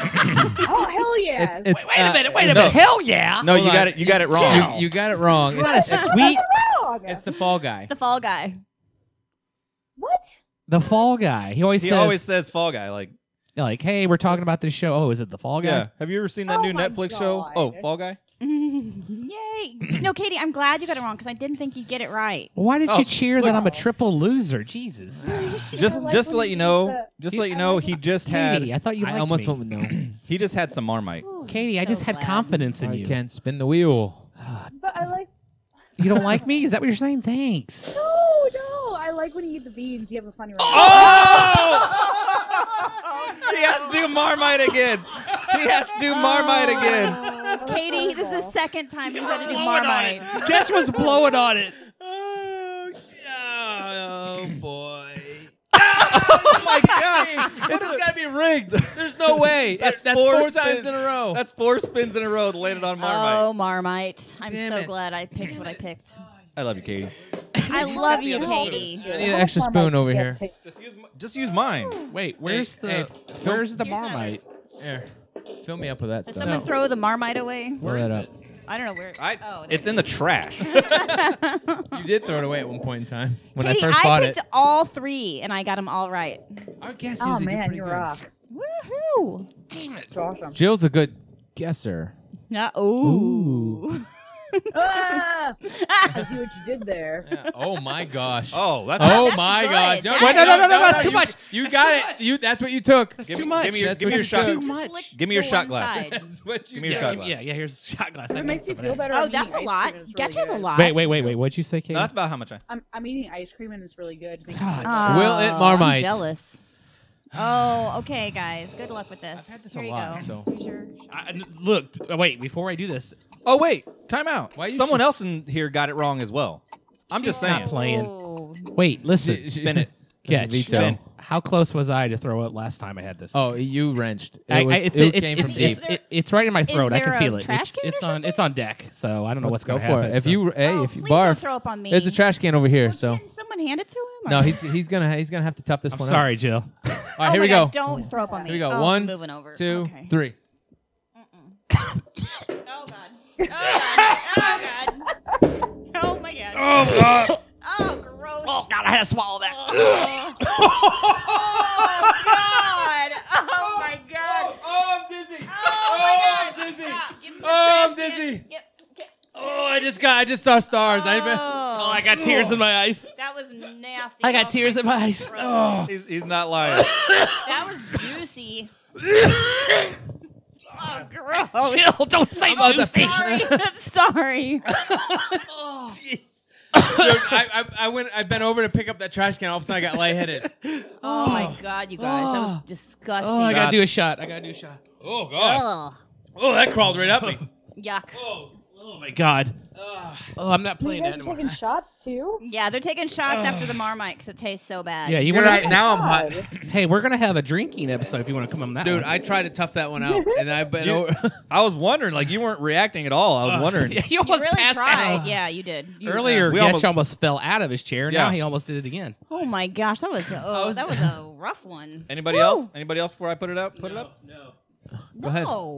[SPEAKER 12] hell yeah!
[SPEAKER 2] It's,
[SPEAKER 9] wait a
[SPEAKER 2] uh,
[SPEAKER 9] minute, wait a
[SPEAKER 2] no.
[SPEAKER 9] minute. Hell yeah.
[SPEAKER 6] No,
[SPEAKER 2] Hold
[SPEAKER 6] you
[SPEAKER 2] on.
[SPEAKER 6] got it. You got it wrong.
[SPEAKER 2] You, you got it wrong.
[SPEAKER 7] What a
[SPEAKER 2] sweet. It's the fall guy.
[SPEAKER 7] the fall guy.
[SPEAKER 12] What?
[SPEAKER 9] The fall guy. He always
[SPEAKER 6] he
[SPEAKER 9] says
[SPEAKER 6] always says Fall Guy. Like,
[SPEAKER 9] Yeah, like, hey, we're talking about this show. Oh, is it the fall guy?
[SPEAKER 6] yeah. Have you ever seen that new Netflix show? Oh, Fall Guy.
[SPEAKER 7] Yay! No, Katie, I'm glad you got it wrong because I didn't think you'd get it right.
[SPEAKER 9] Why did
[SPEAKER 6] Oh,
[SPEAKER 9] you cheer that I'm a triple loser? Jesus.
[SPEAKER 6] Just, just to let you know, just to let you know, he just had.
[SPEAKER 9] Katie, I thought you liked
[SPEAKER 2] almost
[SPEAKER 9] me.
[SPEAKER 2] went with no.
[SPEAKER 6] He just had some Marmite.
[SPEAKER 9] Katie, I just had confidence in
[SPEAKER 2] I
[SPEAKER 9] you.
[SPEAKER 2] can't spin the wheel.
[SPEAKER 12] But I like.
[SPEAKER 9] You don't like me? Is that what you're saying? Thanks.
[SPEAKER 12] No, no. I like when you eat the beans. You have a funny.
[SPEAKER 6] Oh! He has to do Marmite again. He has to do Marmite again.
[SPEAKER 7] Katie, this is the second time you've had to do Marmite.
[SPEAKER 9] Catch was blowing on it.
[SPEAKER 2] Oh boy!
[SPEAKER 6] Oh my god!
[SPEAKER 2] this has got to be rigged. There's no way. That's, that's
[SPEAKER 6] four
[SPEAKER 2] four, times
[SPEAKER 6] spin-
[SPEAKER 2] in a row.
[SPEAKER 6] That's four spins in a row that landed on Marmite.
[SPEAKER 7] Oh, Marmite. I'm
[SPEAKER 2] Damn
[SPEAKER 7] so
[SPEAKER 2] it.
[SPEAKER 7] glad I picked what I picked.
[SPEAKER 6] I love you, Katie.
[SPEAKER 7] I love you, Katie.
[SPEAKER 2] I need an extra spoon over here.
[SPEAKER 6] Just use, m- just use mine.
[SPEAKER 9] Wait, where's the
[SPEAKER 2] hey,
[SPEAKER 9] where's the
[SPEAKER 7] Here's another
[SPEAKER 9] marmite?
[SPEAKER 2] Here, fill me up with that
[SPEAKER 7] Did
[SPEAKER 2] stuff.
[SPEAKER 7] someone throw the Marmite away?
[SPEAKER 2] Fill that up.
[SPEAKER 7] I don't know where.
[SPEAKER 6] I,
[SPEAKER 7] oh, there
[SPEAKER 6] it's in the trash.
[SPEAKER 2] You did throw it away at one point in time when
[SPEAKER 7] Katie,
[SPEAKER 2] I first bought
[SPEAKER 7] picked
[SPEAKER 2] it.
[SPEAKER 7] all three and I got them all right.
[SPEAKER 2] Our guests
[SPEAKER 12] Oh
[SPEAKER 2] usually do
[SPEAKER 12] man,
[SPEAKER 2] pretty
[SPEAKER 12] you're
[SPEAKER 2] good.
[SPEAKER 12] off.
[SPEAKER 7] Woohoo!
[SPEAKER 12] It's awesome.
[SPEAKER 2] Jill's a good guesser.
[SPEAKER 7] Uh,
[SPEAKER 2] Oh
[SPEAKER 7] ooh.
[SPEAKER 12] ah! I see what you did there.
[SPEAKER 2] oh my gosh.
[SPEAKER 6] Oh, that's
[SPEAKER 2] Oh my gosh.
[SPEAKER 7] good.
[SPEAKER 2] No,
[SPEAKER 7] That-
[SPEAKER 2] no, no, no, no,
[SPEAKER 6] no,
[SPEAKER 2] that's
[SPEAKER 6] no,
[SPEAKER 2] too
[SPEAKER 6] you-
[SPEAKER 2] much. You got it. You that's what you took.
[SPEAKER 9] That's
[SPEAKER 6] Give
[SPEAKER 9] too
[SPEAKER 6] me-
[SPEAKER 9] much.
[SPEAKER 6] give me your-
[SPEAKER 9] That's
[SPEAKER 6] give me your shot.
[SPEAKER 9] Too much.
[SPEAKER 6] Give me your
[SPEAKER 7] The
[SPEAKER 6] shot
[SPEAKER 7] one
[SPEAKER 6] glass.
[SPEAKER 7] side.
[SPEAKER 2] That's what you
[SPEAKER 6] Give me your
[SPEAKER 2] got.
[SPEAKER 6] shot
[SPEAKER 9] Yeah,
[SPEAKER 6] glass.
[SPEAKER 9] yeah, yeah, here's a shot glass. I
[SPEAKER 12] It
[SPEAKER 9] got
[SPEAKER 12] makes me
[SPEAKER 9] some of
[SPEAKER 12] feel
[SPEAKER 9] that.
[SPEAKER 12] better.
[SPEAKER 7] Oh,
[SPEAKER 12] I'm
[SPEAKER 7] that's a
[SPEAKER 12] eating ice
[SPEAKER 7] lot.
[SPEAKER 12] cream, it's really
[SPEAKER 7] Getcha's a
[SPEAKER 12] good.
[SPEAKER 7] lot.
[SPEAKER 9] Wait, wait, wait, wait. What'd you say, Katie?
[SPEAKER 6] No, that's about how much I.
[SPEAKER 12] I'm, I'm eating ice cream and it's really good. Thank you.
[SPEAKER 9] God.
[SPEAKER 7] Oh,
[SPEAKER 2] Will it Marmite?
[SPEAKER 7] I'm jealous. Oh, okay, guys. Good luck with this. I've
[SPEAKER 2] had this
[SPEAKER 7] Here
[SPEAKER 2] a
[SPEAKER 7] you
[SPEAKER 2] lot,
[SPEAKER 7] go.
[SPEAKER 2] so-
[SPEAKER 7] Here's your-
[SPEAKER 9] I- n- look, uh, wait, before I do this,
[SPEAKER 6] Oh wait, time out.
[SPEAKER 2] Why you
[SPEAKER 6] Someone
[SPEAKER 2] should-
[SPEAKER 6] else in here got it wrong as well. I'm just
[SPEAKER 9] not
[SPEAKER 6] saying.
[SPEAKER 9] playing.
[SPEAKER 7] Oh.
[SPEAKER 9] Wait, listen.
[SPEAKER 6] Spin it.
[SPEAKER 9] Catch.
[SPEAKER 2] veto.
[SPEAKER 9] Spin. How close was I to throw it last time I had this?
[SPEAKER 2] Oh, you wrenched. It,
[SPEAKER 9] I- I-
[SPEAKER 2] was,
[SPEAKER 9] it's,
[SPEAKER 2] it
[SPEAKER 9] it's-
[SPEAKER 2] came
[SPEAKER 9] it's-
[SPEAKER 2] from
[SPEAKER 9] it's-
[SPEAKER 2] deep.
[SPEAKER 9] it- it's right in my
[SPEAKER 7] Is
[SPEAKER 9] throat. I
[SPEAKER 7] there
[SPEAKER 9] can
[SPEAKER 7] a
[SPEAKER 9] feel it.
[SPEAKER 7] trash
[SPEAKER 9] It's,
[SPEAKER 7] can or
[SPEAKER 9] it's on. It's on deck. So I don't know
[SPEAKER 2] Let's
[SPEAKER 9] what's
[SPEAKER 2] go
[SPEAKER 9] going to
[SPEAKER 2] for
[SPEAKER 9] happen.
[SPEAKER 2] it. If
[SPEAKER 9] so-
[SPEAKER 2] you, hey,
[SPEAKER 7] Oh,
[SPEAKER 2] if you
[SPEAKER 7] please don't
[SPEAKER 2] barf,
[SPEAKER 7] throw up on me.
[SPEAKER 2] there's a trash can over here.
[SPEAKER 7] Well,
[SPEAKER 2] So
[SPEAKER 7] Can someone hand it to him? or-
[SPEAKER 2] no, he's he's gonna he's gonna have to top this
[SPEAKER 9] I'm
[SPEAKER 2] one.
[SPEAKER 9] sorry, Jill.
[SPEAKER 2] Up. All
[SPEAKER 7] Oh
[SPEAKER 2] right, here
[SPEAKER 7] my
[SPEAKER 2] we
[SPEAKER 7] God,
[SPEAKER 2] go.
[SPEAKER 7] Don't throw up on me.
[SPEAKER 2] Here we go.
[SPEAKER 7] Oh,
[SPEAKER 2] One,
[SPEAKER 7] moving over.
[SPEAKER 2] Two,
[SPEAKER 7] Okay.
[SPEAKER 2] three.
[SPEAKER 7] Oh god. Oh god. Oh god. Oh my god. Oh god. Oh gross. Oh god, I had to swallow that. Oh, god. Oh my god.
[SPEAKER 2] Oh, I'm dizzy.
[SPEAKER 7] Oh
[SPEAKER 2] Oh,
[SPEAKER 7] my god.
[SPEAKER 2] I'm dizzy.
[SPEAKER 7] Stop. Give me the
[SPEAKER 2] Oh, I'm
[SPEAKER 7] trash can.
[SPEAKER 2] dizzy.
[SPEAKER 7] Yep. Get-
[SPEAKER 2] Oh, I just got I just saw stars. I
[SPEAKER 7] Oh,
[SPEAKER 9] I got tears in my eyes.
[SPEAKER 7] that was nasty.
[SPEAKER 9] I
[SPEAKER 7] Oh,
[SPEAKER 9] got tears in my eyes.
[SPEAKER 7] gross.
[SPEAKER 3] oh,
[SPEAKER 6] He's, he's not lying.
[SPEAKER 7] That was juicy. oh gross.
[SPEAKER 9] Jill, don't say
[SPEAKER 2] about to-
[SPEAKER 9] juicy.
[SPEAKER 7] Sorry. I'm sorry.
[SPEAKER 2] Dude, I, I I went I bent over to pick up that trash can. All of a sudden, I got lightheaded.
[SPEAKER 7] Oh my god, you guys. That was disgusting.
[SPEAKER 9] Oh, I gotta
[SPEAKER 6] Shots.
[SPEAKER 9] do a shot. I gotta do a shot.
[SPEAKER 2] Oh
[SPEAKER 7] Ugh.
[SPEAKER 2] Oh, that crawled right up me.
[SPEAKER 7] Yuck.
[SPEAKER 9] Oh my god. Oh, I'm not playing
[SPEAKER 12] You
[SPEAKER 9] that
[SPEAKER 12] guys are
[SPEAKER 9] anymore.
[SPEAKER 12] taking shots too?
[SPEAKER 7] Yeah, they're taking shots after the Marmite because it tastes so bad.
[SPEAKER 9] Yeah, you
[SPEAKER 2] You're
[SPEAKER 9] want
[SPEAKER 2] right now. I'm hot,
[SPEAKER 9] Hey, we're gonna have a drinking episode if you want to come on that.
[SPEAKER 2] dude.
[SPEAKER 9] one.
[SPEAKER 2] I tried to tough that one out, and I bent
[SPEAKER 6] You-
[SPEAKER 2] over.
[SPEAKER 6] I was wondering, like you weren't reacting at all. I was wondering.
[SPEAKER 9] he
[SPEAKER 7] you
[SPEAKER 9] almost
[SPEAKER 7] really
[SPEAKER 9] passed
[SPEAKER 7] tried.
[SPEAKER 9] out
[SPEAKER 7] Yeah, you did. You-
[SPEAKER 9] earlier.
[SPEAKER 6] We
[SPEAKER 9] Getch
[SPEAKER 6] almost-
[SPEAKER 9] almost, fell out of his chair. Now
[SPEAKER 6] Yeah.
[SPEAKER 9] he almost did it again.
[SPEAKER 7] Oh my gosh, that was oh, that was a rough one.
[SPEAKER 6] Anybody
[SPEAKER 7] Woo.
[SPEAKER 6] else? Anybody else before I put it up? Put it up.
[SPEAKER 7] No,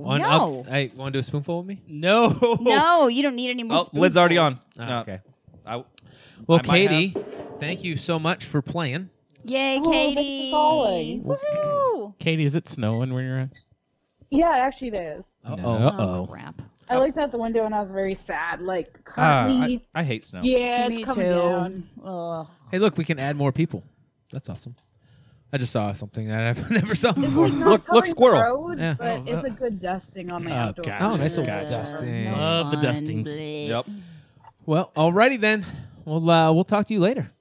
[SPEAKER 2] On
[SPEAKER 7] no,
[SPEAKER 2] up. Hey, want to do a spoonful with me?
[SPEAKER 9] No.
[SPEAKER 7] no. You don't need any more.
[SPEAKER 6] Oh, lid's already on.
[SPEAKER 7] spoonfuls.
[SPEAKER 2] Ah,
[SPEAKER 6] No.
[SPEAKER 2] Okay.
[SPEAKER 6] I,
[SPEAKER 2] Well,
[SPEAKER 6] I might
[SPEAKER 2] Katie, thank you so much for playing.
[SPEAKER 7] Yay,
[SPEAKER 12] Oh, thanks for
[SPEAKER 7] Katie!
[SPEAKER 12] calling.
[SPEAKER 7] Woohoo! Oh,
[SPEAKER 9] Katie, is it snowing where you're at?
[SPEAKER 12] Yeah, it actually is.
[SPEAKER 2] Uh-oh.
[SPEAKER 7] Oh crap!
[SPEAKER 12] I looked out the window and I was very sad. Like
[SPEAKER 6] Ah,
[SPEAKER 12] currently,
[SPEAKER 6] I, I hate snow.
[SPEAKER 12] yeah, it's
[SPEAKER 7] Me
[SPEAKER 12] coming
[SPEAKER 7] too.
[SPEAKER 12] down.
[SPEAKER 7] Ugh.
[SPEAKER 2] Hey, look, we can add more people. That's awesome. I just saw something that I never saw before.
[SPEAKER 12] It's not
[SPEAKER 6] Look- look,
[SPEAKER 12] coloring
[SPEAKER 6] squirrel.
[SPEAKER 12] roads,
[SPEAKER 2] Yeah.
[SPEAKER 12] but
[SPEAKER 2] Oh,
[SPEAKER 12] it's a good dusting on my
[SPEAKER 9] Oh,
[SPEAKER 12] outdoor.
[SPEAKER 9] gotcha.
[SPEAKER 2] Oh, nice
[SPEAKER 12] furniture.
[SPEAKER 2] little dusting.
[SPEAKER 7] No
[SPEAKER 9] Love the
[SPEAKER 7] fun,
[SPEAKER 9] dustings.
[SPEAKER 7] bleh.
[SPEAKER 6] Yep.
[SPEAKER 2] well, alrighty then. We'll uh, we'll talk to you later.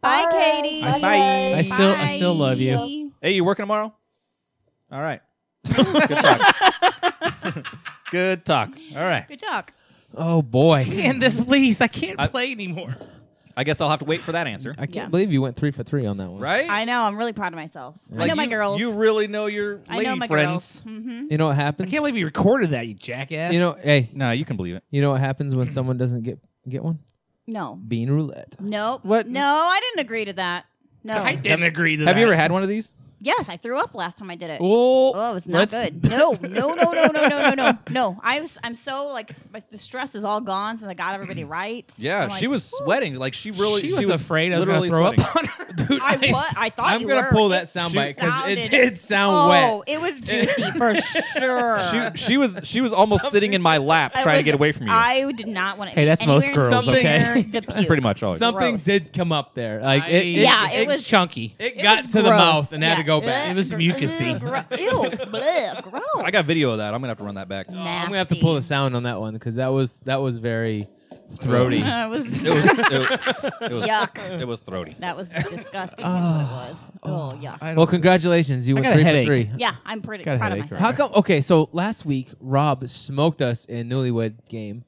[SPEAKER 7] Bye,
[SPEAKER 12] All right,
[SPEAKER 7] Katie.
[SPEAKER 12] bye,
[SPEAKER 6] Bye.
[SPEAKER 12] guys.
[SPEAKER 9] I still, I still love you.
[SPEAKER 7] Bye.
[SPEAKER 6] Hey, you working tomorrow? All right. Good talk. Good talk. All right.
[SPEAKER 7] Good talk.
[SPEAKER 2] Oh boy.
[SPEAKER 9] And this, please, I can't
[SPEAKER 6] I-
[SPEAKER 9] play anymore.
[SPEAKER 6] I guess I'll have to wait for that answer.
[SPEAKER 2] I can't
[SPEAKER 7] Yeah.
[SPEAKER 2] believe you went three for three on that one.
[SPEAKER 6] Right?
[SPEAKER 7] I know. I'm really proud of myself. I
[SPEAKER 6] Like
[SPEAKER 7] know my
[SPEAKER 6] you-
[SPEAKER 7] girls.
[SPEAKER 6] You really know your
[SPEAKER 7] I
[SPEAKER 6] lady
[SPEAKER 7] know my girls.
[SPEAKER 6] friends.
[SPEAKER 7] hmm
[SPEAKER 2] You know what happens?
[SPEAKER 3] I can't believe you recorded that, you jackass.
[SPEAKER 2] You know, hey,
[SPEAKER 6] No, you can believe it.
[SPEAKER 2] you know what happens
[SPEAKER 3] Mm.
[SPEAKER 2] when someone doesn't get get one?
[SPEAKER 7] No.
[SPEAKER 2] Bean roulette.
[SPEAKER 7] Nope. What? No, I didn't agree to that. No.
[SPEAKER 3] I didn't agree to
[SPEAKER 6] Have
[SPEAKER 3] that.
[SPEAKER 6] you ever had one of these?
[SPEAKER 7] Yes, I threw up last time I did it.
[SPEAKER 6] Oh,
[SPEAKER 7] Oh, it's not
[SPEAKER 6] let's-
[SPEAKER 7] good. No, no, no, no, no, no, no, no, no. I was, I'm so like, my, the stress is all gone since I got everybody right.
[SPEAKER 6] Mm. Yeah,
[SPEAKER 7] I'm
[SPEAKER 6] she
[SPEAKER 7] like,
[SPEAKER 6] was sweating. Like she really.
[SPEAKER 3] She was afraid I was gonna
[SPEAKER 6] literally
[SPEAKER 3] throw up
[SPEAKER 6] sweating.
[SPEAKER 3] on her. Dude,
[SPEAKER 7] I what? I thought
[SPEAKER 2] I'm
[SPEAKER 7] you
[SPEAKER 2] gonna
[SPEAKER 7] were.
[SPEAKER 2] pull that
[SPEAKER 7] It
[SPEAKER 2] soundbite 'cause it
[SPEAKER 7] sounded-
[SPEAKER 2] did sound
[SPEAKER 7] oh,
[SPEAKER 2] wet.
[SPEAKER 7] it was juicy for sure.
[SPEAKER 6] She, she was she was almost sitting in my lap
[SPEAKER 7] I
[SPEAKER 6] trying to
[SPEAKER 7] was-
[SPEAKER 6] get away from you.
[SPEAKER 7] I did not want to.
[SPEAKER 3] Hey, that's most girls, okay?
[SPEAKER 6] Pretty much always.
[SPEAKER 2] Something
[SPEAKER 7] Gross.
[SPEAKER 2] did come up there. Like it, it-
[SPEAKER 7] Yeah,
[SPEAKER 2] it,
[SPEAKER 7] it was-
[SPEAKER 3] chunky.
[SPEAKER 2] it
[SPEAKER 7] It
[SPEAKER 2] got
[SPEAKER 7] was
[SPEAKER 2] to the
[SPEAKER 7] gross.
[SPEAKER 2] mouth and had to
[SPEAKER 7] Yeah.
[SPEAKER 2] go back.
[SPEAKER 7] Ugh,
[SPEAKER 3] It was
[SPEAKER 7] gr-
[SPEAKER 3] mucusy.
[SPEAKER 7] ugh, gro- Ew, bleh, gross.
[SPEAKER 6] I got video of that. I'm gonna have to run that back.
[SPEAKER 2] Oh, I'm gonna have to pull the sound on that one because that was that was very throaty.
[SPEAKER 7] Nasty. It was-
[SPEAKER 6] It was it, it was
[SPEAKER 7] Yuck.
[SPEAKER 6] it was throaty.
[SPEAKER 7] That was disgusting. That's what it was. Oh, yeah.
[SPEAKER 2] well, congratulations, you
[SPEAKER 3] I
[SPEAKER 2] went
[SPEAKER 3] got a
[SPEAKER 2] three for
[SPEAKER 3] headache.
[SPEAKER 2] three.
[SPEAKER 7] Yeah, I'm pretty
[SPEAKER 3] Got a
[SPEAKER 7] proud of
[SPEAKER 3] headache right
[SPEAKER 7] myself.
[SPEAKER 2] How come? Okay, so last week Rob smoked us in Newlywed Game,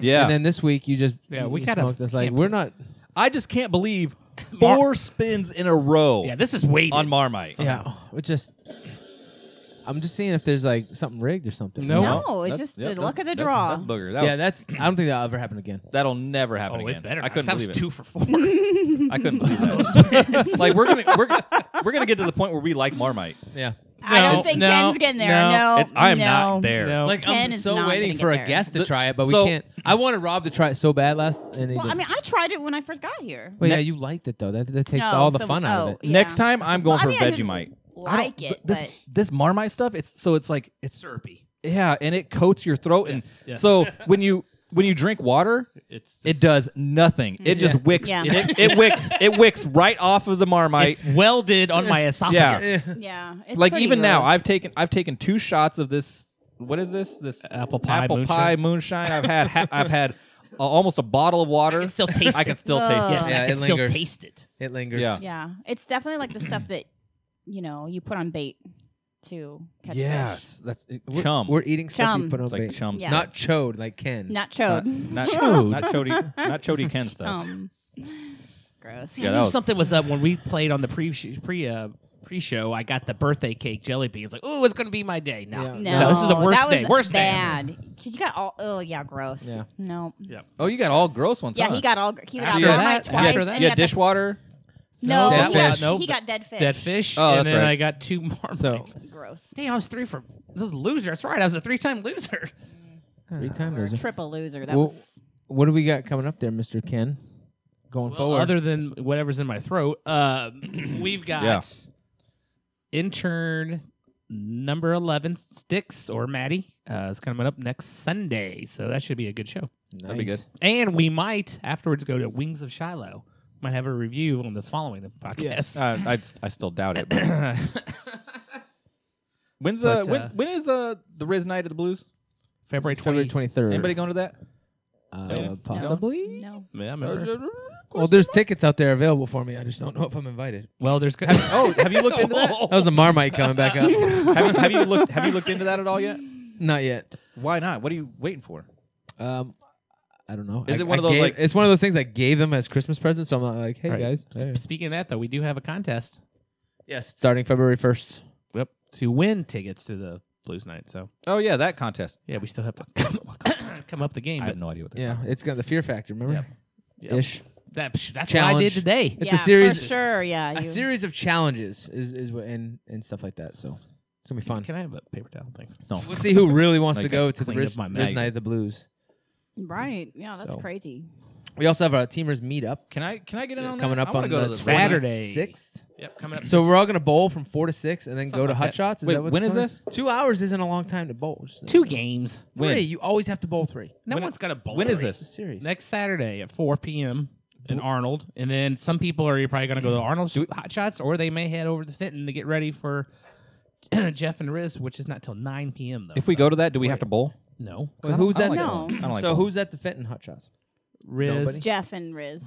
[SPEAKER 6] Yeah.
[SPEAKER 2] and then this week you just
[SPEAKER 3] Yeah,
[SPEAKER 2] you
[SPEAKER 3] we
[SPEAKER 2] just
[SPEAKER 3] gotta-
[SPEAKER 2] smoked us. Like
[SPEAKER 3] can't
[SPEAKER 2] we're
[SPEAKER 3] put-
[SPEAKER 2] not.
[SPEAKER 6] I just can't believe
[SPEAKER 3] Mar-
[SPEAKER 6] four spins in a row.
[SPEAKER 3] Yeah, this is weighted.
[SPEAKER 6] on Marmite.
[SPEAKER 2] Yeah, we just. I'm just seeing if there's like something rigged or something.
[SPEAKER 3] No.
[SPEAKER 7] No, it's
[SPEAKER 6] that's-
[SPEAKER 7] just
[SPEAKER 6] yep,
[SPEAKER 7] the luck of the
[SPEAKER 6] that's-
[SPEAKER 7] draw.
[SPEAKER 6] That's, booger. That
[SPEAKER 2] Yeah, that's. I don't think that'll ever happen again.
[SPEAKER 6] will never happen
[SPEAKER 3] Oh,
[SPEAKER 6] again.
[SPEAKER 3] it better.
[SPEAKER 6] I
[SPEAKER 3] not, 'cause
[SPEAKER 6] couldn't
[SPEAKER 3] that was
[SPEAKER 6] believe it.
[SPEAKER 3] two for four.
[SPEAKER 6] I couldn't believe that. like we're gonna we're gonna, we're gonna get to the point where we like Marmite.
[SPEAKER 2] Yeah.
[SPEAKER 7] I
[SPEAKER 3] No,
[SPEAKER 7] don't think
[SPEAKER 3] no,
[SPEAKER 7] Ken's getting there.
[SPEAKER 3] no,
[SPEAKER 7] No,
[SPEAKER 6] It's- I am
[SPEAKER 7] no.
[SPEAKER 6] not there.
[SPEAKER 3] No.
[SPEAKER 2] Like
[SPEAKER 7] Ken
[SPEAKER 2] I'm
[SPEAKER 7] is
[SPEAKER 2] so
[SPEAKER 7] not
[SPEAKER 2] waiting
[SPEAKER 7] gonna
[SPEAKER 2] for
[SPEAKER 7] get
[SPEAKER 2] a
[SPEAKER 7] there.
[SPEAKER 2] guest to
[SPEAKER 6] The-
[SPEAKER 2] try it, but
[SPEAKER 6] so-
[SPEAKER 2] we can't. I wanted Rob to try it so bad last, and he
[SPEAKER 7] Well, I
[SPEAKER 2] didn't.
[SPEAKER 7] mean, I tried it when I first got here.
[SPEAKER 2] Well, yeah, you liked it though. That that takes
[SPEAKER 7] No,
[SPEAKER 2] all the
[SPEAKER 7] so-
[SPEAKER 2] fun out
[SPEAKER 7] oh,
[SPEAKER 2] of it.
[SPEAKER 7] yeah.
[SPEAKER 6] Next time I'm going
[SPEAKER 7] Well, I mean,
[SPEAKER 6] for
[SPEAKER 7] I didn't
[SPEAKER 6] Vegemite. I don't-
[SPEAKER 7] Like it,
[SPEAKER 6] th- this
[SPEAKER 7] but
[SPEAKER 6] this Marmite stuff. It's so it's like it's
[SPEAKER 3] Syrupy.
[SPEAKER 6] yeah, and it coats your throat,
[SPEAKER 3] Yes,
[SPEAKER 6] and
[SPEAKER 3] yes.
[SPEAKER 6] so when you when you drink water,
[SPEAKER 3] It's
[SPEAKER 6] it does nothing. It just wicks.
[SPEAKER 7] Yeah.
[SPEAKER 6] It, it wicks. It wicks right off of the Marmite.
[SPEAKER 3] It's welded on my esophagus.
[SPEAKER 7] yeah, it's
[SPEAKER 6] like
[SPEAKER 7] pretty
[SPEAKER 6] even now,
[SPEAKER 7] gross.
[SPEAKER 6] I've taken I've taken two shots of this. What is this? This
[SPEAKER 3] Apple pie
[SPEAKER 6] apple
[SPEAKER 3] moonshine?
[SPEAKER 6] pie moonshine. I've had ha- I've had uh, almost a bottle of water.
[SPEAKER 3] I can still taste
[SPEAKER 6] I can
[SPEAKER 3] it.
[SPEAKER 6] still taste it.
[SPEAKER 3] Yes,
[SPEAKER 2] Yeah,
[SPEAKER 3] I
[SPEAKER 2] it
[SPEAKER 3] can still
[SPEAKER 2] lingers.
[SPEAKER 3] taste it.
[SPEAKER 2] It lingers.
[SPEAKER 6] Yeah.
[SPEAKER 7] Yeah, it's definitely like the stuff that you know you put on bait to catch fish.
[SPEAKER 6] Yes, that's it, chum.
[SPEAKER 2] We're eating stuff you
[SPEAKER 7] Chum.
[SPEAKER 2] put on
[SPEAKER 6] it's like
[SPEAKER 2] bait.
[SPEAKER 6] chum.
[SPEAKER 7] Yeah.
[SPEAKER 2] Not chode like Ken.
[SPEAKER 7] Not chode.
[SPEAKER 6] Not chode. Not chody. Not chody Ken stuff.
[SPEAKER 7] um, gross.
[SPEAKER 6] Yeah,
[SPEAKER 3] I
[SPEAKER 6] that
[SPEAKER 3] knew
[SPEAKER 6] was-
[SPEAKER 3] something was up when we played on the pre pre uh, pre show. I got the birthday cake jelly beans. Like, oh, it's gonna be my day. No,
[SPEAKER 2] Yeah.
[SPEAKER 7] No,
[SPEAKER 3] this is the worst
[SPEAKER 7] that was
[SPEAKER 3] day. Worst
[SPEAKER 7] bad. Cause you got all. Oh yeah, gross.
[SPEAKER 2] Yeah.
[SPEAKER 7] No.
[SPEAKER 6] Oh, you got all gross ones.
[SPEAKER 7] Yeah,
[SPEAKER 6] huh?
[SPEAKER 7] he got all. He got
[SPEAKER 3] After
[SPEAKER 7] Marmite
[SPEAKER 3] that-
[SPEAKER 7] twice.
[SPEAKER 3] after
[SPEAKER 7] and
[SPEAKER 3] that-
[SPEAKER 7] he
[SPEAKER 6] Yeah,
[SPEAKER 7] got that-
[SPEAKER 6] dishwater.
[SPEAKER 7] No,
[SPEAKER 2] Dead
[SPEAKER 7] he, got,
[SPEAKER 2] fish.
[SPEAKER 3] Nope.
[SPEAKER 7] he got dead fish.
[SPEAKER 3] day. Dead fish.
[SPEAKER 6] Oh,
[SPEAKER 3] and
[SPEAKER 6] that's
[SPEAKER 3] then
[SPEAKER 6] right.
[SPEAKER 3] I got two more.
[SPEAKER 2] So-
[SPEAKER 7] Gross.
[SPEAKER 3] Dang, I was three for this is a loser. That's right. I was a three time loser.
[SPEAKER 2] Three time
[SPEAKER 7] Or a
[SPEAKER 2] loser.
[SPEAKER 7] triple loser. That
[SPEAKER 2] Well,
[SPEAKER 7] was.
[SPEAKER 2] What do we got coming up there, Mister Ken? Going
[SPEAKER 3] Well,
[SPEAKER 2] forward.
[SPEAKER 3] other than whatever's in my throat, uh, we've got
[SPEAKER 6] Yeah.
[SPEAKER 3] intern number 11 sticks or maddie uh, is coming up next sunday so that should be a good show
[SPEAKER 2] That'd
[SPEAKER 6] be
[SPEAKER 3] and we might afterwards go to wings of shiloh might have a review on the following podcast
[SPEAKER 6] Uh, I I still doubt it. but- When's uh,
[SPEAKER 3] But,
[SPEAKER 6] when
[SPEAKER 3] uh,
[SPEAKER 6] when is uh the Riz Night of the Blues?
[SPEAKER 3] february 20,
[SPEAKER 2] February twenty third.
[SPEAKER 6] Anybody going to that?
[SPEAKER 2] Uh, possibly.
[SPEAKER 7] No.
[SPEAKER 3] Yeah, I'm over.
[SPEAKER 2] Well, there's tickets out there available for me. I just don't know if I'm invited.
[SPEAKER 3] well there's go-
[SPEAKER 6] Oh, have you looked into that?
[SPEAKER 2] That was the Marmite coming back up.
[SPEAKER 6] have, you, have you looked Have you looked into that at all yet?
[SPEAKER 2] Not yet.
[SPEAKER 6] Why not? What are you waiting for?
[SPEAKER 2] Um, I don't know.
[SPEAKER 6] Is
[SPEAKER 2] I-
[SPEAKER 6] it
[SPEAKER 2] I
[SPEAKER 6] one of those,
[SPEAKER 2] gave-
[SPEAKER 6] like-
[SPEAKER 2] It's one of those things I gave them as Christmas presents. So I'm not like, hey
[SPEAKER 3] All right.
[SPEAKER 2] guys.
[SPEAKER 3] S- speaking of that though we do have a contest
[SPEAKER 2] Yes, starting February first.
[SPEAKER 3] yep to win tickets to the blues night so
[SPEAKER 6] Oh yeah, that contest.
[SPEAKER 3] yeah we still have to come, come up the game
[SPEAKER 6] I
[SPEAKER 3] but
[SPEAKER 6] have no idea what. They're
[SPEAKER 2] Yeah, it's got the Fear Factor. Remember?
[SPEAKER 3] Yep. Yep.
[SPEAKER 2] Ish.
[SPEAKER 3] That, psh, that's what I
[SPEAKER 2] Challenge.
[SPEAKER 3] did today.
[SPEAKER 2] It's
[SPEAKER 7] yeah,
[SPEAKER 2] a series.
[SPEAKER 7] For sure. Yeah.
[SPEAKER 2] A
[SPEAKER 7] you-
[SPEAKER 2] series of challenges is is what and and stuff like that. So it's gonna be fun.
[SPEAKER 3] Can I have a paper towel? Thanks.
[SPEAKER 6] No.
[SPEAKER 2] We'll see who really wants to
[SPEAKER 6] Like,
[SPEAKER 2] go
[SPEAKER 6] uh,
[SPEAKER 2] to the
[SPEAKER 3] cleaned up
[SPEAKER 2] Riz,
[SPEAKER 3] my
[SPEAKER 2] Riz
[SPEAKER 3] mouth.
[SPEAKER 2] Night of the Blues.
[SPEAKER 7] Right. Yeah, that's
[SPEAKER 2] So.
[SPEAKER 7] crazy.
[SPEAKER 2] We also have our teamers meetup
[SPEAKER 6] Can I Can I get in on
[SPEAKER 2] coming
[SPEAKER 6] that?
[SPEAKER 2] up
[SPEAKER 6] I wanna
[SPEAKER 2] on
[SPEAKER 6] go
[SPEAKER 2] the
[SPEAKER 6] to this
[SPEAKER 3] Saturday.
[SPEAKER 2] sixth.
[SPEAKER 3] Yep, coming up.
[SPEAKER 2] So we're all gonna bowl from four to six, and then go to
[SPEAKER 3] Something
[SPEAKER 2] Hot
[SPEAKER 3] like that.
[SPEAKER 2] Shots. Is
[SPEAKER 6] Wait,
[SPEAKER 2] that what's
[SPEAKER 6] when is
[SPEAKER 2] going on?
[SPEAKER 6] this?
[SPEAKER 2] Two hours isn't a long time to bowl. Just-
[SPEAKER 3] two games.
[SPEAKER 2] Three.
[SPEAKER 6] When?
[SPEAKER 2] You always have to bowl three.
[SPEAKER 3] No
[SPEAKER 6] When-
[SPEAKER 3] one's got a bowl.
[SPEAKER 6] when is
[SPEAKER 3] three.
[SPEAKER 2] It's
[SPEAKER 6] this?
[SPEAKER 2] a series.
[SPEAKER 3] Next Saturday at 4 p.m. in Arnold, and then some people are probably going to go to Arnold's Hot Shots, or they may head over to Fenton to get ready for Jeff and Riz, which is not till 9 p.m. though.
[SPEAKER 6] If we
[SPEAKER 3] So-
[SPEAKER 6] go to that, do we have to bowl?
[SPEAKER 3] no,
[SPEAKER 2] Wait, who's
[SPEAKER 6] I
[SPEAKER 2] at
[SPEAKER 6] don't
[SPEAKER 2] the-
[SPEAKER 6] like
[SPEAKER 7] No.
[SPEAKER 6] bowling. I don't like
[SPEAKER 2] so
[SPEAKER 6] bowling.
[SPEAKER 2] who's at the Fenton Hot Shots?
[SPEAKER 3] Riz,
[SPEAKER 2] Nobody?
[SPEAKER 7] Jeff and Riz.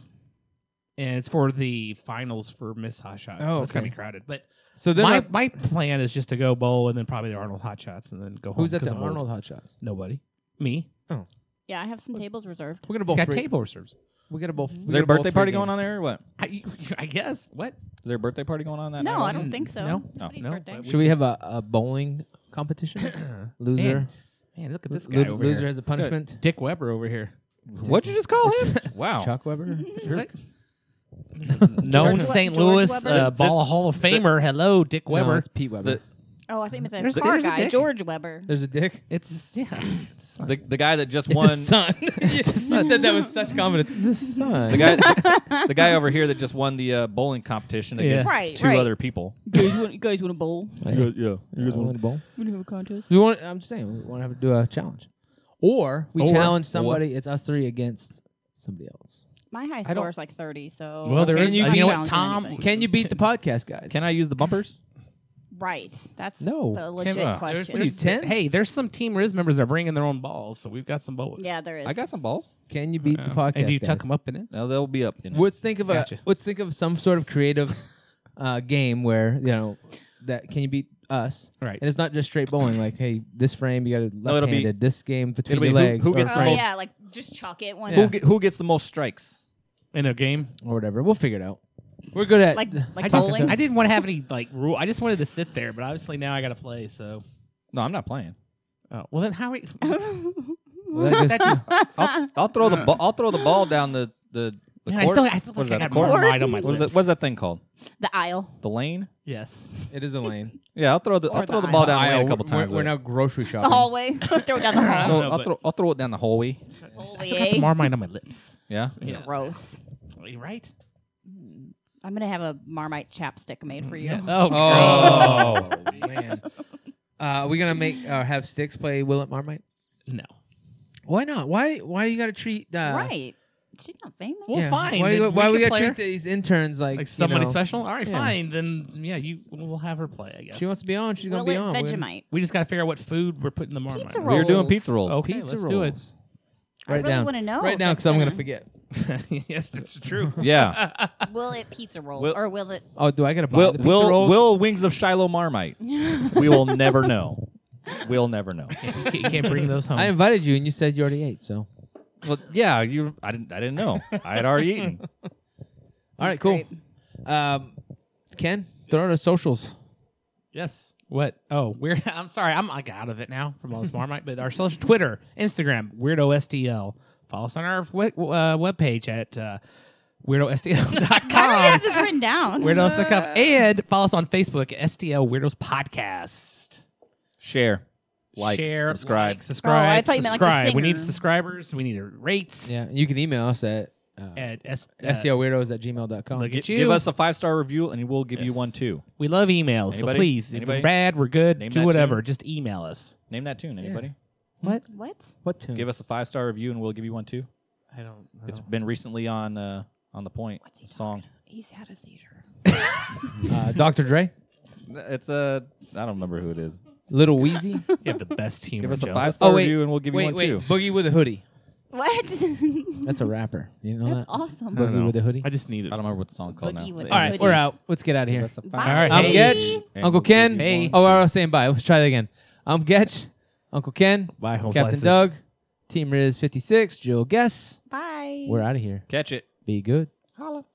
[SPEAKER 3] and it's for the finals for Miss Hot Shots.
[SPEAKER 2] Oh,
[SPEAKER 3] so it's going
[SPEAKER 2] okay.
[SPEAKER 3] to be crowded. But
[SPEAKER 2] So then,
[SPEAKER 3] my
[SPEAKER 2] like,
[SPEAKER 3] my plan is just to go bowl and then probably the Arnold Hot Shots, and then go home.
[SPEAKER 2] who's at
[SPEAKER 3] 'cause
[SPEAKER 2] the
[SPEAKER 3] I'm old.
[SPEAKER 2] Arnold Hot Shots?
[SPEAKER 3] Nobody. Me.
[SPEAKER 7] Yeah, I have some tables reserved.
[SPEAKER 2] We're gonna bowl
[SPEAKER 3] got
[SPEAKER 2] three.
[SPEAKER 3] table reserves.
[SPEAKER 2] We got a both.
[SPEAKER 6] Is there a birthday party going on there or what?
[SPEAKER 3] I, I guess. What?
[SPEAKER 6] Is there a birthday party going on that?
[SPEAKER 7] No,
[SPEAKER 6] night
[SPEAKER 7] I don't
[SPEAKER 6] also?
[SPEAKER 7] think so.
[SPEAKER 6] No, no.
[SPEAKER 7] Nobody's birthday.
[SPEAKER 2] Should we have a, a bowling competition? Loser.
[SPEAKER 3] Man, man, look at this
[SPEAKER 2] Lo-
[SPEAKER 3] guy over
[SPEAKER 2] Loser
[SPEAKER 3] here.
[SPEAKER 2] has a
[SPEAKER 3] Look at
[SPEAKER 2] punishment.
[SPEAKER 3] Dick Weber over here.
[SPEAKER 6] What'd you just call him? wow.
[SPEAKER 2] Chuck Weber.
[SPEAKER 3] What? Known
[SPEAKER 7] George
[SPEAKER 3] St.
[SPEAKER 7] Weber.
[SPEAKER 3] Louis
[SPEAKER 7] George
[SPEAKER 3] uh,
[SPEAKER 7] Weber.
[SPEAKER 3] Ball
[SPEAKER 6] This-
[SPEAKER 3] Hall of
[SPEAKER 6] the-
[SPEAKER 3] Famer. Hello, Dick Weber.
[SPEAKER 2] No, it's Pete Weber.
[SPEAKER 6] The,
[SPEAKER 7] Oh, I think that's
[SPEAKER 3] There's-
[SPEAKER 7] the car
[SPEAKER 3] there's a
[SPEAKER 7] guy,
[SPEAKER 3] dick.
[SPEAKER 7] George Weber.
[SPEAKER 2] There's a dick.
[SPEAKER 3] It's yeah. It's
[SPEAKER 6] the, the guy that just
[SPEAKER 2] It's
[SPEAKER 6] won.
[SPEAKER 2] his son. you said that with such confidence. It's his son.
[SPEAKER 6] The guy, the, guy over here that just won the uh, bowling competition
[SPEAKER 3] Yeah.
[SPEAKER 6] against
[SPEAKER 7] Right,
[SPEAKER 6] two
[SPEAKER 7] right.
[SPEAKER 6] other people.
[SPEAKER 7] guys, want, you guys want to bowl?
[SPEAKER 6] You guys, yeah,
[SPEAKER 2] You guys want to bowl?
[SPEAKER 7] We have a contest.
[SPEAKER 2] We want. I'm just saying we want to have to do a challenge, or we
[SPEAKER 3] Or-
[SPEAKER 2] challenge somebody. It's us three against somebody else.
[SPEAKER 7] My high
[SPEAKER 6] don't-
[SPEAKER 7] score is like thirty, so
[SPEAKER 3] Well, there
[SPEAKER 7] there
[SPEAKER 3] is-
[SPEAKER 7] is.
[SPEAKER 3] you know what, Tom-
[SPEAKER 2] Can you beat the podcast guys?
[SPEAKER 6] Can I use the bumpers?
[SPEAKER 7] Right, that's
[SPEAKER 2] No.
[SPEAKER 7] the
[SPEAKER 3] Tim,
[SPEAKER 7] legit
[SPEAKER 3] there's-
[SPEAKER 7] question.
[SPEAKER 3] there's-
[SPEAKER 2] uh, What are you, 10?
[SPEAKER 3] Hey, there's some Team Riz members that are bringing their own balls, so we've got some balls.
[SPEAKER 7] yeah, there is.
[SPEAKER 6] I got some balls.
[SPEAKER 2] Can you beat the podcast?
[SPEAKER 3] And do you
[SPEAKER 2] guys?
[SPEAKER 3] tuck them up in it?
[SPEAKER 6] Now they'll be up. In it.
[SPEAKER 2] Let's think of
[SPEAKER 3] Gotcha.
[SPEAKER 2] a. Let's think of some sort of creative uh, game where you know that can you beat us?
[SPEAKER 3] Right.
[SPEAKER 2] And it's not just straight bowling. Like, hey, this frame you got to
[SPEAKER 6] it'll be-
[SPEAKER 2] left-handed. this game between
[SPEAKER 6] it'll be
[SPEAKER 2] your
[SPEAKER 6] who-
[SPEAKER 2] legs.
[SPEAKER 6] who
[SPEAKER 2] or
[SPEAKER 6] gets the
[SPEAKER 2] frame
[SPEAKER 7] Oh
[SPEAKER 6] balls.
[SPEAKER 7] yeah, like just chuck it one.
[SPEAKER 6] Who, get, who gets the most strikes?
[SPEAKER 3] In a game.
[SPEAKER 2] or whatever. We'll figure it out. We're good at
[SPEAKER 7] Like
[SPEAKER 3] I
[SPEAKER 7] like
[SPEAKER 3] just
[SPEAKER 7] bowling.
[SPEAKER 3] I didn't want to have any like rule. I just wanted to sit there, but obviously now I got to play. So,
[SPEAKER 6] No, I'm not playing.
[SPEAKER 3] oh, well then how? We,
[SPEAKER 2] Well, that
[SPEAKER 3] that
[SPEAKER 2] just-
[SPEAKER 3] just
[SPEAKER 6] I'll, I'll throw the ba- I'll throw the ball down the the. the
[SPEAKER 3] Man, I
[SPEAKER 6] court.
[SPEAKER 3] still- I feel
[SPEAKER 6] What is
[SPEAKER 3] like I
[SPEAKER 6] that, the
[SPEAKER 3] got marmite
[SPEAKER 6] court?
[SPEAKER 3] on my
[SPEAKER 6] what is that,
[SPEAKER 3] lips.
[SPEAKER 6] what is that thing called?
[SPEAKER 7] the aisle.
[SPEAKER 6] The lane?
[SPEAKER 3] yes.
[SPEAKER 2] it is a lane.
[SPEAKER 6] Yeah, I'll throw the
[SPEAKER 7] Or
[SPEAKER 6] I'll throw
[SPEAKER 7] the
[SPEAKER 6] the ball
[SPEAKER 7] aisle.
[SPEAKER 6] down the
[SPEAKER 2] Aisle,
[SPEAKER 6] lane a couple
[SPEAKER 2] we're-
[SPEAKER 6] times.
[SPEAKER 2] We're,
[SPEAKER 6] with it.
[SPEAKER 2] now grocery
[SPEAKER 7] The
[SPEAKER 2] shopping.
[SPEAKER 7] hallway. Throw it down the hall.
[SPEAKER 6] I'll,
[SPEAKER 3] No,
[SPEAKER 6] I'll
[SPEAKER 3] but-
[SPEAKER 6] throw I'll throw it down the hallway.
[SPEAKER 3] I still got the
[SPEAKER 7] Hallway.
[SPEAKER 3] marmite on my lips.
[SPEAKER 6] Yeah.
[SPEAKER 7] Oh,
[SPEAKER 3] Yeah.
[SPEAKER 7] Gross.
[SPEAKER 3] Are you right?
[SPEAKER 7] I'm gonna have a Marmite chapstick made for you.
[SPEAKER 3] Oh,
[SPEAKER 2] Oh man. Uh, are we gonna make uh, have sticks play Will It Marmite?
[SPEAKER 3] no.
[SPEAKER 2] Why not? Why why you gotta treat uh,
[SPEAKER 7] right. She's not famous.
[SPEAKER 3] Well,
[SPEAKER 2] yeah.
[SPEAKER 3] fine.
[SPEAKER 2] Why, you-
[SPEAKER 3] then
[SPEAKER 2] why
[SPEAKER 3] we
[SPEAKER 2] we gotta
[SPEAKER 3] could play her
[SPEAKER 2] treat these interns like,
[SPEAKER 3] like
[SPEAKER 2] you
[SPEAKER 3] somebody
[SPEAKER 2] know,
[SPEAKER 3] special? All right,
[SPEAKER 2] yeah.
[SPEAKER 3] fine. Then yeah, you we'll have her play. I guess
[SPEAKER 2] She wants to be on. She's
[SPEAKER 7] Will
[SPEAKER 2] gonna be
[SPEAKER 7] it
[SPEAKER 2] on. We're-
[SPEAKER 7] Vegemite?
[SPEAKER 3] We just got to figure out what food we're putting the marmite.
[SPEAKER 7] Pizza
[SPEAKER 3] on.
[SPEAKER 7] roll.
[SPEAKER 6] We're doing
[SPEAKER 7] Rolls.
[SPEAKER 6] pizza rolls.
[SPEAKER 3] Okay,
[SPEAKER 2] Pizza
[SPEAKER 3] let's
[SPEAKER 2] rolls.
[SPEAKER 7] I
[SPEAKER 2] Write
[SPEAKER 7] really
[SPEAKER 2] down.
[SPEAKER 7] wanna know
[SPEAKER 2] Right
[SPEAKER 7] if
[SPEAKER 2] now,
[SPEAKER 7] that's
[SPEAKER 2] because I'm gonna
[SPEAKER 7] gonna-
[SPEAKER 2] forget.
[SPEAKER 3] do it. yes, it's true.
[SPEAKER 6] Yeah.
[SPEAKER 7] Will it pizza roll
[SPEAKER 6] Will-
[SPEAKER 7] or will it?
[SPEAKER 2] Oh, do I gotta buy
[SPEAKER 6] will
[SPEAKER 2] the pizza
[SPEAKER 6] will
[SPEAKER 2] rolls?
[SPEAKER 6] will wings of Shiloh Marmite. we will never know. We'll never know.
[SPEAKER 3] You can't- you can't bring those home.
[SPEAKER 2] I invited you and you said you already ate. So
[SPEAKER 6] Well, yeah, you. I didn't. I didn't know. I had already eaten.
[SPEAKER 2] all right, cool. Um, Ken, throw out the socials.
[SPEAKER 3] Yes. What? Oh, weird. I'm sorry. I'm like out of it now from all this Marmite. but our social Twitter, Instagram, Weirdo STL. Follow us on our w- uh, webpage at uh,
[SPEAKER 7] I have
[SPEAKER 3] weirdostl.com.
[SPEAKER 7] this written down.
[SPEAKER 3] Weirdos.com. And follow us on Facebook, STL Weirdos Podcast.
[SPEAKER 6] Share, like,
[SPEAKER 3] Share,
[SPEAKER 6] subscribe.
[SPEAKER 3] like, subscribe.
[SPEAKER 7] Oh, I thought you meant like the
[SPEAKER 3] subscribe. we need
[SPEAKER 7] singer.
[SPEAKER 3] subscribers. We need rates.
[SPEAKER 2] Yeah, you can email us at uh,
[SPEAKER 3] At S- uh,
[SPEAKER 2] sclweirdos at gmail.com.
[SPEAKER 3] Look at you.
[SPEAKER 6] Give us a five star review, and we'll give you
[SPEAKER 3] Yes.
[SPEAKER 6] one too.
[SPEAKER 3] we love emails.
[SPEAKER 6] Anybody?
[SPEAKER 3] So please, if
[SPEAKER 6] Anybody?
[SPEAKER 3] we're bad, we're good,
[SPEAKER 6] Name
[SPEAKER 3] do
[SPEAKER 6] that
[SPEAKER 3] whatever.
[SPEAKER 6] tune.
[SPEAKER 3] Just email us.
[SPEAKER 6] Name that tune. Anybody?
[SPEAKER 3] What?
[SPEAKER 7] What?
[SPEAKER 2] What tune?
[SPEAKER 6] Give us a five star review, and we'll give you one too.
[SPEAKER 3] I don't. I
[SPEAKER 6] It's
[SPEAKER 3] don't-
[SPEAKER 6] been recently on uh, on the point
[SPEAKER 7] he
[SPEAKER 6] song.
[SPEAKER 7] He's had a seizure.
[SPEAKER 2] uh, Dr. Dre,
[SPEAKER 6] It's a. I don't remember who it is.
[SPEAKER 2] Little Wheezy.
[SPEAKER 3] you have the best humor.
[SPEAKER 6] Give us a
[SPEAKER 3] Joe.
[SPEAKER 6] five star
[SPEAKER 2] Oh, wait.
[SPEAKER 6] review, and we'll give you
[SPEAKER 2] wait,
[SPEAKER 6] one
[SPEAKER 2] wait,
[SPEAKER 6] too.
[SPEAKER 2] Boogie with a hoodie.
[SPEAKER 7] What?
[SPEAKER 2] That's a rapper. You know
[SPEAKER 7] That's
[SPEAKER 2] that?
[SPEAKER 7] awesome.
[SPEAKER 3] I don't
[SPEAKER 2] Boogie
[SPEAKER 3] know.
[SPEAKER 2] with a hoodie.
[SPEAKER 3] I just need
[SPEAKER 6] I
[SPEAKER 3] it.
[SPEAKER 6] don't remember what the song called
[SPEAKER 7] Boogie
[SPEAKER 6] now.
[SPEAKER 7] with
[SPEAKER 6] The
[SPEAKER 7] a
[SPEAKER 2] All right,
[SPEAKER 6] NBC.
[SPEAKER 7] hoodie.
[SPEAKER 2] we're out. Let's get out of
[SPEAKER 6] Give
[SPEAKER 2] here.
[SPEAKER 6] us a five-
[SPEAKER 7] Bye.
[SPEAKER 3] right.
[SPEAKER 2] I'm
[SPEAKER 3] Hey.
[SPEAKER 2] Getch.
[SPEAKER 6] And
[SPEAKER 2] Uncle
[SPEAKER 6] we'll give
[SPEAKER 2] Ken.
[SPEAKER 6] you
[SPEAKER 3] Hey.
[SPEAKER 6] one
[SPEAKER 2] Oh, we're all saying bye. Let's try that again. I'm Getch. Uncle Ken.
[SPEAKER 3] Bye, home
[SPEAKER 2] Captain
[SPEAKER 3] slices.
[SPEAKER 2] Doug. Team Riz 56. Jill Guess.
[SPEAKER 7] Bye.
[SPEAKER 2] We're out of here.
[SPEAKER 6] Catch it.
[SPEAKER 2] Be good.
[SPEAKER 6] Holla.